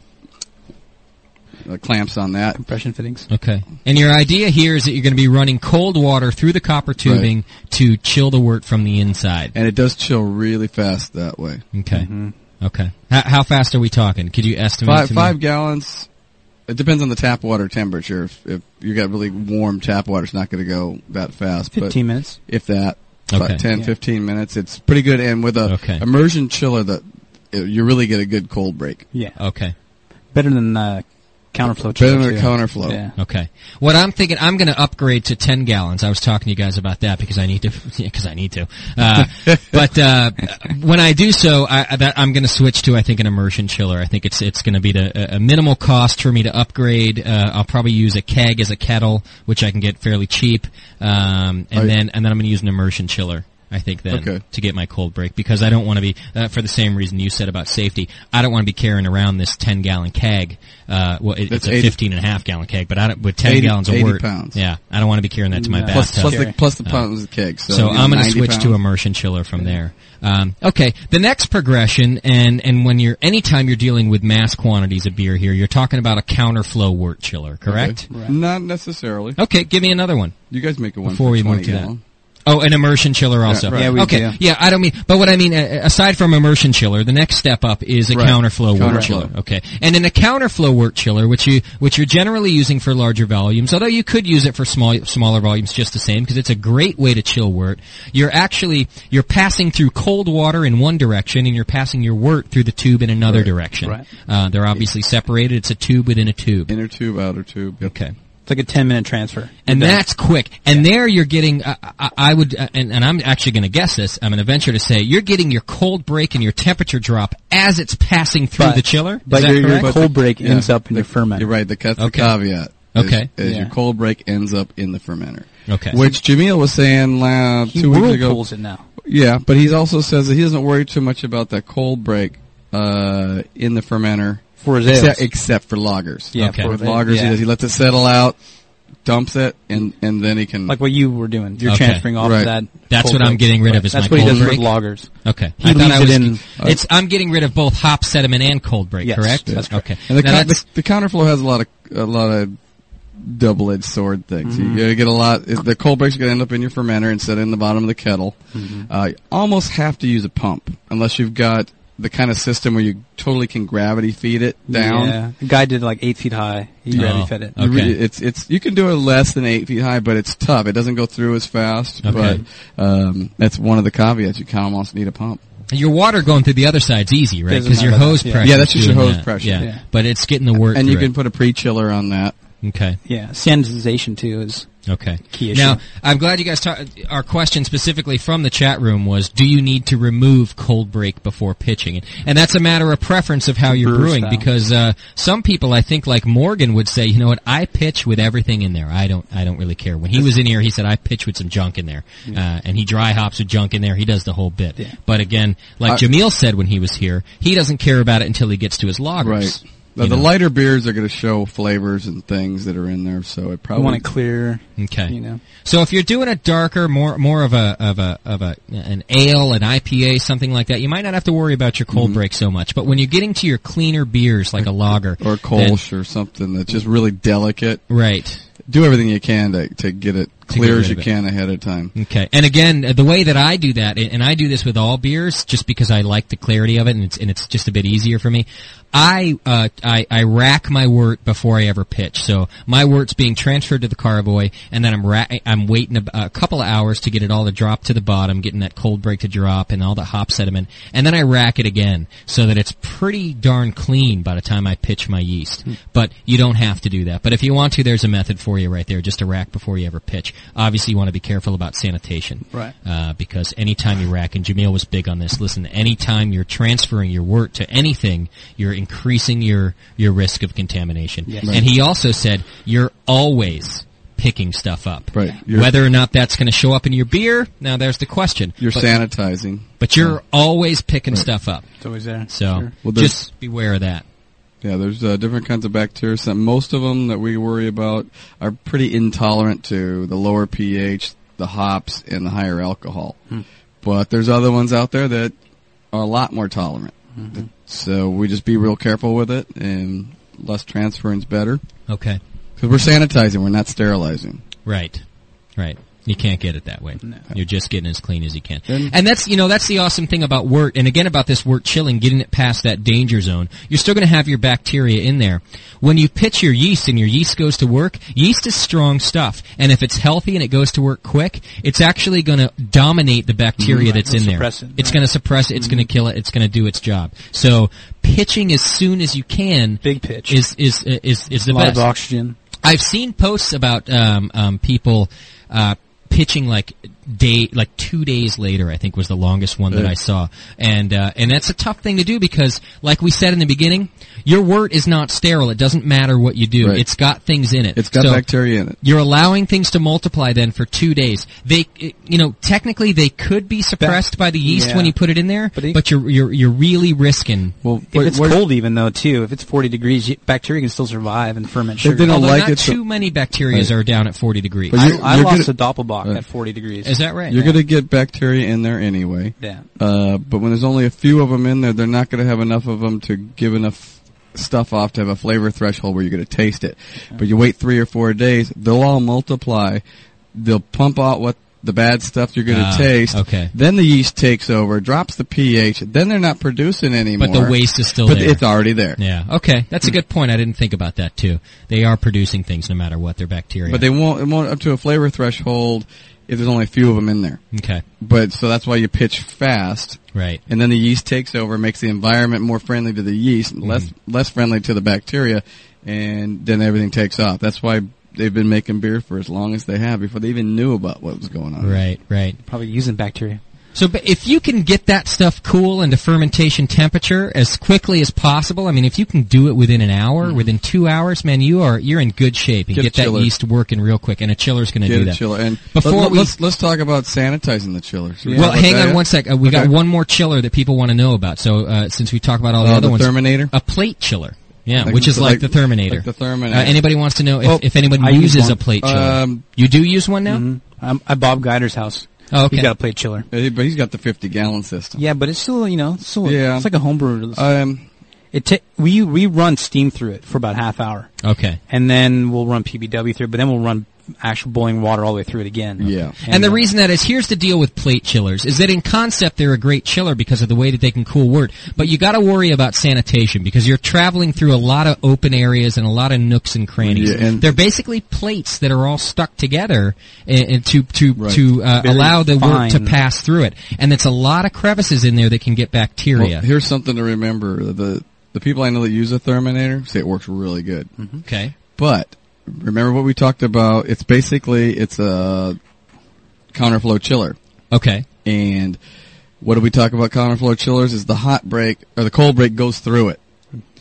B: uh, clamps on that.
G: Compression fittings.
A: Okay. And your idea here is that you're going to be running cold water through the copper tubing to chill the wort from the inside.
B: And it does chill really fast that way.
A: Okay. Okay. H- how fast are we talking? Could you estimate?
B: Mm-hmm. Five
A: to me?
B: five gallons. It depends on the tap water temperature. If, if you got really warm tap water, it's not going to go that fast. But
G: Fifteen minutes.
B: if that,
A: Okay.
B: about 10,
G: Yeah.
B: 15 minutes, it's pretty good. And with a
A: Okay.
B: immersion chiller, that uh, you really get a good cold break.
G: Yeah,
A: Okay.
G: better than uh, counterflow.
B: Better
G: chiller,
B: than a
G: too.
B: counterflow.
G: Yeah.
A: Okay. What I'm thinking, I'm going to upgrade to 10 gallons. I was talking to you guys about that because I need to, because I need to. Uh, but, uh, when I do so, I, I- that, I'm going to switch to, I think, an immersion chiller. I think it's, it's going to be the, a, a minimal cost for me to upgrade. Uh, I'll probably use a keg as a kettle, which I can get fairly cheap. Um, and
B: Are you-
A: then, and then I'm going to use an immersion chiller. I think then
B: Okay.
A: to get my cold break because I don't want to be uh, for the same reason you said about safety. I don't want to be carrying around this ten gallon keg. Uh, well, it, it's
B: That's
A: a
B: 80
A: fifteen and a half gallon keg, but I don't with ten
B: 80
A: gallons of
B: 80
A: wort.
B: pounds.
A: Yeah, I don't want to be carrying that to my
G: No.
B: Plus,
A: bathtub.
B: plus the
G: Okay.
B: plus the pounds of keg. So,
A: so
B: you know,
A: I'm going to
B: 90
A: switch to
B: pounds.
A: immersion chiller from there. Um, okay, the next progression, and and when you're anytime you're dealing with mass quantities of beer here, you're talking about a counterflow wort chiller, correct?
B: Okay. Not necessarily.
A: Okay, give me another one.
B: You guys make a one
A: Before
B: for
A: we
B: 20
A: move to that.
B: gallon.
A: Oh, an immersion chiller also.
B: right.
G: Yeah, we
A: okay.
G: do.
A: Yeah, I don't mean, but what I mean, uh, aside from immersion chiller, the next step up is a
B: Right.
A: counterflow wort
B: Counterflow.
A: chiller. Okay. And in a counterflow wort chiller, which you, which you're generally using for larger volumes, although you could use it for small, smaller volumes just the same, because it's a great way to chill wort. You're actually, you're passing through cold water in one direction and you're passing your wort through the tube in another direction.
G: Right.
A: Uh, they're obviously separated. It's a tube within a tube.
B: Inner tube, outer tube. Yep.
A: Okay
G: It's like a ten minute transfer.
A: and
G: Done.
A: that's quick. And there you're getting, uh, I, I would, uh, and, and I'm actually going to guess this. I'm going to venture to say you're getting your cold break and your temperature drop as it's passing through
G: But-
A: the chiller. Is
G: But
A: that
G: your, your
A: correct?
G: cold break
B: Yeah.
G: ends up in
B: The-
G: your ferment.
B: You're right. The, that's the
A: Okay.
B: caveat. is-
A: Okay.
B: Is,
G: Yeah.
B: your cold break ends up in the fermenter.
A: Okay.
B: Which Jamil was saying uh,
G: He
B: two weeks ago.
G: whirlpools it now.
B: Yeah, but he also says that he doesn't worry too much about that cold break uh, in the fermenter,
G: For his ales.
B: except, except for lagers.
G: Yeah,
A: Okay.
G: for
B: with
G: the-
B: lagers
G: yeah.
B: he does. He lets it settle out, dumps it, and and then he can.
G: like what you were doing. You're
A: Okay.
G: transferring off
B: Right.
G: of that.
A: That's
G: cold
A: what I'm
G: break.
A: getting rid of
G: Right.
A: is
G: That's
A: my
G: what he
A: cold
G: does
A: break.
G: with loggers.
A: Okay.
G: He
A: I thought
G: leaves
A: I was,
G: it in-
A: It's, I'm getting rid of both hop sediment and cold break,
G: Yes,
A: correct?
G: that's correct.
A: Okay.
B: and the,
A: Now
B: coun-
A: that's-
B: the, the counterflow has a lot of a lot of double edged sword things. You gotta get a lot. The cold break's gonna end up in your fermenter instead of in the bottom of the kettle. Uh, you almost have to use a pump unless you've got the kind of system where you totally can gravity feed it down. Oh,
G: Yeah. The guy did like eight feet high.
A: Oh,
G: He gravity fed it.
B: You really- it's it's you can do it less than eight feet high, but it's tough. It doesn't go through as fast,
A: Okay.
B: but um, that's one of the caveats. You kind of almost need a pump.
A: Your water going through the other side's easy, right?
B: Doesn't
A: Because your
B: matter.
A: hose
B: Yeah.
A: pressure.
B: Yeah, that's just your hose
A: that.
B: pressure.
A: Yeah.
B: Yeah.
A: but it's getting the work.
B: and you
A: through
B: can put a pre-chiller on that.
A: it. okay.
G: Yeah, sanitization too is
A: Okay.
G: key issue.
A: Now, I'm glad you guys ta- our question specifically from the chat room was, do you need to remove cold break before pitching? And, and that's a matter of preference of how you're
G: Brewer
A: brewing
G: style.
A: because, uh, some people I think like Morgan would say, you know what, I pitch with everything in there. I don't, I don't really care. When he was in here, he said, I pitch with some junk in there. Uh, and he dry hops with junk in there. He does the whole bit. But again, like
B: I-
A: Jamil said when he was here, he doesn't care about it until he gets to his lagers.
B: Right. Now,
A: You
B: the
A: know?
B: lighter beers are going to show flavors and things that are in there, so it
G: you
B: probably
G: want it clear.
A: Okay.
G: You know,
A: So if you're doing a darker, more more of a of a of a an ale, an IPA, something like that, you might not have to worry about your cold break so much. But when you're getting to your cleaner beers like a lager
B: Mm-hmm. or Kolsch or something that's just really delicate.
A: right?
B: Do everything you can to to get it
A: To get
B: clear
A: rid
B: as you
A: of it.
B: can ahead of time.
A: Okay. And again, uh, the way that I do that, and and I do this with all beers, just because I like the clarity of it, and it's and it's just a bit easier for me. I uh, I, I rack my wort before I ever pitch, so my wort's being transferred to the carboy, and then I'm ra- I'm waiting a, a couple of hours to get it all to drop to the bottom, getting that cold break to drop, and all the hop sediment, and then I rack it again so that it's pretty darn clean by the time I pitch my yeast.
G: Hmm.
A: But you don't have to do that. But if you want to, there's a method for you right there, just to rack before you ever pitch. Obviously, you want to be careful about sanitation.
G: Right.
A: Uh, because anytime you rack, and Jamil was big on this, listen, anytime you're transferring your wort to anything, you're increasing your, your risk of contamination.
G: Yes.
A: And he also said, you're always picking stuff up.
B: Right. You're-
A: Whether or not that's going to show up in your beer, now there's the question.
B: You're
A: but,
B: sanitizing.
A: but you're always picking stuff up.
G: it's always there.
A: So
G: Sure.
B: Well, there's-
A: just beware of that.
B: Yeah, there's uh, different kinds of bacteria. Some, most of them that we worry about are pretty intolerant to the lower pH, the hops, and the higher alcohol.
G: Hmm.
B: But there's other ones out there that are a lot more tolerant.
G: Mm-hmm.
B: So we just be real careful with it, and less transferring's better
A: Okay.
B: because we're sanitizing, we're not sterilizing.
A: Right. Right. You can't get it that way. You're just getting as clean as you can.
B: And-
A: And that's, you know, that's the awesome thing about wort, and again about this wort chilling, getting it past that danger zone. You're still gonna have your bacteria in there. When you pitch your yeast and your yeast goes to work, yeast is strong stuff, and if it's healthy and it goes to work quick, it's actually gonna dominate the bacteria that's in
G: It'll
A: there.
G: Mm-hmm. suppress it, Mm-hmm.
A: It's
G: right.
A: gonna suppress it, it's gonna kill it, it's gonna do its job. So, pitching as soon as you can
G: Big pitch.
A: is, is, is, is the
G: a lot
A: best.
G: of oxygen.
A: I've seen posts about um, um, people uh, pitching like day, like two days later. I think was the longest one that I saw, and uh, and that's a tough thing to do because, like we said in the beginning, your wort is not sterile. It doesn't matter what you do;
B: Right.
A: it's got things in it.
B: It's got
A: So-
B: bacteria in it.
A: you're allowing things to multiply then for two days. They, you know, technically they could be suppressed by the yeast
G: yeah.
A: when you put it in there, but,
G: But
B: e
G: it-
A: you're, you're, you're really risking.
B: Well,
G: If it's cold, even though too, if it's forty degrees, y- bacteria can still survive and ferment
B: They-
G: sugar.
B: they don't
A: Although
B: like
A: not
B: it, so-
A: too many bacterias are down at 40 degrees.
B: But
G: I,
B: you're-
G: I
B: you're
G: lost
B: gonna-
G: a doppelbock
B: Right.
G: at forty degrees.
A: Is that right?
B: you're going to get bacteria in there anyway.
G: yeah.
B: Uh, but when there's only a few of them in there, they're not going to have enough of them to give enough stuff off to have a flavor threshold where you're going to taste it. But you wait three or four days, they'll all multiply. They'll pump out what the bad stuff you're going to
A: Ah,
B: taste.
A: okay.
B: Then the yeast takes over, drops the pH. Then they're not producing anymore.
A: But the waste is still
B: But
A: there.
B: it's already there.
A: yeah. Okay. That's a
B: Hmm.
A: good point. I didn't think about that too. They are producing things no matter what. They're bacteria.
B: But they won't. It won't up to a flavor threshold if there's only a few of them in there.
A: okay.
B: But so that's why you pitch fast.
A: Right.
B: and then the yeast takes over, makes the environment more friendly to the yeast,
A: Mm-hmm.
B: less less friendly to the bacteria, and then everything takes off. That's why they've been making beer for as long as they have before they even knew about what was going on.
A: Right. Right.
G: Probably using bacteria.
A: So but if you can get that stuff cool into fermentation temperature as quickly as possible, I mean, if you can do it within an hour, within two hours, man, you are you're in good shape. You
B: Mm-hmm. Get a
A: get, that
B: chiller.
A: yeast working real quick, and a chiller's going to
B: Get
A: do
B: a
A: that.
B: chiller. And
A: Before
B: let,
A: we-
B: us let's talk about sanitizing the chiller. Should we
A: Well,
B: talk about
A: hang
B: that
A: on
B: yet?
A: one sec. Uh, we got
B: Okay.
A: one more chiller that people want to know about. So uh, since we talk about all the
B: Uh,
A: other
B: the
A: ones,
B: Terminator?
A: a plate chiller, yeah,
B: Like-
A: which is like,
B: like-
A: the Terminator.
B: like the Terminator.
A: Uh, anybody wants to know if,
G: Oh,
A: if anyone
G: I use
A: uses
G: one.
A: a plate chiller?
B: Um,
A: you do use one now?
G: Mm-hmm. I'm at Bob Guider's house.
A: Oh, okay.
G: He got a plate chiller.
B: Uh, But he's got the 50 gallon system.
G: Yeah, but it's still you know, it's still
B: Yeah.
G: it's like a homebrew.
B: Um,
G: it ta- we we run steam through it for about half hour,
A: Okay.
G: and then we'll run PBW through, it, but then we'll run actual boiling water all the way through it again.
B: Yeah.
A: And the
G: uh,
A: reason that is here's the deal with plate chillers is that in concept they're a great chiller because of the way that they can cool wort, but you got to worry about sanitation because you're traveling through a lot of open areas and a lot of nooks and crannies.
B: Yeah, and-
A: they're basically plates that are all stuck together and, and to to
B: Right.
A: to uh,
G: Very
A: allow the wort to
G: fine.
A: pass through it. And it's a lot of crevices in there that can get
B: Well,
A: bacteria.
B: here's something to remember: the the people I know that use a Terminator say it works really good.
A: Mm-hmm. okay.
B: But remember what we talked about? It's basically it's a counterflow chiller.
A: Okay.
B: And what do we talk about counterflow chillers? Is the hot break or the cold break goes through it.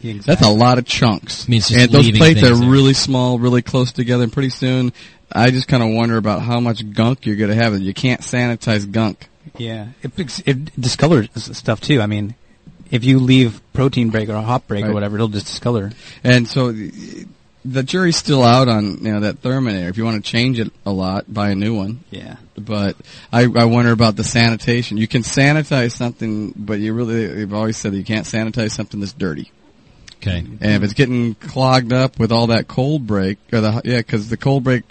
G: yeah, exactly.
B: That's a lot of chunks.
A: Means just
B: and those
A: leaving
B: plates
A: things
B: are
A: there.
B: really small, really close together, and pretty soon I just kind of wonder about how much gunk you're going to have. You can't sanitize gunk.
G: Yeah, it, fix- it discolors s- stuff too. I mean, if you leave protein break or a hop break
B: Right.
G: or whatever, it'll just discolor.
B: And so the the jury's still out on you know that Terminator. If you want to change it a lot, buy a new one.
G: Yeah.
B: But I, I wonder about the sanitation. You can sanitize something, but you really, they've always said that you can't sanitize something that's dirty.
A: Okay.
B: And if it's getting clogged up with all that cold break, or the, yeah, cause the cold break,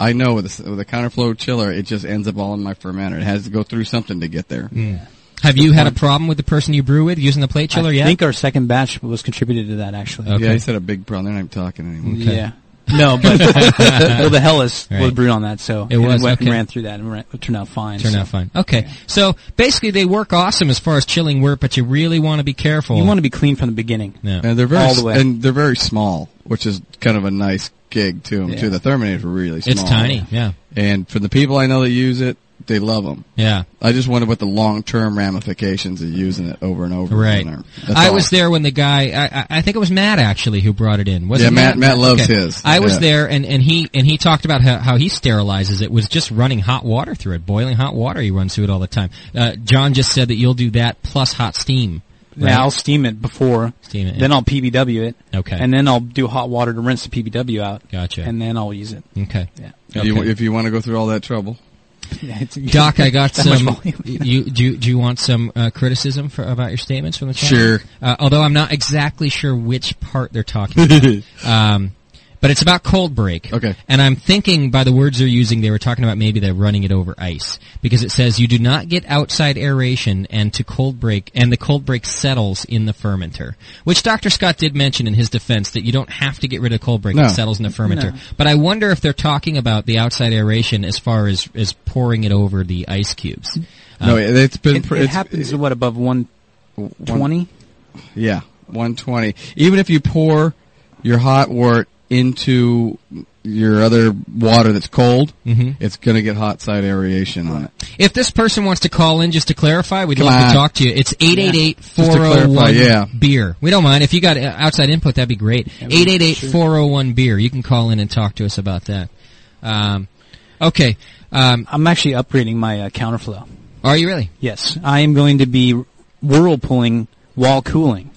B: I know with the, with the counterflow chiller, it just ends up all in my fermenter. It has to go through something to get there.
A: Hmm. Have you had a problem with the person you brew with using the plate chiller
G: Hmm. I
A: yet?
G: think our second batch was contributed to that actually.
A: Okay.
B: Yeah, he said a big problem. They're not even talking anymore.
G: Yeah. No, but well, the Hellas
A: Right.
G: was brewed on that, so
A: It
G: and
A: was,
G: went and
A: okay.
G: ran through that and ran, it turned out fine.
A: Turn
G: so.
A: out fine. Okay. So basically they work awesome as far as chilling work, but you really want to be careful.
G: You want to be clean from the beginning.
A: Yeah.
B: And Uh, they're very,
G: All the way.
B: and they're very small, which is kind of a nice gig to them
G: Yeah.
B: too. The Terminators were really small.
A: It's tiny. Yeah.
B: And for the people I know that use it, they love them.
A: Yeah.
B: I just wonder what the long term ramifications of using it over and over.
A: Right.
B: again are. That's
A: I
B: all.
A: was there when the guy, I, I- I think it was Matt actually who brought it in. Was
B: Yeah,
A: it
B: Matt- Matt loves his.
A: I was
B: Yeah.
A: there and, and he, and he talked about how, how he sterilizes it was just running hot water through it, boiling hot water he runs through it all the time. Uh, John just said that you'll do that plus hot steam.
G: Yeah, I'll steam it before,
A: Steam it,
G: then
A: yeah.
G: I'll PBW it,
A: Okay.
G: and then I'll do hot water to rinse the PBW out.
A: Gotcha.
G: And then I'll use it.
A: Okay.
G: Yeah.
B: If you,
A: Okay.
B: if you want to go through all that trouble,
G: yeah it's-
A: Doc, I got
G: That much
A: some.
G: volume.
A: You do you, do you want some uh, criticism for, about your statements from the chat?
B: Sure.
A: Uh, although I'm not exactly sure which part they're talking about. um, but it's about cold break.
B: Okay.
A: And I'm thinking by the words they're using, they were talking about maybe they're running it over ice because it says you do not get outside aeration and to cold break and the cold break settles in the fermenter, which Dr. Scott did mention in his defense that you don't have to get rid of cold break.
B: No.
A: It settles in the fermenter. But I wonder if they're talking about the outside aeration as far as, as pouring it over the ice cubes. Um,
B: no, it, it's been
G: it,
B: pr-
G: it
B: it's-
G: happens to what above one twenty.
B: yeah, one twenty. Even if you pour your hot wort into your other water that's cold,
A: Mm-hmm.
B: it's going to get hot side aeration on it.
A: If this person wants to call in just to clarify, we'd
B: Come
A: love
B: on.
A: to talk to you. It's
B: Just to clarify,
A: 888-401
B: yeah.
A: beer. We don't mind. If you got uh, outside input, that'd be great. 888-401 beer. You can call in and talk to us about that. Um, okay. Um,
G: I'm actually upgrading my uh, counterflow.
A: are you really?
G: Yes, I am going to be whirlpooling while cooling.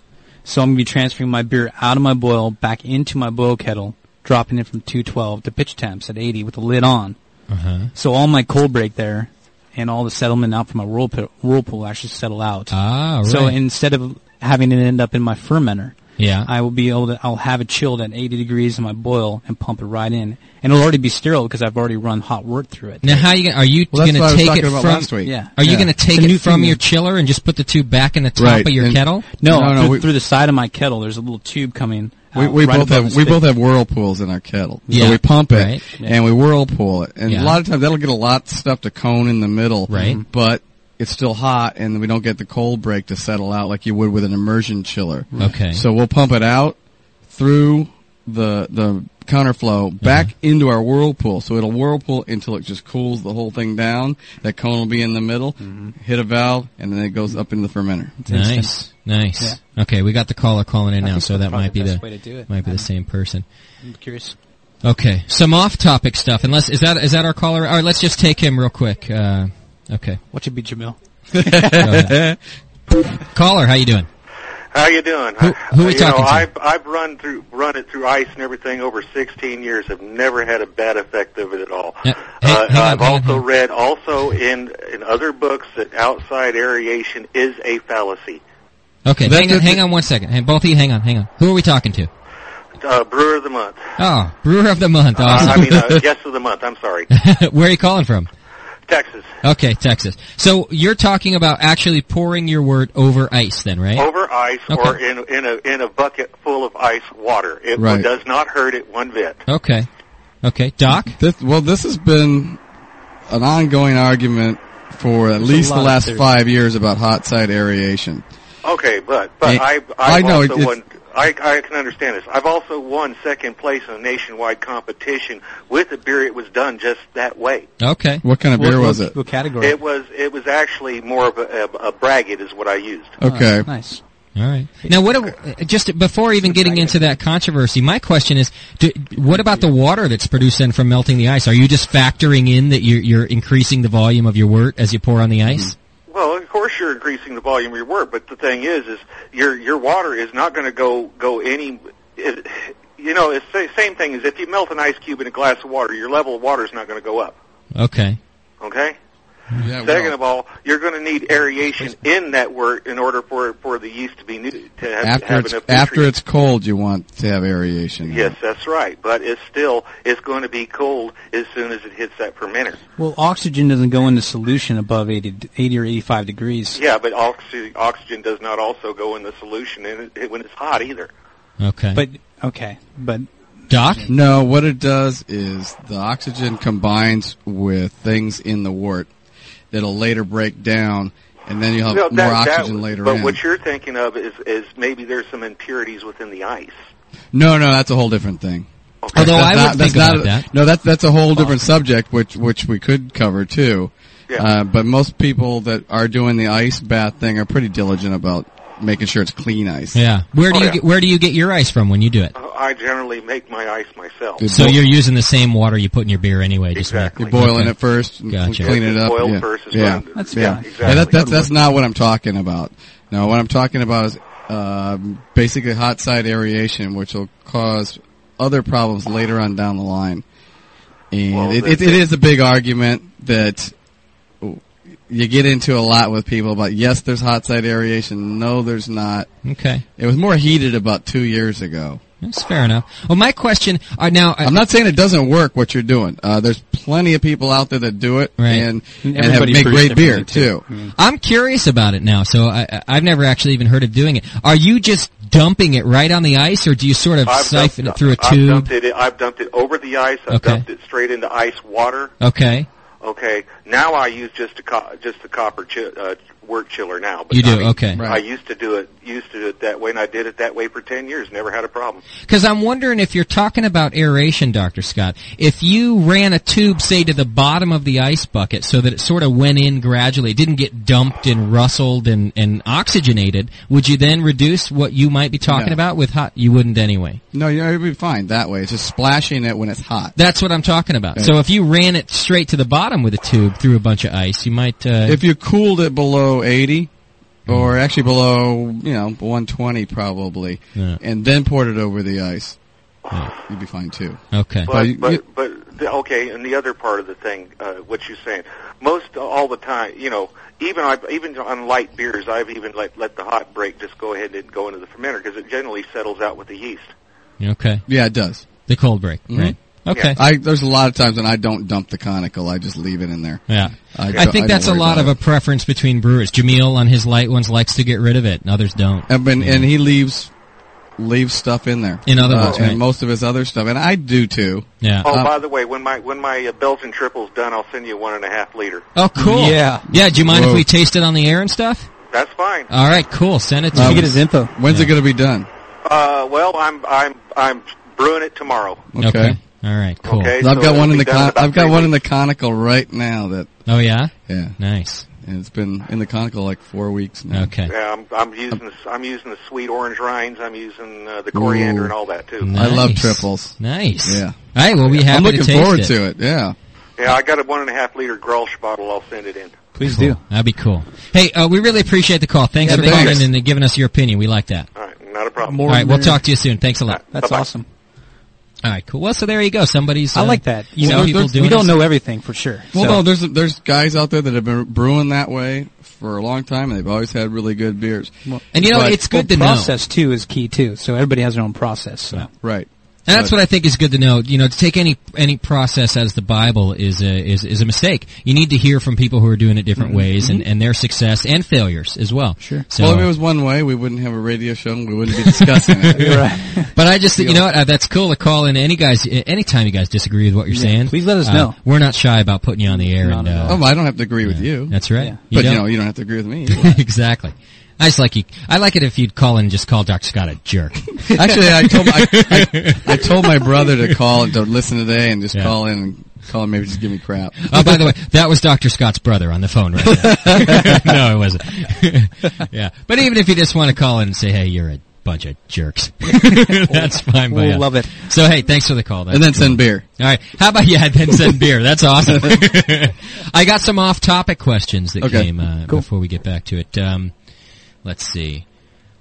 G: So I'm going to be transferring my beer out of my boil back into my boil kettle, dropping it from 212 to pitch temps at 80 with the lid on.
A: Uh-huh.
G: So all my cold break there and all the settlement out from my whirlpool, whirlpool actually settle out.
A: Ah, right.
G: So instead of having it end up in my fermenter,
A: yeah.
G: I will be able to, I'll have it chilled at 80 degrees in my boil and pump it right in. And it'll already be sterile because I've already run hot wort through it.
A: now how you gonna, are you
B: Well, that's what I
A: gonna
B: was
A: take
B: talking
A: it
B: about
A: from,
B: last week.
G: Yeah.
A: are you
B: Yeah.
A: gonna take
G: It's a
A: it
G: new
A: from
G: thing.
A: your chiller and just put the two back in the top
B: Right,
A: of your
B: and-
A: kettle?
G: No,
B: No, no,
G: through,
B: we-
G: through the side of my kettle, there's a little tube coming.
B: We,
A: Oh,
G: out
B: we
G: right
B: both
G: above
B: have
G: the
B: we
G: spit.
B: both have whirlpools in our kettle,
A: Yeah,
B: so we pump it
A: right.
B: and we whirlpool it, and
A: Yeah.
B: a lot of times that'll get a lot of stuff to cone in the middle, Mm-hmm.
A: Right.
B: But it's still hot, and we don't get the cold break to settle out like you would with an immersion chiller.
A: Okay.
B: So we'll pump it out through the the counterflow
A: Uh-huh.
B: back into our whirlpool, so it'll whirlpool until it just cools the whole thing down. That cone will be in the middle,
A: Mm-hmm.
B: hit a valve, and then it goes up into the fermenter.
A: Nice, nice. Okay, we got the caller calling in now,
G: think
A: so
G: that's
A: that
G: probably
A: might be
G: the
A: the
G: best way to do it.
A: might be the same person.
G: I'm curious.
A: Okay, some off-topic stuff. Unless is that is that our caller? All right, let's just take him real quick. Uh, okay,
G: What should be Jamil?
A: Go ahead. caller, how you doing?
F: How you doing?
A: Who- who we
F: you
A: talking
F: know,
A: to?
F: I've I've run through run it through ice and everything over 16 years. Have never had a bad effect of it at all.
A: Yeah, hang-
F: uh,
A: hang
F: I've
A: on, hang on,
F: also
A: hang on.
F: read also in in other books that outside aeration is a fallacy.
A: Okay,
B: That's
A: hang on,
B: it.
A: hang on one second. Hey, both of you, hang on, hang on. Who are we talking to?
F: Uh, Brewer of the month.
A: Oh, brewer of the month.
F: Uh,
A: Awesome.
F: I mean, uh, guest of the month. I'm sorry,
A: Where are you calling from?
F: Texas.
A: Okay, Texas. So you're talking about actually pouring your wort over ice then, right?
F: Over ice or
A: Okay.
F: in in a in a bucket full of ice water. It
A: Right.
F: does not hurt it one bit.
A: Okay. Okay, Doc?
B: This, well, this has been an ongoing argument for at
F: It's a
B: least
F: lot
B: the
F: of
B: last
F: theory.
B: five years about hot side aeration.
F: Okay, but but
B: Eh,
F: I I've
B: I know,
F: also
B: it's-
F: won. I, I can understand this. I've also won second place in a nationwide competition with a beer. It was done just that way.
A: Okay.
B: What kind of
G: What-
B: beer
G: what-
B: was it?
G: What category?
F: It was it was actually more of a, a, a braggot is what I used.
B: Okay.
G: nice.
A: All right. Now, what? a- Just before even getting into that controversy, my question is: do, What about the water that's produced then from melting the ice? Are you just factoring in that you're, you're increasing the volume of your wort as you pour on the ice?
F: Mm-hmm. Well, of course you're increasing the volume of your work, but the thing is, is your your water is not going to go go any. It, you know, it's the same thing as if you melt an ice cube in a glass of water, your level of water is not going to go up.
A: Okay.
F: Okay. Second of all, you're going to need aeration in that wort in order for for the yeast to be new to have, to
B: After
F: have
B: it's
F: enough.
B: after
F: nutrients.
B: it's cold, you want to have aeration.
F: Yes, that's right, but it's still it's going to be cold as soon as it hits that fermenter.
G: Well, oxygen doesn't go into solution above 80, d- 80 or 85 degrees.
F: Yeah, but oxy, oxygen does not also go in the solution in it, when it's hot either.
A: Okay.
G: But, okay. But
A: Doc?
B: No, what it does is the oxygen combines with things in the wort that'll later break down, and then you'll have
F: Well,
B: Uh, more
F: that- that-
B: oxygen later
F: But
B: in.
F: what you're thinking of is, is maybe there's some impurities within the ice.
B: No, no, that's a whole different thing.
A: Although
B: That's
A: I
B: not-
A: would
B: that's
A: think
B: not
A: about
B: a-
A: that.
B: No, that's that's a whole different subject, which which we could cover too.
F: Yeah.
B: Uh, but most people that are doing the ice bath thing are pretty diligent about making sure it's clean ice.
A: Yeah. Where do
F: Oh,
A: you
F: yeah.
A: get, where do you get your ice from when you do it?
F: Uh, I generally make my ice myself.
A: So you're using the same water you put in your beer anyway. Just
F: Exactly.
B: You're boiling
A: Okay.
B: it first, and
A: Gotcha.
B: clean it up.
F: Boil
B: yeah.
F: first is
B: yeah.
F: fine. That's
B: yeah.
F: fine.
B: Yeah,
F: Exactly.
B: that, that's that's not what I'm talking about. No, what I'm talking about is um, basically hot side aeration, which will cause other problems later on down the line. And
F: Well,
B: it,
F: the-
B: it, it is a big argument that you get into a lot with people about yes, there's hot side aeration. No, there's not.
A: Okay.
B: It was more heated about two years ago.
A: That's fair enough. Well, my question uh, now. I,
B: I'm not saying it doesn't work what you're doing. Uh, there's plenty of people out there that do it
A: Right.
B: and,
G: And
B: and have,
G: everybody
B: make
G: brews
B: great beer
G: differently, too.
B: too. Mm-hmm.
A: I'm curious about it now, so I, I- I've never actually even heard of doing it. Are you just dumping it right on the ice, or do you sort of
F: I've
A: siphon
F: dumped-
A: it through a
F: I've
A: tube?
F: dumped it. I've dumped it over the ice. I've
A: Okay.
F: dumped it straight into ice water.
A: Okay,
F: Okay. Now I use just a co- just the copper chi- uh, work chiller now. But I
A: you do.
F: mean,
A: Okay,
B: Right.
F: I used to do it. Used to do it that way, and I did it that way for ten years. Never had a problem.
A: because I'm wondering if you're talking about aeration, Doctor Scott. If you ran a tube, say, to the bottom of the ice bucket, so that it sort of went in gradually, didn't get dumped and rustled and, and oxygenated, would you then reduce what you might be talking
B: No.
A: about with hot? You wouldn't anyway.
B: No, you know, it'd be fine that way. It's just splashing it when it's hot.
A: That's what I'm talking about. So if you ran it straight to the bottom with a tube through a bunch of ice, you might. Uh,
B: If you cooled it below 80, or actually below, you know, 120 probably,
A: Yeah.
B: and then poured it over the ice, you'd be fine too.
A: okay.
B: Well,
F: But
B: you-
F: but
B: you-
F: but the, okay. And the other part of the thing, uh, what you're saying, most uh, all the time, you know, even I even on light beers, I've even let let the hot break just go ahead and go into the fermenter because it generally settles out with the yeast.
A: Okay.
B: Yeah, it does. Mm-hmm.
A: The cold break, right? Okay.
B: I there's a lot of times when I don't dump the conical. I just leave it in there.
A: Yeah.
B: I,
A: I think that's a lot of a preference between brewers. Jameel on his light ones likes to get rid of it and others don't.
B: I mean, and he leaves leaves stuff in there.
A: In other
B: Uh,
A: words,
B: and
A: right.
B: most of his other stuff, and I do too.
A: Yeah.
F: Oh,
B: Uh,
F: by the way, when my when my uh, Belgian triple's done, I'll send you one and a half liter.
A: Oh, cool.
G: Yeah.
A: Yeah. Do you mind if
B: Whoa.
A: we taste it on the air and stuff?
F: That's fine.
A: All right. Cool. Send it to
G: Did you
A: me.
G: get his info?
B: Uh, When's it going to be done?
F: Uh, well, I'm I'm I'm brewing it tomorrow.
A: okay. All right. Cool.
F: Okay,
B: I've
F: so
B: got
F: it'll
B: one in
F: be
B: the
F: done
B: con-
F: about
B: I've got
F: three
B: one in the conical right now that
A: Oh yeah.
B: yeah,
A: Nice.
B: and it's been in the conical like four weeks now.
A: Okay.
F: Yeah, I'm, I'm using the, I'm using the sweet orange rinds. I'm using uh, the coriander
B: Ooh. Mm.
F: and all that too.
A: Nice.
B: I love triples.
A: Nice.
B: Yeah.
A: All right. Well, we have
B: I'm looking
A: to taste
B: forward
A: it.
B: to it. Yeah.
F: Yeah, I got a one and a half liter Grolsch bottle. I'll send it in.
G: Please
A: Cool.
G: do.
A: That'd be cool. Hey, uh, we really appreciate the call. Thanks
B: Yeah,
A: for
B: thanks.
A: calling and giving us your opinion. We like that.
F: All right, not a problem.
G: More
A: All right. We'll
G: than-
A: talk to you soon. Thanks a lot.
F: All right.
G: That's
F: Bye-bye.
G: awesome.
A: All right, cool. Well, so there you go. Somebody's.
G: I
A: uh,
G: like that.
A: You
G: Well,
A: know,
G: there-
A: people
G: there's-
A: doing
G: we don't
A: it.
G: know everything for sure.
B: Well,
G: So-
B: no, there's there's guys out there that have been brewing that way for a long time, and they've always had really good beers.
A: And you know,
B: But-
A: it's good to
G: well,
A: know.
G: Process too is key too. So everybody has their own process. So
B: right.
A: And that's what I think is good to know. You know, to take any any process as the Bible is a is is a mistake. You need to hear from people who are doing it different
G: Mm-hmm.
A: ways and, and their success and failures as well. Sure. So,
B: well, if it was one way, we wouldn't have a radio show, and we wouldn't be discussing it.
A: but I just you know what, uh, that's cool to call in any guys anytime you guys disagree with what you're saying.
G: please let us
A: uh,
G: know.
A: We're not shy about putting you on the air. and, uh,
B: Oh, well, I don't have to agree with you.
A: That's right.
B: but
A: don't.
B: you know, you don't have to agree with me.
A: exactly. I just like you. I like it if you'd call in and just call Dr. Scott a jerk.
B: Actually, I told I, I, I told my brother to call to listen today and just
A: Yeah.
B: call in and call and maybe just give me crap.
A: Oh, by the way, that was Dr. Scott's brother on the phone right now. no, it wasn't. yeah. But even if you just want to call in and say, hey, you're a bunch of jerks. That's fine by
G: We'll
A: us.
G: love it.
A: So hey, thanks for the call. That's
B: and then
A: cool.
B: send beer.
A: All right. How about yeah? Then send beer. That's awesome. I got some off-topic questions that
B: Okay.
A: came uh, before we get back to it. Um, let's see.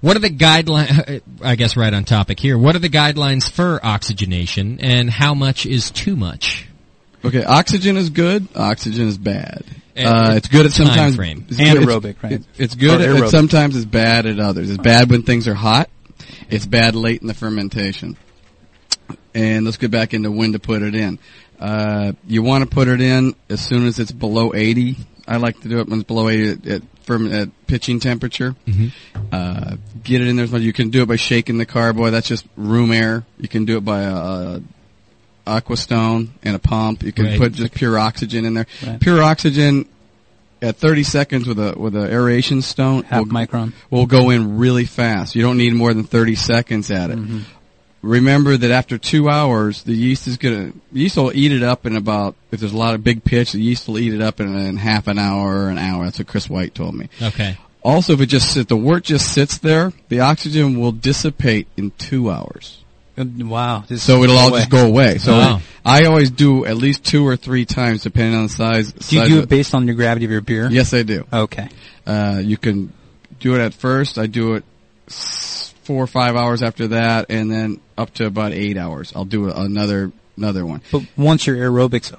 A: What are the guidelines? I guess right on topic here. What are the guidelines for oxygenation, and how much is too much?
B: Okay, oxygen is good. Oxygen is bad.
A: And
B: Uh, it's good at
A: time
B: sometimes.
A: frame.
B: It's,
G: And
B: it's-
G: aerobic, right?
B: it- it's good
G: Or
B: at,
G: aerobic.
B: at sometimes. It's bad at others. It's bad when things are hot. It's bad late in the fermentation. And let's get back into when to put it in. Uh, you want to put it in as soon as it's below 80. I like to do it when it's below 80 at, at, ferm- at pitching temperature. Uh, get it in there as much. You can do it by shaking the carboy. That's just room air. You can do it by a, a aquastone and a pump. You can
A: Right.
B: put just pure oxygen in there.
G: Right.
B: Pure oxygen at 30 seconds with a with a aeration stone
G: half
B: will,
G: micron.
B: will go in really fast. You don't need more than 30 seconds at it.
G: Mm-hmm.
B: Remember that after two hours, the yeast is gonna yeast will eat it up in about if there's a lot of big pitch, the yeast will eat it up in, in half an hour or an hour. That's what Chris White told me.
A: Okay.
B: Also, if it just sit, the wort just sits there, the oxygen will dissipate in two hours.
G: Uh, Wow. This
B: So it'll all
G: way.
B: just go away. So
A: Wow.
B: I always do at least two or three times, depending on the size.
G: Do you
B: size
G: do
B: of-
G: it based on your gravity of your beer?
B: Yes, I do.
G: Okay.
B: Uh, you can do it at first. I do it s- four or five hours after that, and then up to about eight hours. I'll do another another one.
G: But once your aerobic's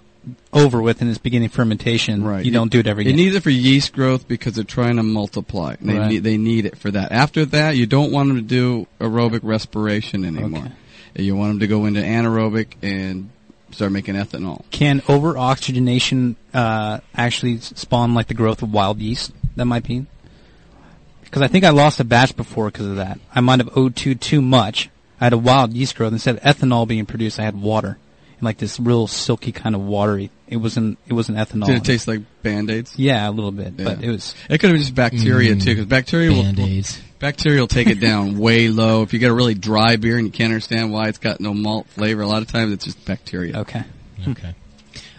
G: over with and it's beginning fermentation,
B: Right.
G: you don't do it ever
B: You
G: again.
B: need it for yeast growth because they're trying to multiply. They
G: Right.
B: need they need it for that. After that, you don't want them to do aerobic respiration anymore. You want them to go into anaerobic and start making ethanol.
G: Can over oxygenation uh, actually s- spawn like the growth of wild yeast? That might be. Because I think I lost a batch before because of that. I might have O2 too much. I had a wild yeast growth instead of ethanol being produced. I had water, and like this real silky kind of watery. It wasn't. It wasn't ethanol.
B: Did it taste like band aids?
G: Yeah, a little bit, but
B: Yeah.
G: it was. Mm.
B: It could have been just bacteria too, because bacteria will, will
A: Band-Aids.
B: bacteria will take it down way low. If you get a really dry beer and you can't understand why it's got no malt flavor, a lot of times it's just bacteria.
G: Okay.
A: Hmm. Okay.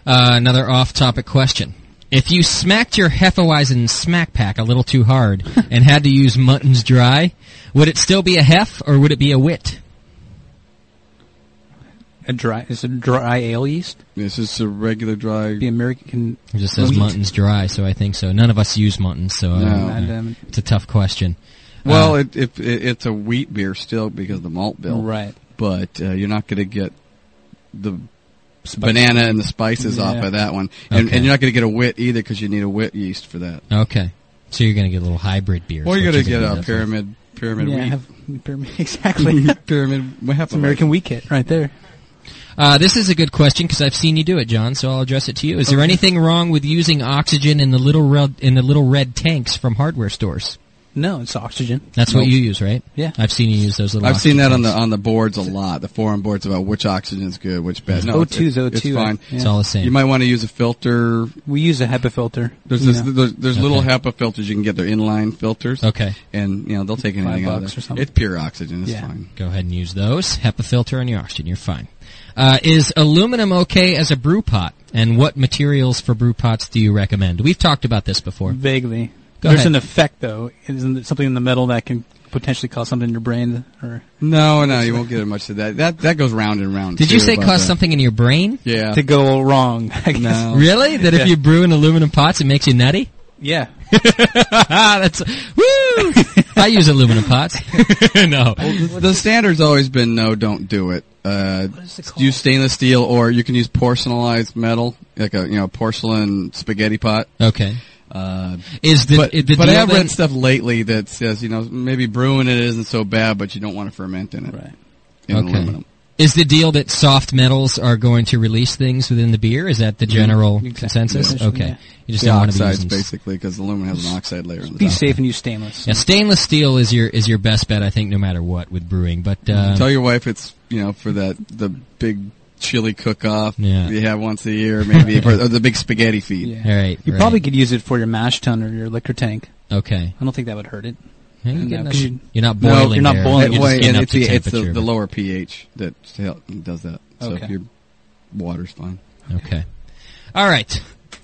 A: Uh, another off-topic question. If you smacked your Hefeweizen smack pack a little too hard and had to use Mutton's Dry, would it still be a Hef or would it be a Wit?
G: A dry is it dry ale yeast?
B: This is a regular dry.
G: The American
A: It just says
G: wheat.
A: Mutton's Dry, so I think so. None of us use Mutton's, so I don't
B: No.
G: And,
A: know.
G: um,
A: it's a tough question.
B: Well, it, it, it it's a wheat beer still because of the malt bill,
G: Right.
B: But uh, you're not going to get the banana and the spices off
G: Yeah.
B: of that one, and,
A: Okay.
B: and you're not going to get a wit either because you need a wit yeast for that.
A: Uh, Okay. So you're going to get a little hybrid beer.
B: Or you're going to get a
A: up here.
B: pyramid pyramid
G: Yeah, I
B: wheat
G: have, exactly.
B: pyramid. What happened?
G: American wheat kit right there.
A: Uh, this is a good question because I've seen you do it, John. So I'll address it to you. Is there anything wrong with using oxygen in the little red in the little red tanks from hardware stores?
G: No, it's oxygen.
A: That's what you use, right?
G: Yeah.
A: I've seen you use those little.
B: I've seen
A: oxygen
B: that on the
A: tanks.
B: on the boards a lot, the forum boards about which oxygen's good, which bad. No, it's,
G: O2's
B: it's-
G: O2,
B: It's fine.
G: oh uh, yeah.
A: It's all the same.
B: You might want to use a filter.
G: We use a HEPA filter.
B: There's
G: you
B: this,
G: know.
B: there's, there's little
A: Okay.
B: HEPA filters you can get. They're inline filters.
A: Okay.
B: And you know they'll take anything out of
G: bucks
B: there.
G: or something.
B: It's pure oxygen. It's
G: Yeah.
B: fine.
A: Go ahead and use those. HEPA filter on your oxygen. You're fine. Uh, is aluminum okay as a brew pot? And what materials for brew pots do you recommend? We've talked about this before.
G: vaguely.
A: Go
G: there's
A: ahead.
G: an effect though. Isn't it something in the metal that can potentially cause something in your brain? Or
B: No, no, you won't get much of that. That that goes round and round.
A: Did you
B: too,
A: say
B: about
A: cause
B: that.
A: something in your brain?
B: Yeah.
G: to go wrong? I guess.
B: No.
A: Really? That if you brew in aluminum pots, it makes you nutty?
G: Yeah.
A: That's woo! I use aluminum pots. no.
B: the standard's always been no, don't do it. uh, use stainless steel, or you can use porcelainized metal, like a you know porcelain spaghetti pot.
A: Okay.
B: Uh,
A: Is the-
B: but,
A: i- the
B: but I
A: deal
B: have
A: then-
B: read stuff lately that says you know maybe brewing it isn't so bad, but you don't want to ferment in it. Right. In
A: Okay.
B: aluminum.
A: Is the deal that soft metals are going to release things within the beer? Is that the general consensus?
G: Mm-hmm. Yeah.
A: Okay.
G: Yeah.
A: You just
B: the
A: don't want to be
B: oxides
A: using
B: basically because aluminum has an oxide layer on the
G: Be
B: top.
G: safe and use stainless.
A: Yeah, stainless steel is your is your best bet, I think, no matter what with brewing. But
G: Mm-hmm.
A: uh,
B: Tell your wife it's you know for that the big chili cook-off
A: Yeah.
B: you have once a year, maybe for or the big spaghetti feed.
G: Yeah.
A: all right,
G: You
A: right.
G: probably could use it for your mash tun or your liquor tank.
A: okay.
G: I don't think that would hurt it.
A: Yeah,
G: No,
A: you're, getting
G: 'cause
A: up-
G: you-
A: you're not
B: No,
A: boiling.
G: you're not
A: there.
G: boiling.
B: That
A: You're just
B: way,
A: getting
B: and
A: up
B: it's,
A: to
B: the, it's the,
A: temperature,
B: the
A: but-
B: lower pH that hel- does that. So
G: Okay.
B: if your water's fine.
A: Okay. All right.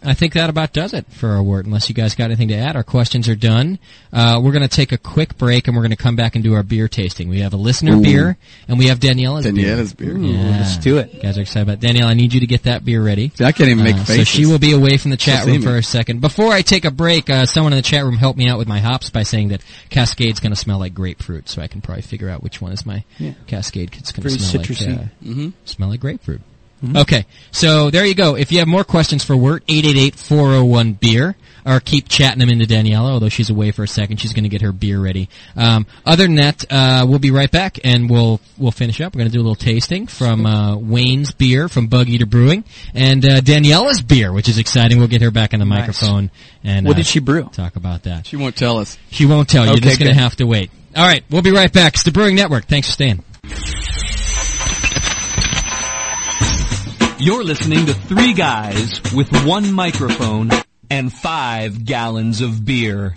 A: I think that about does it for our wort. Unless you guys got anything to add, our questions are done. Uh, we're going to take a quick break, and we're going to come back and do our beer tasting. We have a listener
B: Ooh.
A: beer, and we have Daniela's
B: Daniela's beer.
A: beer. Yeah.
G: Let's do it.
A: You guys are excited about Danielle. I need you to get that beer ready.
B: See, I can't even make
A: Uh,
B: faces.
A: so she will be away from the chat
B: She'll see
A: room for
B: me.
A: a second. Before I take a break, uh, someone in the chat room helped me out with my hops by saying that Cascade's going to smell like grapefruit, so I can probably figure out which one is my Cascade. It's going to
G: Very
A: smell
G: citrusy.
A: like uh,
B: Mm-hmm.
A: smell like grapefruit. Mm-hmm. Okay, so there you go. If you have more questions for Wirt, 888-401-BEER, or keep chatting them into Daniela, although she's away for a second. She's going to get her beer ready. Um, other than that, uh, we'll be right back, and we'll we'll finish up. We're going to do a little tasting from uh, Wayne's beer from Bug Eater Brewing, and uh, Daniela's beer, which is exciting. We'll get her back on the microphone. and uh,
G: What did she brew?
A: Talk about that.
B: She won't tell us.
A: She won't tell you. You're
G: Okay,
A: just going to
G: good.
A: have to wait. All right, we'll be right back. It's the Brewing Network. Thanks for staying.
I: You're listening to three guys with one microphone and five gallons of beer.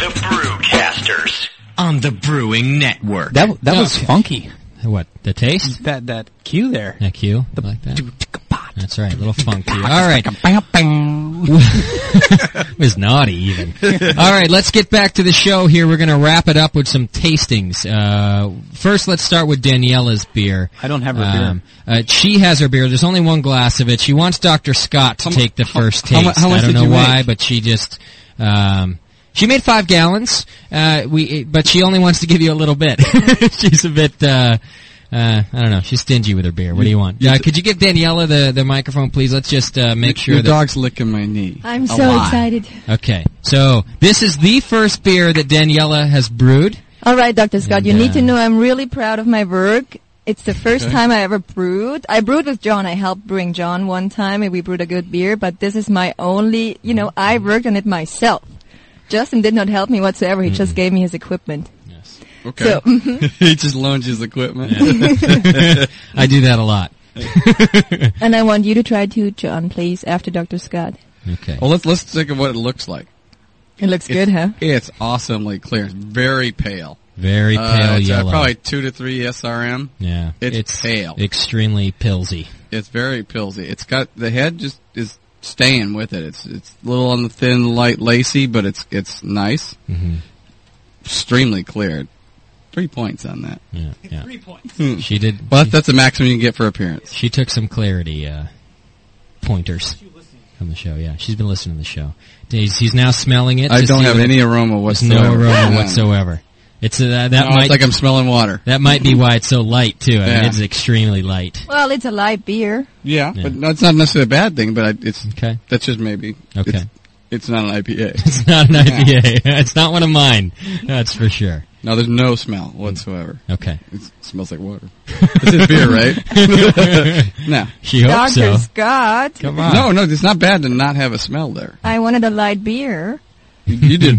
H: The Brewcasters.
I: On the Brewing Network.
G: That that was
A: Okay.
G: funky.
A: What the taste?
G: That that cue there.
A: Thank you. I like that. That's right, a little funky. All right, it was naughty even. All right, let's get back to the show here. We're going to wrap it up with some tastings. Uh, first, let's start with Daniela's beer.
G: I don't have her beer.
A: beer. Uh, she has her beer. There's only one glass of it. She wants Dr. Scott to take the first
B: how
A: taste.
B: mu- how much
A: I don't
B: did
A: know
B: you
A: why,
B: make?
A: but she just. Um, she made five gallons. Uh, we, but she only wants to give you a little bit. she's a bit. Uh, uh, I don't know. She's stingy with her beer. What do you want? Uh, could you give Daniela the, the microphone, please? Let's just uh, make sure
B: Your
A: that
B: dog's licking my knee.
D: I'm
B: A
D: so
A: Ah.
B: lot.
D: excited.
A: Okay, so this is the first beer that Daniela has brewed.
D: All right, Dr. Scott, you
A: And,
D: need to
A: uh,
D: know I'm really proud of my work. It's the first time I ever brewed. I brewed with John. I helped bring John one time and we brewed a good beer, but this is my only, you know, I worked on it myself. Justin did not help me whatsoever. He
A: Mm.
D: just gave me his equipment.
B: Okay.
D: So, mm-hmm.
B: he just loans his equipment.
A: I do that a lot.
D: and I want you to try too, John, please, after Dr. Scott.
A: Okay.
B: Well, let's let's think of what it looks like.
D: It looks
B: It's,
D: good, huh?
B: It's awesomely clear. It's very pale.
A: Very pale
B: Uh, it's, uh,
A: yellow.
B: probably two to three SRM.
A: yeah.
B: it's pale.
A: Extremely pilsy.
B: It's very pilsy. It's got the head just is staying with it. It's it's a little on the thin, light, lacy, but it's it's nice.
A: Mm-hmm.
B: Extremely clear. Three points on that.
A: Yeah. yeah. Three points. She did.
B: Hmm. Well,
A: she,
B: that's the maximum you can get for appearance.
A: she took some clarity uh, pointers from the show. Yeah, she's been listening to the show. He's, he's now smelling it.
B: I
A: to
B: don't
A: see
B: have
A: what-
B: any aroma
A: There's
B: whatsoever.
A: no aroma
B: None.
A: whatsoever. It's uh, that
B: No,
A: might
B: it's like I'm smelling water.
A: that might be why it's so light too. I mean,
B: Yeah.
A: it's extremely light.
D: Well, it's a light beer.
B: Yeah,
A: Yeah.
B: but no, it's not necessarily a bad thing. But I, it's
A: Okay.
B: That's just maybe.
A: Okay.
B: It's, it's not an IPA.
A: It's not an IPA. it's not one of mine. That's for sure.
B: no, there's no smell whatsoever.
A: Okay.
B: It's, it smells like water. It's his beer, right? no.
A: She hopes
D: Dr.
A: so.
D: Scott,
A: Come on.
B: No, no, it's not bad to not have a smell there.
D: I wanted a light beer.
B: You, you did.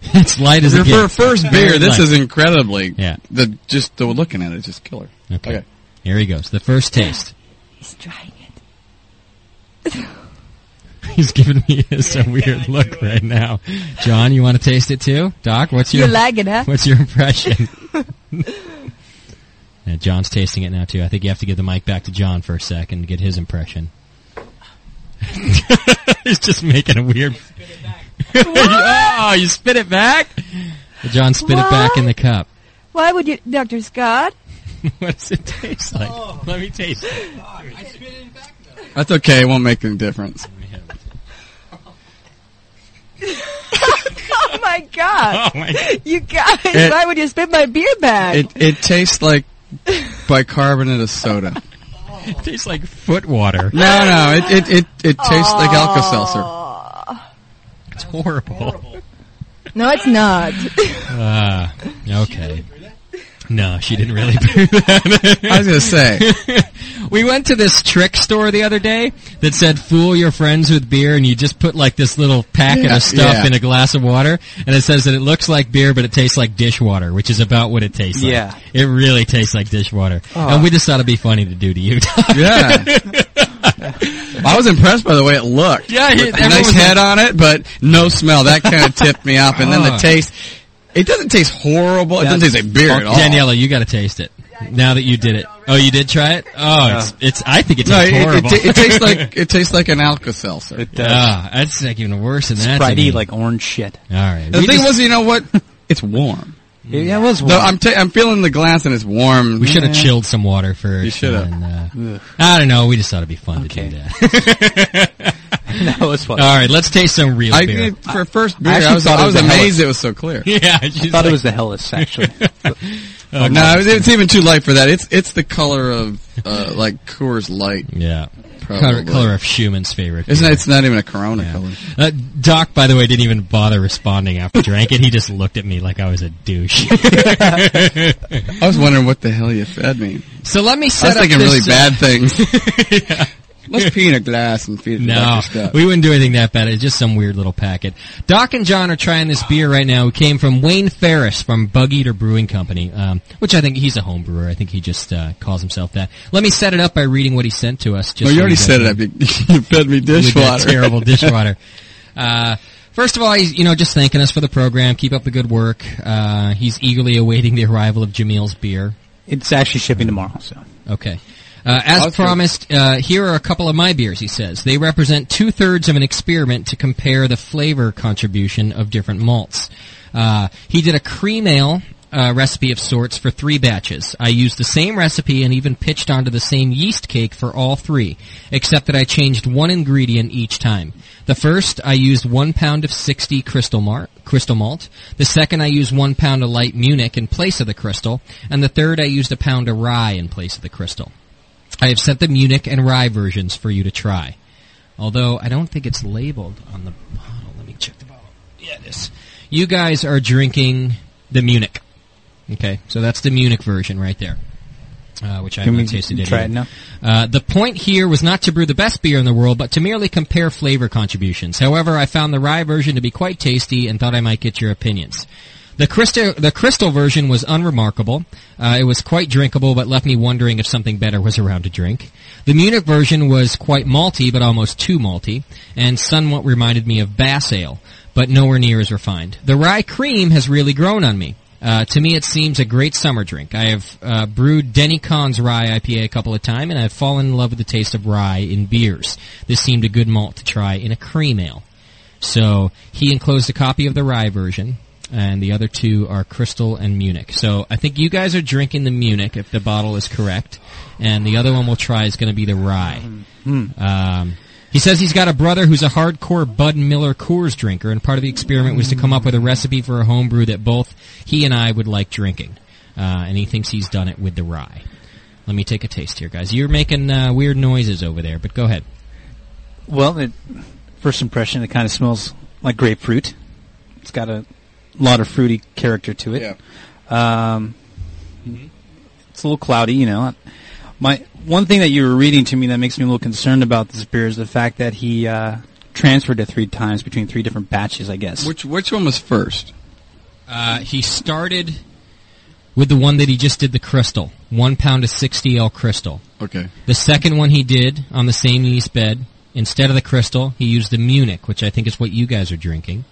A: It's light as
B: for
A: a
B: for a
A: gets.
B: first beer, this is incredibly.
A: Yeah.
B: The just the looking at it is just killer.
A: Okay. Here he goes. The first taste.
D: He's trying it.
A: He's giving me a weird look right now. John, you want to taste it too? Doc, what's
D: You
A: your
D: like it, huh?
A: what's your impression? Yeah, John's tasting it now too. I think you have to give the mic back to John for a second to get his impression. He's just making a weird.
B: Ah,
A: oh, you spit it back? Well, John spit it back in the cup.
D: Why would you, Dr. Scott?
A: what does it taste like? Let me taste it.
B: That's okay. It won't make any difference.
D: Oh my god.
A: Oh my!
D: You guys,
B: It-
D: why would you spit my beer back?
B: It it tastes like bicarbonate of soda.
A: It tastes like foot water.
B: No, no, it it it, it tastes like Alka Seltzer.
A: It's horrible.
D: No, it's not.
A: Ah, okay. No, she didn't really do that.
B: I was gonna say.
A: we went to this trick store the other day that said "fool your friends with beer," and you just put like this little packet
B: Yeah,
A: of stuff
B: yeah.
A: in a glass of water, and it says that it looks like beer, but it tastes like dishwater, which is about what it tastes like.
G: Yeah.
A: it really tastes like dishwater,
B: Oh.
A: and we just thought it'd be funny to do to you.
B: Yeah. I was impressed by the way it looked.
A: Yeah,
B: With
A: it-
B: a
A: everyone
B: nice
A: was
B: head
A: like-
B: on it, but no smell. That kind of tipped me off. And then the
A: Ah.
B: taste, it doesn't taste horrible. Oh, It doesn't taste like beer at all.
A: Daniela, you got to taste it now that you did it. Oh, you did try it. Oh, it's it's. I think it
B: no,
A: tastes
B: it, it,
A: horrible.
B: it, it tastes like it tastes like an Alka Seltzer. It
A: Ah, that's like even worse than that. to
G: Spritey
A: me.
G: like orange shit.
A: All right.
B: The thing was, you know what? It's warm.
G: Yeah, it was
B: No, I'm ta- I'm feeling the glass and it's warm.
A: We should have
B: Yeah.
A: chilled some water first.
B: You should have.
A: and, uh, I don't know. We just thought it'd be fun to do that.
G: that was fun.
A: All right, let's taste some real
B: I
A: beer.
B: did- for first beer,
G: I actually
B: I was,
G: thought it
B: I
G: was
B: was
G: a hell of-
B: amazed it was so clear.
A: yeah,
G: I
A: she's
G: thought it
A: like-
G: was the Hellas actually.
A: Oh,
B: No, it- it's even too light for that. It's it's the color of uh, like Coors Light.
A: yeah, color,
B: Probably.
A: color of Schumann's favorite.
B: Isn't it?
A: beer.
B: It's not even a Corona color.
A: Uh, Doc, by the way, didn't even bother responding after drank it. He just looked at me like I was a douche.
B: I was wondering what the hell you fed me.
A: so let me
B: I
A: set
B: was
A: up
B: thinking
A: this,
B: really
A: uh,
B: bad things. Let's pee in a glass and feed it to
A: No,
B: Dr. Scott.
A: we wouldn't do anything that bad. It's just some weird little packet. Doc and John are trying this beer right now. It came from Wayne Ferris from Bug Eater Brewing Company, um, which I think he's a home brewer. I think he just uh, calls himself that. Let me set it up by reading what he sent to us. Just
B: well, you
A: so
B: already
A: guys
B: said it.
A: know.
B: up. You, you fed me
A: With that
B: dishwater.
A: terrible dishwater. Uh, first of all, he's you know just thanking us for the program. Keep up the good work. Uh, he's eagerly awaiting the arrival of Jamil's beer.
G: it's actually shipping tomorrow, so
A: Okay. Uh, as
B: Awesome.
A: promised, uh, here are a couple of my beers, he says. They represent two thirds of an experiment to compare the flavor contribution of different malts. Uh, he did a cream ale uh, recipe of sorts for three batches. I used the same recipe and even pitched onto the same yeast cake for all three, except that I changed one ingredient each time. The first, I used one pound of 60 crystal, mar- crystal malt. The second, I used one pound of light Munich in place of the crystal. And the third, I used a pound of rye in place of the crystal. I have sent the Munich and rye versions for you to try. Although, I don't think it's labeled um, on the bottle. Let me check the bottle. Yeah, it is. You guys are drinking the Munich. Okay, so that's the Munich version right there. Uh, which I
G: Can
A: haven't
G: we
A: tasted
G: try
A: yet.
G: it now?
A: Uh, the point here was not to brew the best beer in the world, but to merely compare flavor contributions. However, I found the rye version to be quite tasty and thought I might get your opinions. The crystal, the crystal version was unremarkable. Uh, it was quite drinkable, but left me wondering if something better was around to drink. The Munich version was quite malty, but almost too malty, and somewhat reminded me of Bass Ale, but nowhere near as refined. The rye cream has really grown on me. Uh, to me, it seems a great summer drink. I have uh, brewed Denny Kahn's Rye IPA a couple of times, and I've fallen in love with the taste of rye in beers. This seemed a good malt to try in a cream ale. So he enclosed a copy of the rye version, and the other two are Crystal and Munich. So I think you guys are drinking the Munich, if the bottle is correct, and the other one we'll try is going to be the rye. Um, he says he's got a brother who's a hardcore Bud Miller Coors drinker, and part of the experiment was to come up with a recipe for a homebrew that both he and I would like drinking. Uh, and he thinks he's done it with the rye. Let me take a taste here, guys. You're making uh, weird noises over there, but go ahead.
G: Well, it, first impression, it kind of smells like grapefruit. It's got a lot of fruity character to it.
B: Yeah. Mm-hmm.
G: Um, It's a little cloudy, you know. My one thing that you were reading to me that makes me a little concerned about this beer is the fact that he uh, transferred it three times between three different batches. I guess.
B: Which which one was first?
A: Uh, he started with the one that he just did the crystal, one pound of 60L crystal.
B: Okay.
A: The second one he did on the same yeast bed. Instead of the crystal, he used the Munich, which I think is what you guys are drinking.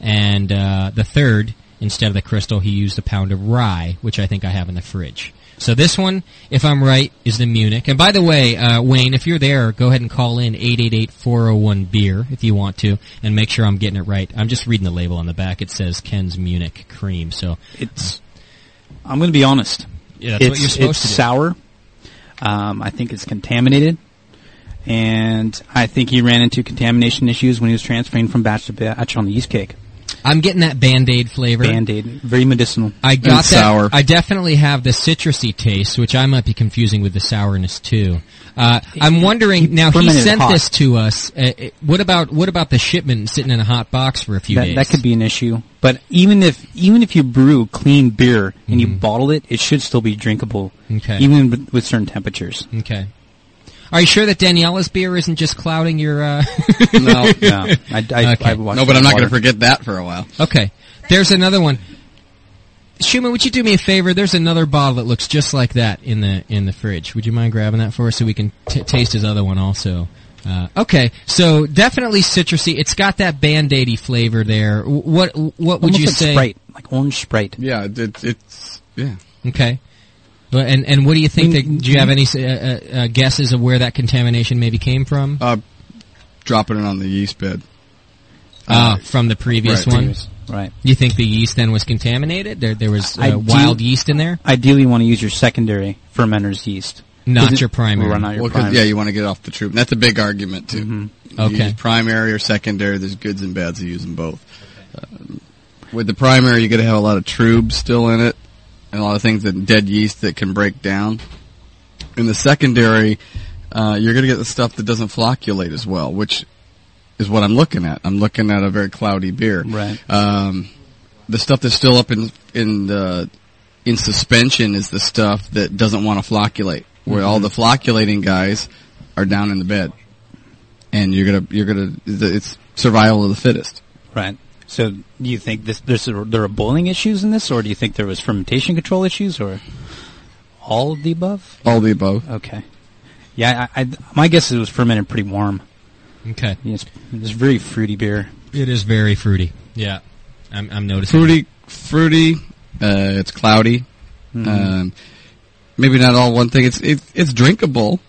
A: And uh, the third, instead of the crystal, he used a pound of rye, which I think I have in the fridge. So this one, if I'm right, is the Munich. And by the way, uh, Wayne, if you're there, go ahead and call in 888-401-BEER if you want to, and make sure I'm getting it right. I'm just reading the label on the back. It says Ken's Munich Cream. So
G: It's. I'm going to be honest.
A: Yeah, that's what
G: it's,
A: you're supposed
G: it's
A: to do.
G: sour. Um, I think it's contaminated, and I think he ran into contamination issues when he was transferring from batch to batch on the yeast cake.
A: I'm getting that Band-Aid flavor.
G: Band-Aid, very medicinal.
A: I got that. I definitely have the citrusy taste, which I might be confusing with the sourness too. Uh, I'm wondering now. He
G: fermented
A: sent
G: hot.
A: this to us. Uh, it- what about what about the shipment sitting in a hot box for a few
G: that,
A: days?
G: that could be an issue. But even if even if you brew clean beer and you bottle it, it should still be drinkable,
A: Mm-hmm. Okay.
G: even with, with certain temperatures.
A: Okay. Are you sure that Daniela's beer isn't just clouding your? Uh...
G: No, no. I- I- I watched No, but I'm not gonna water.
B: forget that for a while.
A: Okay. There's another one. Schumann, would you do me a favor? There's another bottle that looks just like that in the in the fridge. Would you mind grabbing that for us so we can t- taste his other one also? Uh, okay, so definitely citrusy. It's got that band-aidy flavor there. W- What what would
G: Almost
A: you
G: like
A: say?
G: Sprite, like orange Sprite.
B: Yeah, it, it's yeah.
A: Okay. Well, And and what do you
G: Mm,
A: think?
B: I mean,
A: That, do you have any uh, uh, uh, guesses of where that contamination maybe came from?
B: Uh, dropping it on the yeast bed. Uh,
A: Ah, from the previous
B: Right.
A: one,
B: Previous,
G: Uh, right?
A: You think the yeast then was contaminated? There there was
G: I
A: uh,
G: do-
A: wild yeast in there.
G: Ideally, you want to use your secondary fermenter's yeast,
A: Not
G: Is it-
A: your primary.
G: Well, not your
B: Well, 'cause,
G: primary.
B: yeah, you want to get off the troop. That's a big argument too. You
A: Okay.
B: use primary or secondary. There's goods and bads. You use them both. Um, with the primary, you got to have a lot of trubes still in it, and a lot of things that dead yeast that can break down. In the secondary, uh, you're going to get the stuff that doesn't flocculate as well, which is what I'm looking at. I'm looking at a very cloudy beer.
G: Right.
B: Um, the stuff that's still up in in the in suspension is the stuff that doesn't want to flocculate. Where all the flocculating guys are down in the bed, and you're gonna you're gonna it's survival of the fittest.
G: right? So, do you think this, this there are boiling issues in this, or do you think there was fermentation control issues, or all of the above?
B: All the above.
G: Okay. Yeah, I, I, my guess is it was fermented pretty warm.
A: Okay.
G: It's, it's very fruity beer.
A: It is very fruity. Yeah, I'm, I'm noticing.
B: Fruity, fruity. Uh, it's cloudy.
A: Mhm.
B: Um, maybe not all one thing. It's it, it's drinkable.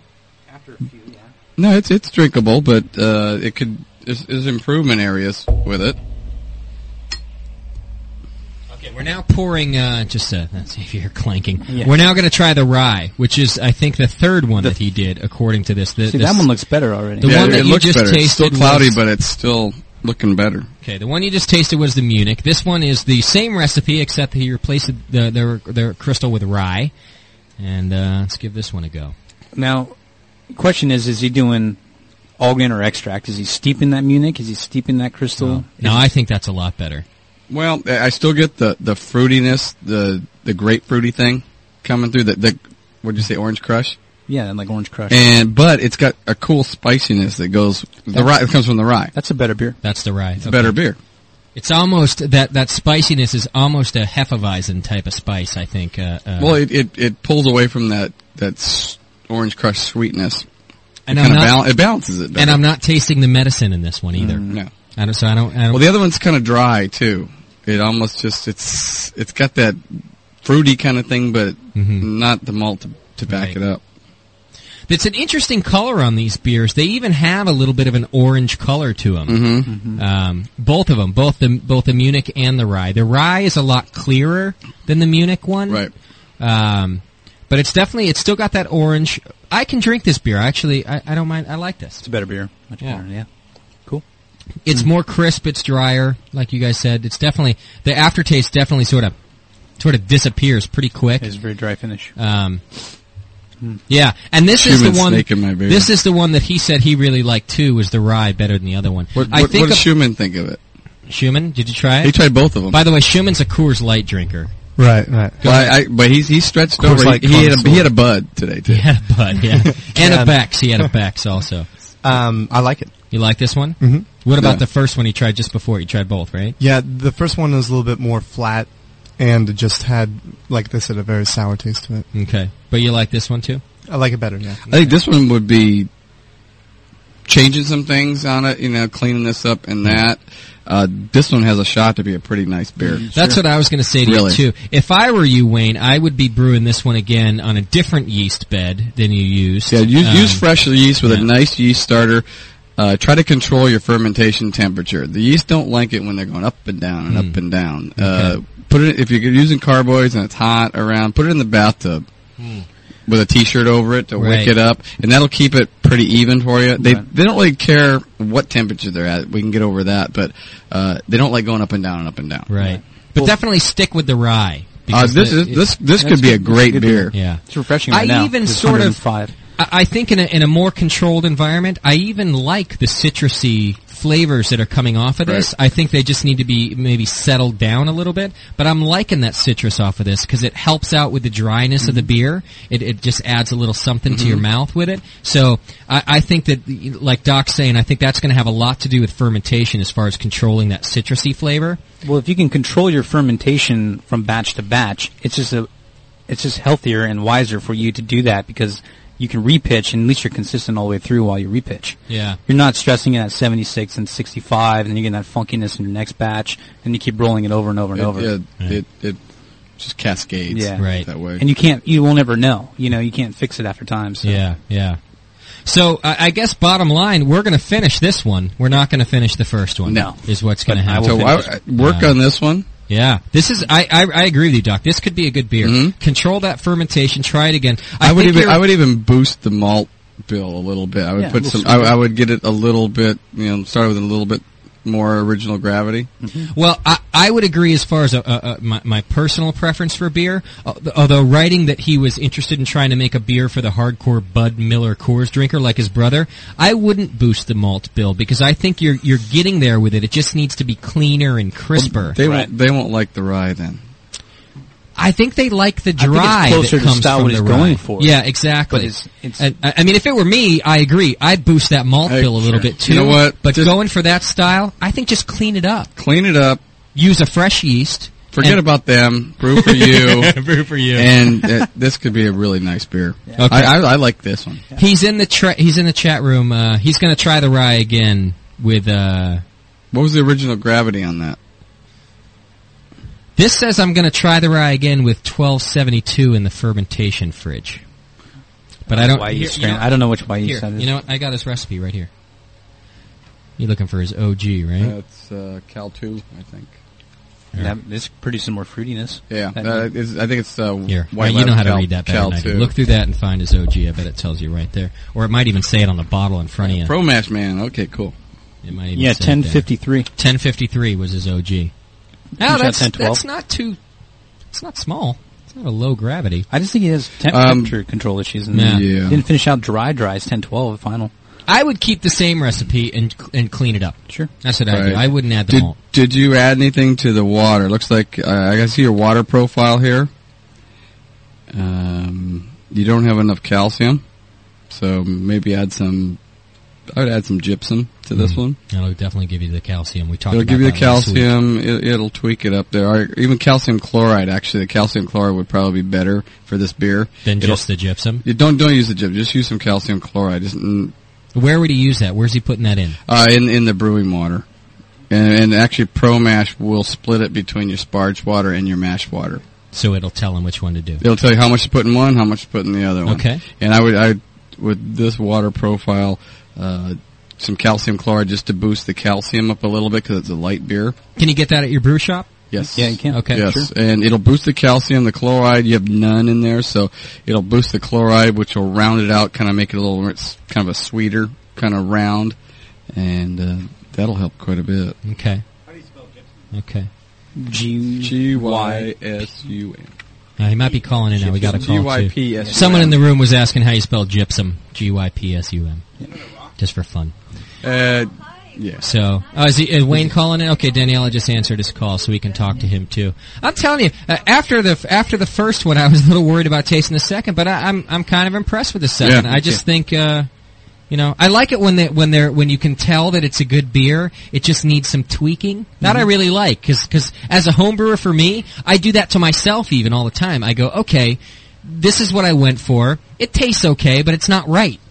B: No, it's it's drinkable, but uh, it could there's, there's improvement areas with it.
A: Okay, we're now pouring. Uh, just uh, let's see if you're clanking.
G: Yeah.
A: We're now going to try the rye, which is I think the third one that he did according to this. The,
G: See,
A: this-
G: that one looks better already.
A: The
B: Yeah,
A: one
B: it
A: that you
B: looks
A: just
B: better.
A: tasted
B: It's still cloudy,
A: was-
B: but it's still looking better.
A: Okay, the one you just tasted was the Munich. This one is the same recipe except he replaced the the, the crystal with rye. And uh, let's give this one a go.
G: Now, question is, is he doing organ or extract? Is he steeping that Munich? Is he steeping that crystal?
A: Now I think that's a lot better.
B: Well, I I still get the the fruitiness, the the grapefruity thing coming through. The the what'd you say, orange crush?
G: Yeah, like orange crush.
B: And but it's got a cool spiciness that goes the rye. It comes from the rye.
G: That's a better beer.
A: That's the rye.
B: It's a better beer.
A: It's almost that that spiciness is almost a hefeweizen type of spice. I think. Uh, uh,
B: well, it, it it pulls away from that that s- orange crush sweetness.
A: And
B: it
A: I'm
B: kinda
A: not-
B: it balances it. Better. Mm,
A: and I'm not tasting the medicine in this one either.
B: no.
A: I don't, so I don't. I don't
B: Well, the other one's kind of dry too. It almost just it's it's got that fruity kind of thing, but
A: Mm-hmm.
B: not the malt to, to back it up.
A: It's an interesting color on these beers. They even have a little bit of an orange color to them.
B: Mm-hmm.
G: Mm-hmm.
A: Um, both of them, both the both the Munich and the rye. The rye is a lot clearer than the Munich one, right? Um, but it's definitely it's still got that orange. I can drink this beer. Actually, I, I don't mind. I like this. It's
G: a better beer. Much
A: yeah.
G: better. Yeah. Cool.
A: It's more crisp. It's drier, like you guys said. It's definitely the aftertaste. Definitely sort of sort of disappears pretty quick.
G: It's a very dry finish. Hmm.
A: Um, yeah, and this is
B: Schumann's
A: the one.
B: making my beer.
A: This is the one that he said he really liked too. Was the rye better than the other one?
B: What,
A: I
B: what,
A: think
B: what does
A: of-
B: Schumann think of it?
A: Schumann, did you try it?
B: He tried both of them.
A: By the way, Schumann's a Coors Light drinker.
E: Right, right.
B: Well, I, I, but he's he stretched
A: Coors
B: over.
A: Light
B: he, he had a,
A: connoisseur.
B: he had a bud today too.
A: He had a bud, yeah, and
E: Yeah.
A: a Bex. He had a Bex also.
E: Um, I like it.
A: You like this one?
E: Mhm.
A: What about
E: Yeah.
A: the first one he tried just before? You tried both, right?
E: Yeah, the first one was a little bit more flat, and it just had, like this, said, a very sour taste to it.
A: Okay, but you like this one too?
E: I like it better. Yeah.
B: I think this one would be changing some things on it. You know, cleaning this up and that. Uh, this one has a shot to be a pretty nice beer.
A: That's what I was going to say to
B: Really.
A: you too. If I were you, Wayne, I would be brewing this one again on a different yeast bed than you used.
B: Yeah, use, use
A: Um,
B: fresh yeast with
A: yeah.
B: a nice yeast starter. Uh, try to control your fermentation temperature. The yeast don't like it when they're going up and down
A: Hmm.
B: and up and down.
A: Hmm.
B: Uh, put it if you're using carboids and it's hot around. Put it in the bathtub. with a T-shirt over it to
G: Right.
B: wake it up, and that'll keep it pretty even for you. They they don't really care what temperature they're at. We can get over that, but uh, they don't like going up and down and up and down.
A: Right. But definitely stick with the rye.
B: Uh,
A: because
B: this
A: the-
B: is this this could be a great beer.
A: Yeah,
G: It's refreshing
A: I
G: right now.
A: even
G: It's
A: sort of,
G: 105.
A: I, I think in a, in a more controlled environment, I even like the citrusy flavors that are coming off of this. I think they just need to be maybe settled down a little bit, but I'm liking that citrus off of this because it helps out with the dryness
G: Mm-hmm.
A: of the beer. It, it just adds a little something to your
G: Mhm.
A: mouth with it. So I, I think that, like Doc's saying, I think that's going to have a lot to do with fermentation as far as controlling that citrusy flavor.
G: Well, if you can control your fermentation from batch to batch, it's just a, it's just healthier and wiser for you to do that because you can repitch and at least you're consistent all the way through while you repitch.
A: Yeah.
G: You're not stressing it at 76 and 65 and then you're getting that funkiness in your next batch and you keep rolling it over and over and
B: It-
G: over.
B: it- it- it just cascades
G: Yeah.
A: Right.
B: that way.
G: And you can't, you will never know. You know, you can't fix it after time. So.
A: Yeah, yeah. So I, I guess bottom line, we're going to finish this one. We're not going to finish the first one.
B: No.
A: is what's going to
B: But I
A: happen.
B: will So I- finish. I- work on this one.
A: Yeah, this is. I, I I agree with you, Doc. This could be a good beer. Control that fermentation. Try it again.
B: Mm-hmm. I, would
A: think
B: even
A: you're-
B: I would even boost the malt bill a little bit. I would
A: Yeah, a
B: put
A: little
B: some. I,
A: sweeter.
B: I would get it a little bit. You know, start with a little bit more original gravity.
A: Well, I, I would agree as far as uh uh uh my, my personal preference for beer. al- Although writing that he was interested in trying to make a beer for the hardcore Bud Miller Coors drinker like his brother, I wouldn't boost the malt bill because I think you're you're getting there with it. It just needs to be cleaner and crisper.
B: They won't. They won't like the rye then.
A: I think they like the
B: I think it's
A: dry
B: closer
A: that
B: to
A: comes
B: style
A: from
B: what
A: the
B: he's
A: rye.
B: going for.
A: Yeah, exactly.
B: But it's-
A: And- I, I mean, if it were me, I agree. I'd boost that malt
B: Hey,
A: bill a little
B: sure.
A: bit too.
B: You know what?
A: But going for that style, I think just clean it up.
B: Clean it up.
A: Use a fresh yeast.
B: Forget
A: And-
B: about them. Brew for you.
A: Brew for you.
B: And uh, this could be a really nice beer.
A: Okay.
B: I, I, I like this one.
A: He's in the tra- he's in the chat room. Uh, he's going to try the rye again with. Uh,
B: what was the original gravity on that?
A: This says I'm going to try the rye again with 1272 in the fermentation fridge. But I don't.
G: Why
A: here-
G: yeast strain.
A: you
G: I don't know which why yeast
A: here,
G: that is.
A: You know what? I got his recipe right here. You're looking for his OG, right?
B: That's uh, Cal Two, I think.
G: That, it's pretty similar fruitiness.
B: Yeah,
G: That-
B: uh, it's, I think it's uh,
A: Here,
B: White
A: Now, you know
B: Lab
A: how to
B: Cal-
A: read that better
B: Cal
A: than I do.
B: 2.
A: Look through that and find his OG. I bet it tells you right there, or it might even say it on the bottle in front of you.
B: Pro Mash Man. Okay, cool.
A: It might even
G: yeah,
A: say it there.
G: 1053.
A: 1053 was his OG. Now
G: Now
A: that's that's not too. It's not small. It's not a low gravity.
G: I just think he has temp-
A: Um,
G: temperature control issues. And
A: Yeah.
G: he Didn't finish out dry dry. It's 10 12 final.
A: I would keep the same recipe and and clean it up.
G: Sure,
A: that's what I do.
B: Right.
A: I wouldn't add the
B: did,
A: malt.
B: Did you add anything to the water? Looks like uh, I can see your water profile here. Um, you don't have enough calcium, so maybe add some. I would add some gypsum to this
A: Mm.
B: one.
A: That'll definitely give you the calcium we talked
B: It'll
A: about.
B: give you the
A: that last week.
B: calcium. It, it'll tweak it up there. Or even calcium chloride. Actually, the calcium chloride would probably be better for this beer
A: Than
B: It'll-
A: just the gypsum?
B: You don't don't use the gypsum. Just use some calcium chloride. Just, mm,
A: Where would he use that? Where's he putting that in?
B: Uh, in in the brewing water, and, and actually, Pro Mash will split it between your sparge water and your mash water.
A: So it'll tell him which one to do.
B: It'll tell you how much to put in one, how much to put in the other one.
A: Okay.
B: And I would I with this water profile, uh, some calcium chloride just to boost the calcium up a little bit because it's a light beer.
A: Can you get that at your brew shop?
B: Yes.
A: Yeah, you can. Okay,
B: Yes,
A: sure.
B: and it'll boost the calcium, the chloride. You have none in there, so it'll boost the chloride, which will round it out, kind of make it a little, it's kind of a sweeter, kind of round, and uh, that'll help quite a bit.
A: Okay. Okay.
G: G
B: G Y S U N.
A: Uh, he might be calling in now. We got a call too.
B: G-Y-P-S-U-M.
A: Someone in the room was asking how you spell gypsum. G Y P S U M. Just for fun.
B: Uh, yeah.
A: So, oh, is, he, is Wayne calling in? Okay, Daniela just answered his call, so we can talk to him too. I'm telling you, uh, after the after the first one, I was a little worried about tasting the second, but I, I'm I'm kind of impressed with the second.
G: Yeah, me
A: I just
G: too.
A: think, uh, you know, I like it when they, when they're when you can tell that it's a good beer. It just needs some tweaking. That I
G: Mhm.
A: really like because as a home brewer for me, I do that to myself even all the time. I go, okay, this is what I went for. It tastes okay, but it's not right.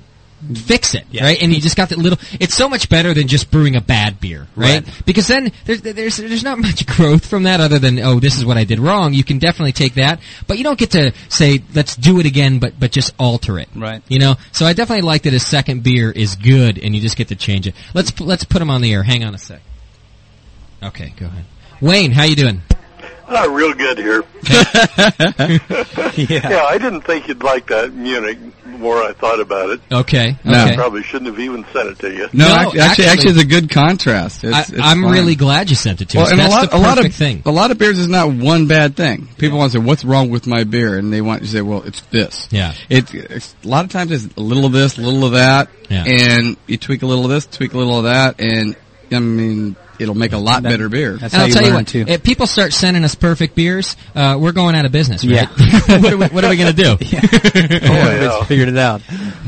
A: Fix it, right? And you just got that little. It's so much better than just brewing a bad beer, right? Because then there's there's there's not much growth from that other than oh this is what I did wrong. You can definitely take that, but you don't get to say let's do it again, but but just alter it,
G: Right.
A: You know. So I definitely like that his second beer is good, and you just get to change it. Let's p- let's put him on the air. Hang on a sec. Okay, go ahead. Wayne, how you doing?
J: Ah, real good here.
A: Yeah.
J: I didn't think you'd like that in Munich. The more I thought about it,
A: Okay,
J: I
A: okay.
J: probably shouldn't have even sent it to you.
B: No, act- actually, actually, it's a good contrast. It's,
A: I-
B: it's
A: I'm
B: fine.
A: really glad you sent it to us.
B: and
A: That's the
B: a lot of
A: perfect thing.
B: a lot of beers is not one bad thing. People want to say, "What's wrong with my beer?" and they want to say, "Well, it's this."
A: Yeah.
B: It, it's a lot of times it's a little of this, a little of that,
A: Yeah.
B: and you tweak a little of this, tweak a little of that, and I mean, it'll make a lot better beer.
A: and I'll tell you what, if people start sending us perfect beers, uh, we're going out of business, right? Yeah. what are we, what are we going to do?
B: Oh,
G: Everybody's figured it out.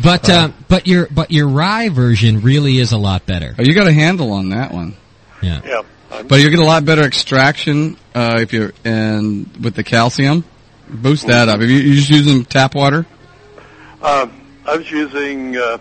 A: But uh, but your but your rye version really is a lot better.
B: Oh, you got a handle on that one.
A: Yeah.
J: Yeah.
B: But you get a lot better extraction uh, if you and with the calcium, boost that up. If you, you just using tap water,
J: Um, I was using. Uh,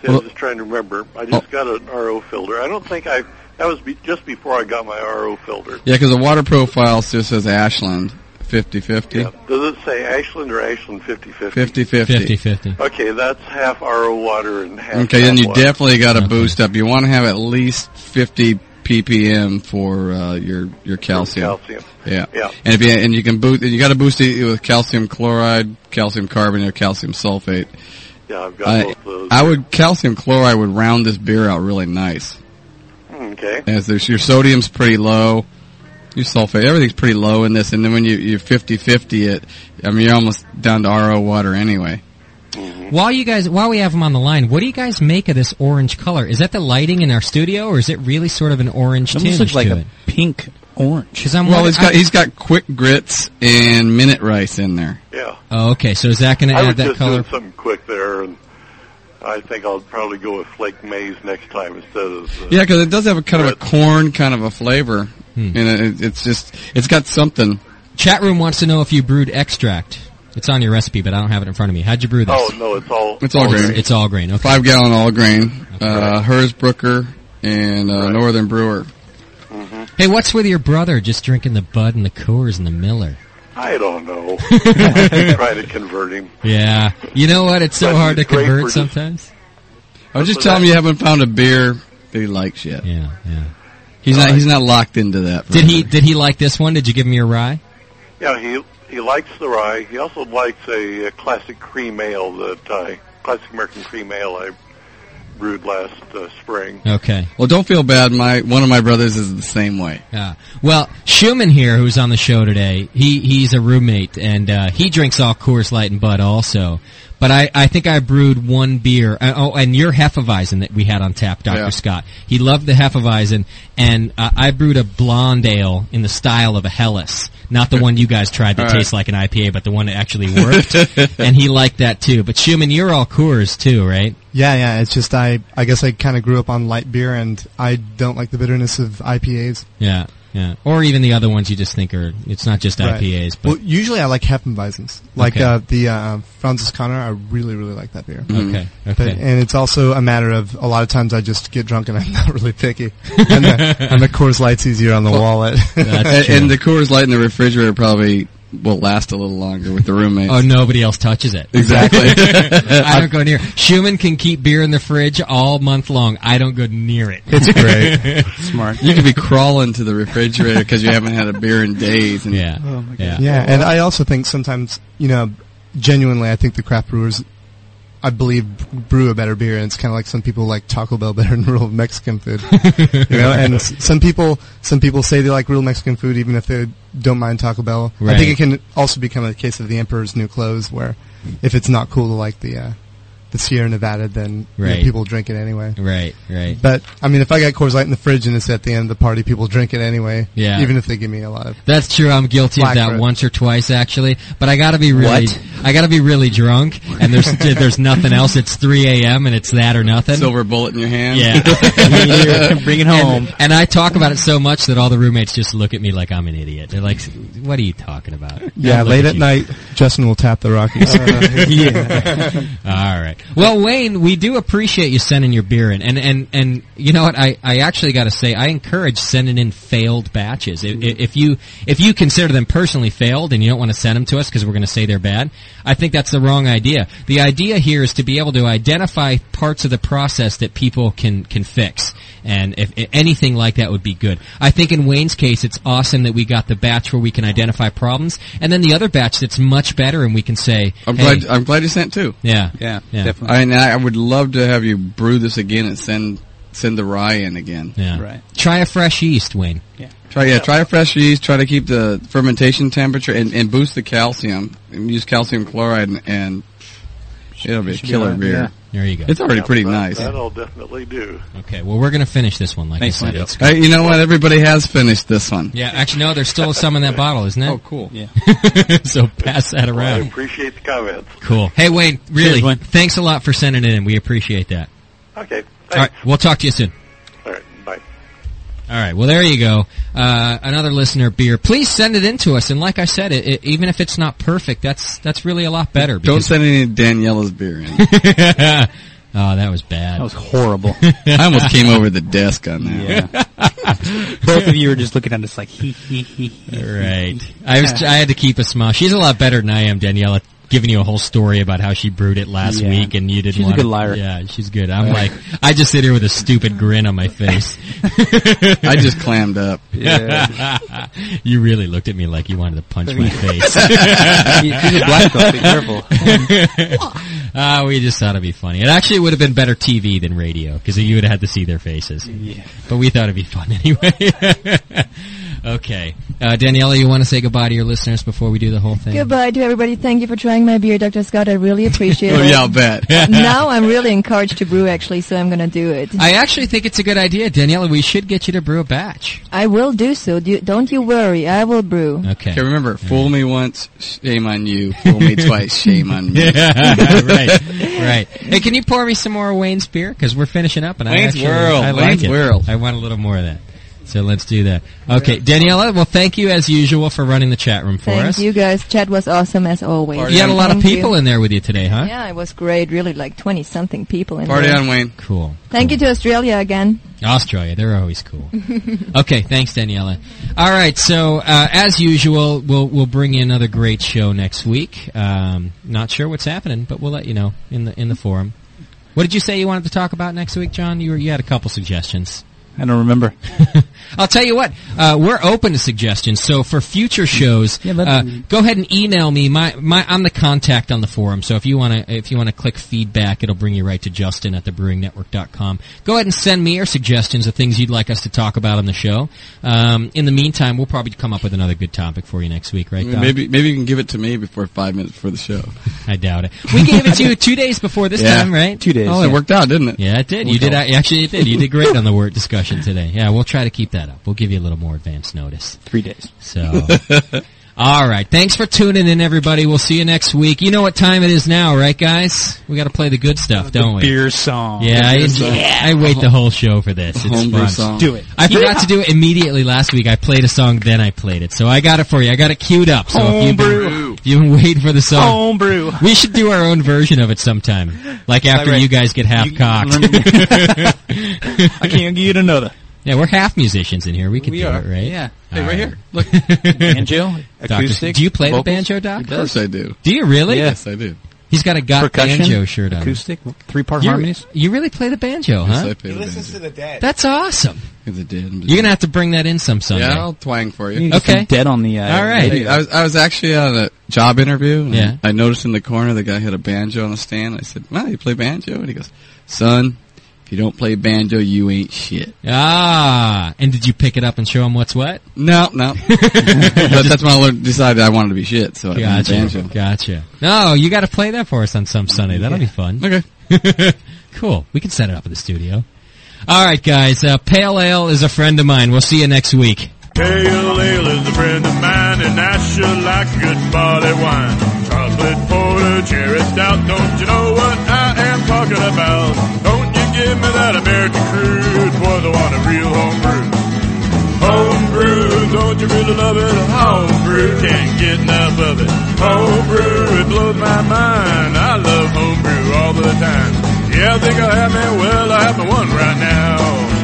J: see, I
B: Well-
J: was just trying to remember. I just got an RO filter. I don't think I. That was be, just before I got my RO filter.
B: yeah, because the water profile still says Ashland 50-50.
J: Does it say Ashland or Ashland 50-50?
B: 50-50.
A: 50-50.
J: Okay, that's half RO water and half.
B: Okay, then
J: tap
B: you
J: water.
B: definitely got to boost up. You want to have at least 50 ppm for uh, your your calcium.
J: calcium.
B: Yeah.
J: Yeah.
B: And if you and you can boost, you got to boost it with calcium chloride, calcium carbonate, or calcium sulfate.
J: Yeah, I've got
B: I,
J: both those.
B: I would calcium chloride would round this beer out really nice.
J: Hmm, Okay.
B: As there's your sodium's pretty low, your sulfate, everything's pretty low in this, and then when you you 50-50 it, I mean you're almost down to RO water anyway.
A: While you guys while we have them on the line, what do you guys make of this orange color? Is that the lighting in our studio, or is it really sort of an orange?
B: It
A: tinge
B: almost looks like
A: to
B: a
A: it?
G: pink orange.
A: I'm
B: well,
A: wondering-
B: he's got
A: I-
B: he's got quick grits and minute rice in there.
J: Yeah.
A: Oh, okay. So is that going to
J: I was
A: add that
J: just
A: color?
J: doing something quick there, and I think I'll probably go with flake maize next time instead of. Uh,
B: Yeah, because it does have a kind of a corn kind of a flavor,
A: Hmm.
B: and it, it's just it's got something.
A: Chat room wants to know if you brewed extract. It's on your recipe, but I don't have it in front of me. How'd you brew this?
J: Oh no, it's all.
B: It's all grain.
A: It's all grain. Okay.
B: Five gallon all grain. Uh, Hers Brooker and uh, Northern Brewer.
A: Hey, what's with your brother just drinking the Bud and the Coors and the Miller?
J: I don't know. I'm trying to convert him.
A: Yeah. You know what? It's so
J: But
A: hard to
J: he's great for
A: convert
J: just-
A: sometimes.
B: I was just telling him you haven't found a beer that he likes yet.
A: Yeah, yeah.
B: He's not he's not locked into that.
A: Did he did he like this one? Did you give him your rye?
J: Yeah, he he likes the rye. He also likes a, uh classic cream ale that I classic American cream ale I brewed last uh, spring.
A: Okay.
B: Well, don't feel bad. My one of my brothers is the same way.
A: Yeah. Well, Schumann here, who's on the show today, he he's a roommate and uh, he drinks all Coors Light and Bud also. But I, I think I brewed one beer. Uh, oh, and your Hefeweizen that we had on tap, Doctor
B: Yeah.
A: Scott. He loved the Hefeweizen, and uh, I brewed a blonde ale in the style of a Helles, not the one you guys tried that
B: All right.
A: tastes like an IPA, but the one that actually worked. and he liked that too. But Schumann, you're all Coors too, right?
E: Yeah, yeah. It's just I, I guess I kind of grew up on light beer, and I don't like the bitterness of IPAs.
A: Yeah, yeah. Or even the other ones you just think are. It's not just
E: Right.
A: IPAs, but
E: well, usually I like Hefeweizens, like
A: Okay.
E: uh, the uh, Francis Connor. I really, really like that beer.
A: Okay, Mm-hmm. okay.
E: But- and it's also a matter of a lot of times I just get drunk and I'm not really picky, and the, and the Coors Light's easier on the wallet.
B: and, and the Coors Light in the refrigerator probably will last a little longer with the roommates.
A: Oh, nobody else touches it.
B: Exactly.
A: I don't go near. Schumann can keep beer in the fridge all month long. I don't go near it.
B: It's great. Smart. You could be crawling to the refrigerator because you haven't had a beer in days. And
A: yeah.
B: Oh
A: my
E: Yeah. and I also think sometimes, you know, genuinely, I think the craft brewers, I believe, brew a better beer, and it's kind of like some people like Taco Bell better than real Mexican food. you know, and s- some people, some people say they like real Mexican food even if they don't mind Taco Bell. I
A: Right.
E: think it can also become a case of the Emperor's New Clothes, where if it's not cool to like the uh, the Sierra Nevada, then you know,
A: Right.
E: people drink it anyway.
A: Right, right.
E: But I mean, if I got Coors Light in the fridge and it's at the end of the party, people drink it anyway.
A: Yeah.
E: even if they give me a lot of
A: That's true. I'm guilty of
E: Black
A: that
E: Rose.
A: once or twice actually, but I gotta be really,
E: What?
A: I gotta be really drunk and there's, there's nothing else. It's 3 a.m. and it's that or nothing.
B: Silver bullet in your hand.
A: Yeah.
G: Bring it
A: And-
G: home.
A: And, I talk about it so much that all the roommates just look at me like I'm an idiot. They're like, what are you talking about?
E: Yeah,
A: Don't look
E: late at
A: you.
E: night, Justin will tap the Rockies.
A: yeah. All right. Well, Wayne, we do appreciate you sending your beer in, and and and you know what? I I actually got to say, I encourage sending in failed batches. If, if you if you consider them personally failed and you don't want to send them to us because we're going to say they're bad, I think that's the wrong idea. The idea here is to be able to identify parts of the process that people can can fix, And if, i anything like that would be good. I think in Wayne's case, it's awesome that we got the batch where we can identify problems, and then the other batch that's much better, and we can say,
B: I'm
A: hey,
B: glad. I'm glad you sent two.
A: Yeah. Yeah, Yeah. definitely.
B: I, and I would love to have you brew this again and send send the rye in again.
A: Yeah. Right. Try a fresh yeast, Wayne.
G: Yeah.
B: Try yeah. Try a fresh yeast. Try to keep the fermentation temperature and, and boost the calcium. And use calcium chloride and, and it'll be a
A: should be
B: killer
A: all right.
B: beer.
A: Yeah. There you go.
B: It's already
A: Yeah,
B: pretty
A: that-
B: nice.
J: That'll definitely do.
A: Okay, well, we're going to finish this one, like
B: Thanks,
A: I said.
B: Mike.
A: It's-
B: Hey, you know what? Everybody has finished this one.
A: yeah, actually, no, there's still some in that bottle, isn't there?
B: Oh, cool.
A: Yeah. so pass that
J: Well, I
A: around.
J: appreciate the comments.
A: Cool. Hey, Wayne,
J: Cheers,
A: really,
J: Wayne.
A: thanks a lot for sending it in. We appreciate that.
J: Okay.
A: All right, we'll talk to you soon.
J: All right. Bye.
A: All right. Well, there you go. Uh, another listener beer. Please send it in to us. And like I said, it, it, even if it's not perfect, that's that's really a lot better.
B: Don't
A: Because,
B: send any of Daniela's beer in.
A: oh, that was bad. That was
G: horrible.
B: I almost came over the desk on that.
G: Both of you are just looking at us like he he he. he.
A: Right. I was. I had to keep a smile. She's a lot better than I am, Daniela. Giving you a whole story about how she brewed it last
G: Yeah.
A: week, and you didn't.
G: She's a
A: want
G: good
A: to-
G: liar.
A: Yeah, she's good. I'm like, I just sit here with a stupid grin on my face.
B: I just clammed up.
A: Yeah. you really looked at me like you wanted to punch my face.
B: You- you black belt, be careful.
A: Ah, we just thought it'd be funny. It actually would have been better TV than radio because you would have had to see their faces. But we thought it'd be fun anyway. okay, uh, Daniela, you want to say goodbye to your listeners before we do the whole thing?
D: Goodbye to everybody. Thank you for trying my beer, Dr. Scott. I really appreciate
A: Oh,
D: it.
B: bet.
D: now I'm really encouraged to brew actually, so I'm gonna do it.
A: I actually think it's a good idea, Daniela. We should get you to brew a batch.
D: I will do so. Do, don't you worry. I will brew.
A: Okay.
B: Okay, remember, fool me once, shame on you. Fool me twice, shame on me.
A: Yeah, right, right. Hey, can you pour me some more Wayne's beer? Because we're finishing up, and I
B: Wayne's
A: actually,
B: World,
A: I like
B: Wayne's
A: it.
B: World.
A: I want a little more of that. So let's do that. Okay, Daniela. Well, thank you as usual for running the chat room for
D: Thank
A: us.
D: you guys. Chat was awesome as always.
A: You had a lot of
D: Thank you.
A: people in there with you today, huh?
D: Yeah, it was great. Really like 20 something people in
A: Party
D: there.
A: on, Wayne. Cool.
D: Thank you to Australia again.
A: Australia, they're always cool. okay, thanks, Daniela. All right, so uh, as usual, we'll we'll bring you another great show next week. Um, not sure what's happening, but we'll let you know in the in the forum. What did you say you wanted to talk about next week, John? You were, you had a couple suggestions.
G: I don't remember.
A: I'll tell you what, uh, we're open to suggestions. So for future shows, uh, go ahead and email me. My, my, I'm the contact on the forum. So if you want to, if you want to click feedback, it'll bring you right to Justin at thebrewingnetwork.com. Go ahead and send me your suggestions of things you'd like us to talk about on the show. Um, in the meantime, we'll probably come up with another good topic for you next week, right? Doc?
B: Mm, Maybe maybe you can give it to me before five minutes before the show.
A: I doubt it. We gave it to you two days before this
B: Yeah.
A: time, right?
B: Two days, Oh, it yeah. worked out, didn't it?
A: Yeah, it did. You
B: Worked
A: did.
B: out.
A: Actually, it did. You did great on the word discussion today. Yeah, we'll try to keep that up. We'll give you a little more advance notice.
G: Three days.
A: So. All right. Thanks for tuning in, everybody. We'll see you next week. You know what time it is now, right, guys? We got to play the good stuff, don't we?
G: beer song.
A: Yeah,
G: The
A: I,
G: beer song.
A: yeah, I wait the whole show for this.
G: The
A: It's
G: homebrew
A: fun.
G: song. Do it.
A: I forgot to do it immediately last week. I played a song, then I played it. So I got it for you. I got it queued up. So if you've been,
G: Homebrew.
A: if you've been waiting for the song,
G: Homebrew.
A: we should do our own version of it sometime. Like after
G: Alright.
A: you guys get half cocked.
G: I can't get another.
A: Yeah, we're half musicians in here. We can
G: We
A: do
G: are.
A: it, right?
G: Yeah.
B: Hey, right here.
A: Look.
G: Banjo,
A: Doctor,
G: acoustic,
A: do you play
G: vocals?
A: the banjo, Doc?
G: He does. Of course I do.
A: Do you really?
G: Yeah. Yes,
B: I do.
A: He's got a got
G: Percussion,
A: banjo shirt on.
G: acoustic, three-part
A: You-
G: harmonies.
A: You really play the banjo,
B: Yes,
A: huh?
B: I play He the listens banjo. to the
A: dead. That's awesome.
B: Because it did.
A: You're gonna have to bring that in some Sunday.
B: Yeah, I'll twang for you.
A: Okay.
B: uh,
A: All
B: Hey,
A: right.
B: I was, I was actually on a job interview. and
A: Yeah.
B: I noticed in the corner the guy had a banjo on the stand. I said, "Wow, you play banjo?" And he goes, "Son, if you don't play banjo, you ain't shit."
A: Ah, and did you pick it up and show him what's what?
B: No, no. but that's when I learned, decided I wanted to be shit, so I played
A: Gotcha.
B: banjo.
A: Gotcha. No, you got to play that for us on some Sunday. That'll be fun. Okay. cool. We can set it up in the studio. All right, guys. Uh, Pale Ale is a friend of mine. We'll see you next week.
K: Pale ale is a friend of mine, and I sure like good barley wine. Chocolate porter, cherry stout, don't you know what I am talking about? Don't you give me that American crude, boys, I want a real homebrew. Homebrew, don't you really love it? Homebrew, can't get enough of it. Homebrew, it blows my mind. I love homebrew all the time. Yeah, I think I have me, well, I have me one right now.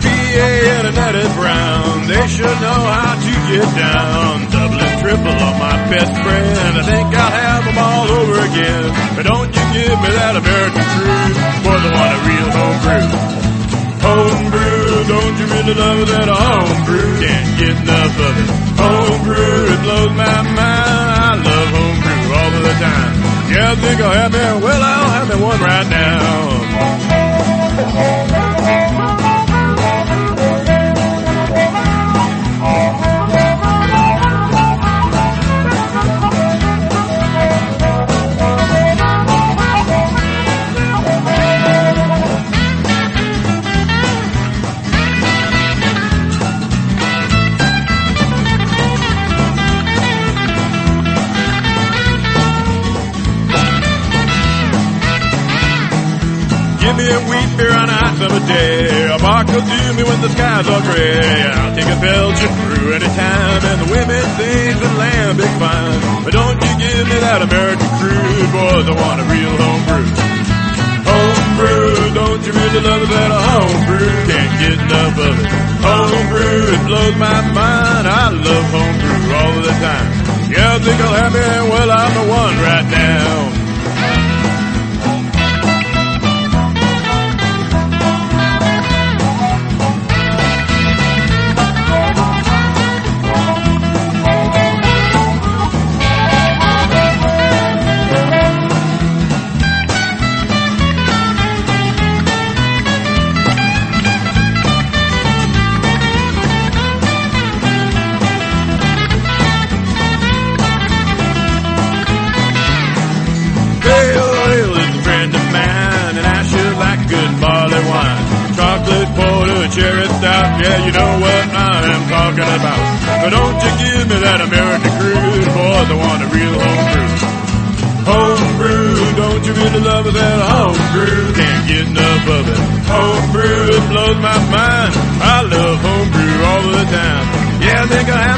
K: Charlie Brown. They should know how to get down. Double and triple on my best friend. I think I'll have them all over again. But don't you give me that American truth. Boys, I want a real homebrew. Homebrew, don't you really love that homebrew? Can't get enough of it. Homebrew, it blows my mind. I love homebrew all of the time. Yeah, I think I'll have me. Well, I'll have me one right now. Give me a wheat beer on a hot summer day. A bark will do me when the skies are gray. I'll take a Belgian brew any time, and the women sing the lambic fine. But don't you give me that American crude, boys. I want a real home brew. Home brew, don't you really love that home brew? Can't get enough of it. Home brew, it blows my mind. I love home brew all the time. Yeah, I think I'll have me. Well, I'm the one right now. Pale ale is a friend of mine, and I sure like good barley wine. Chocolate porter, cherry stout, yeah, you know what I am talking about. But don't you give me that American crude, boys, I want a real home brew. Home brew, don't you really love that home brew? Can't get enough of it. Home brew, it blows my mind. I love home brew all the time. Yeah, I think I have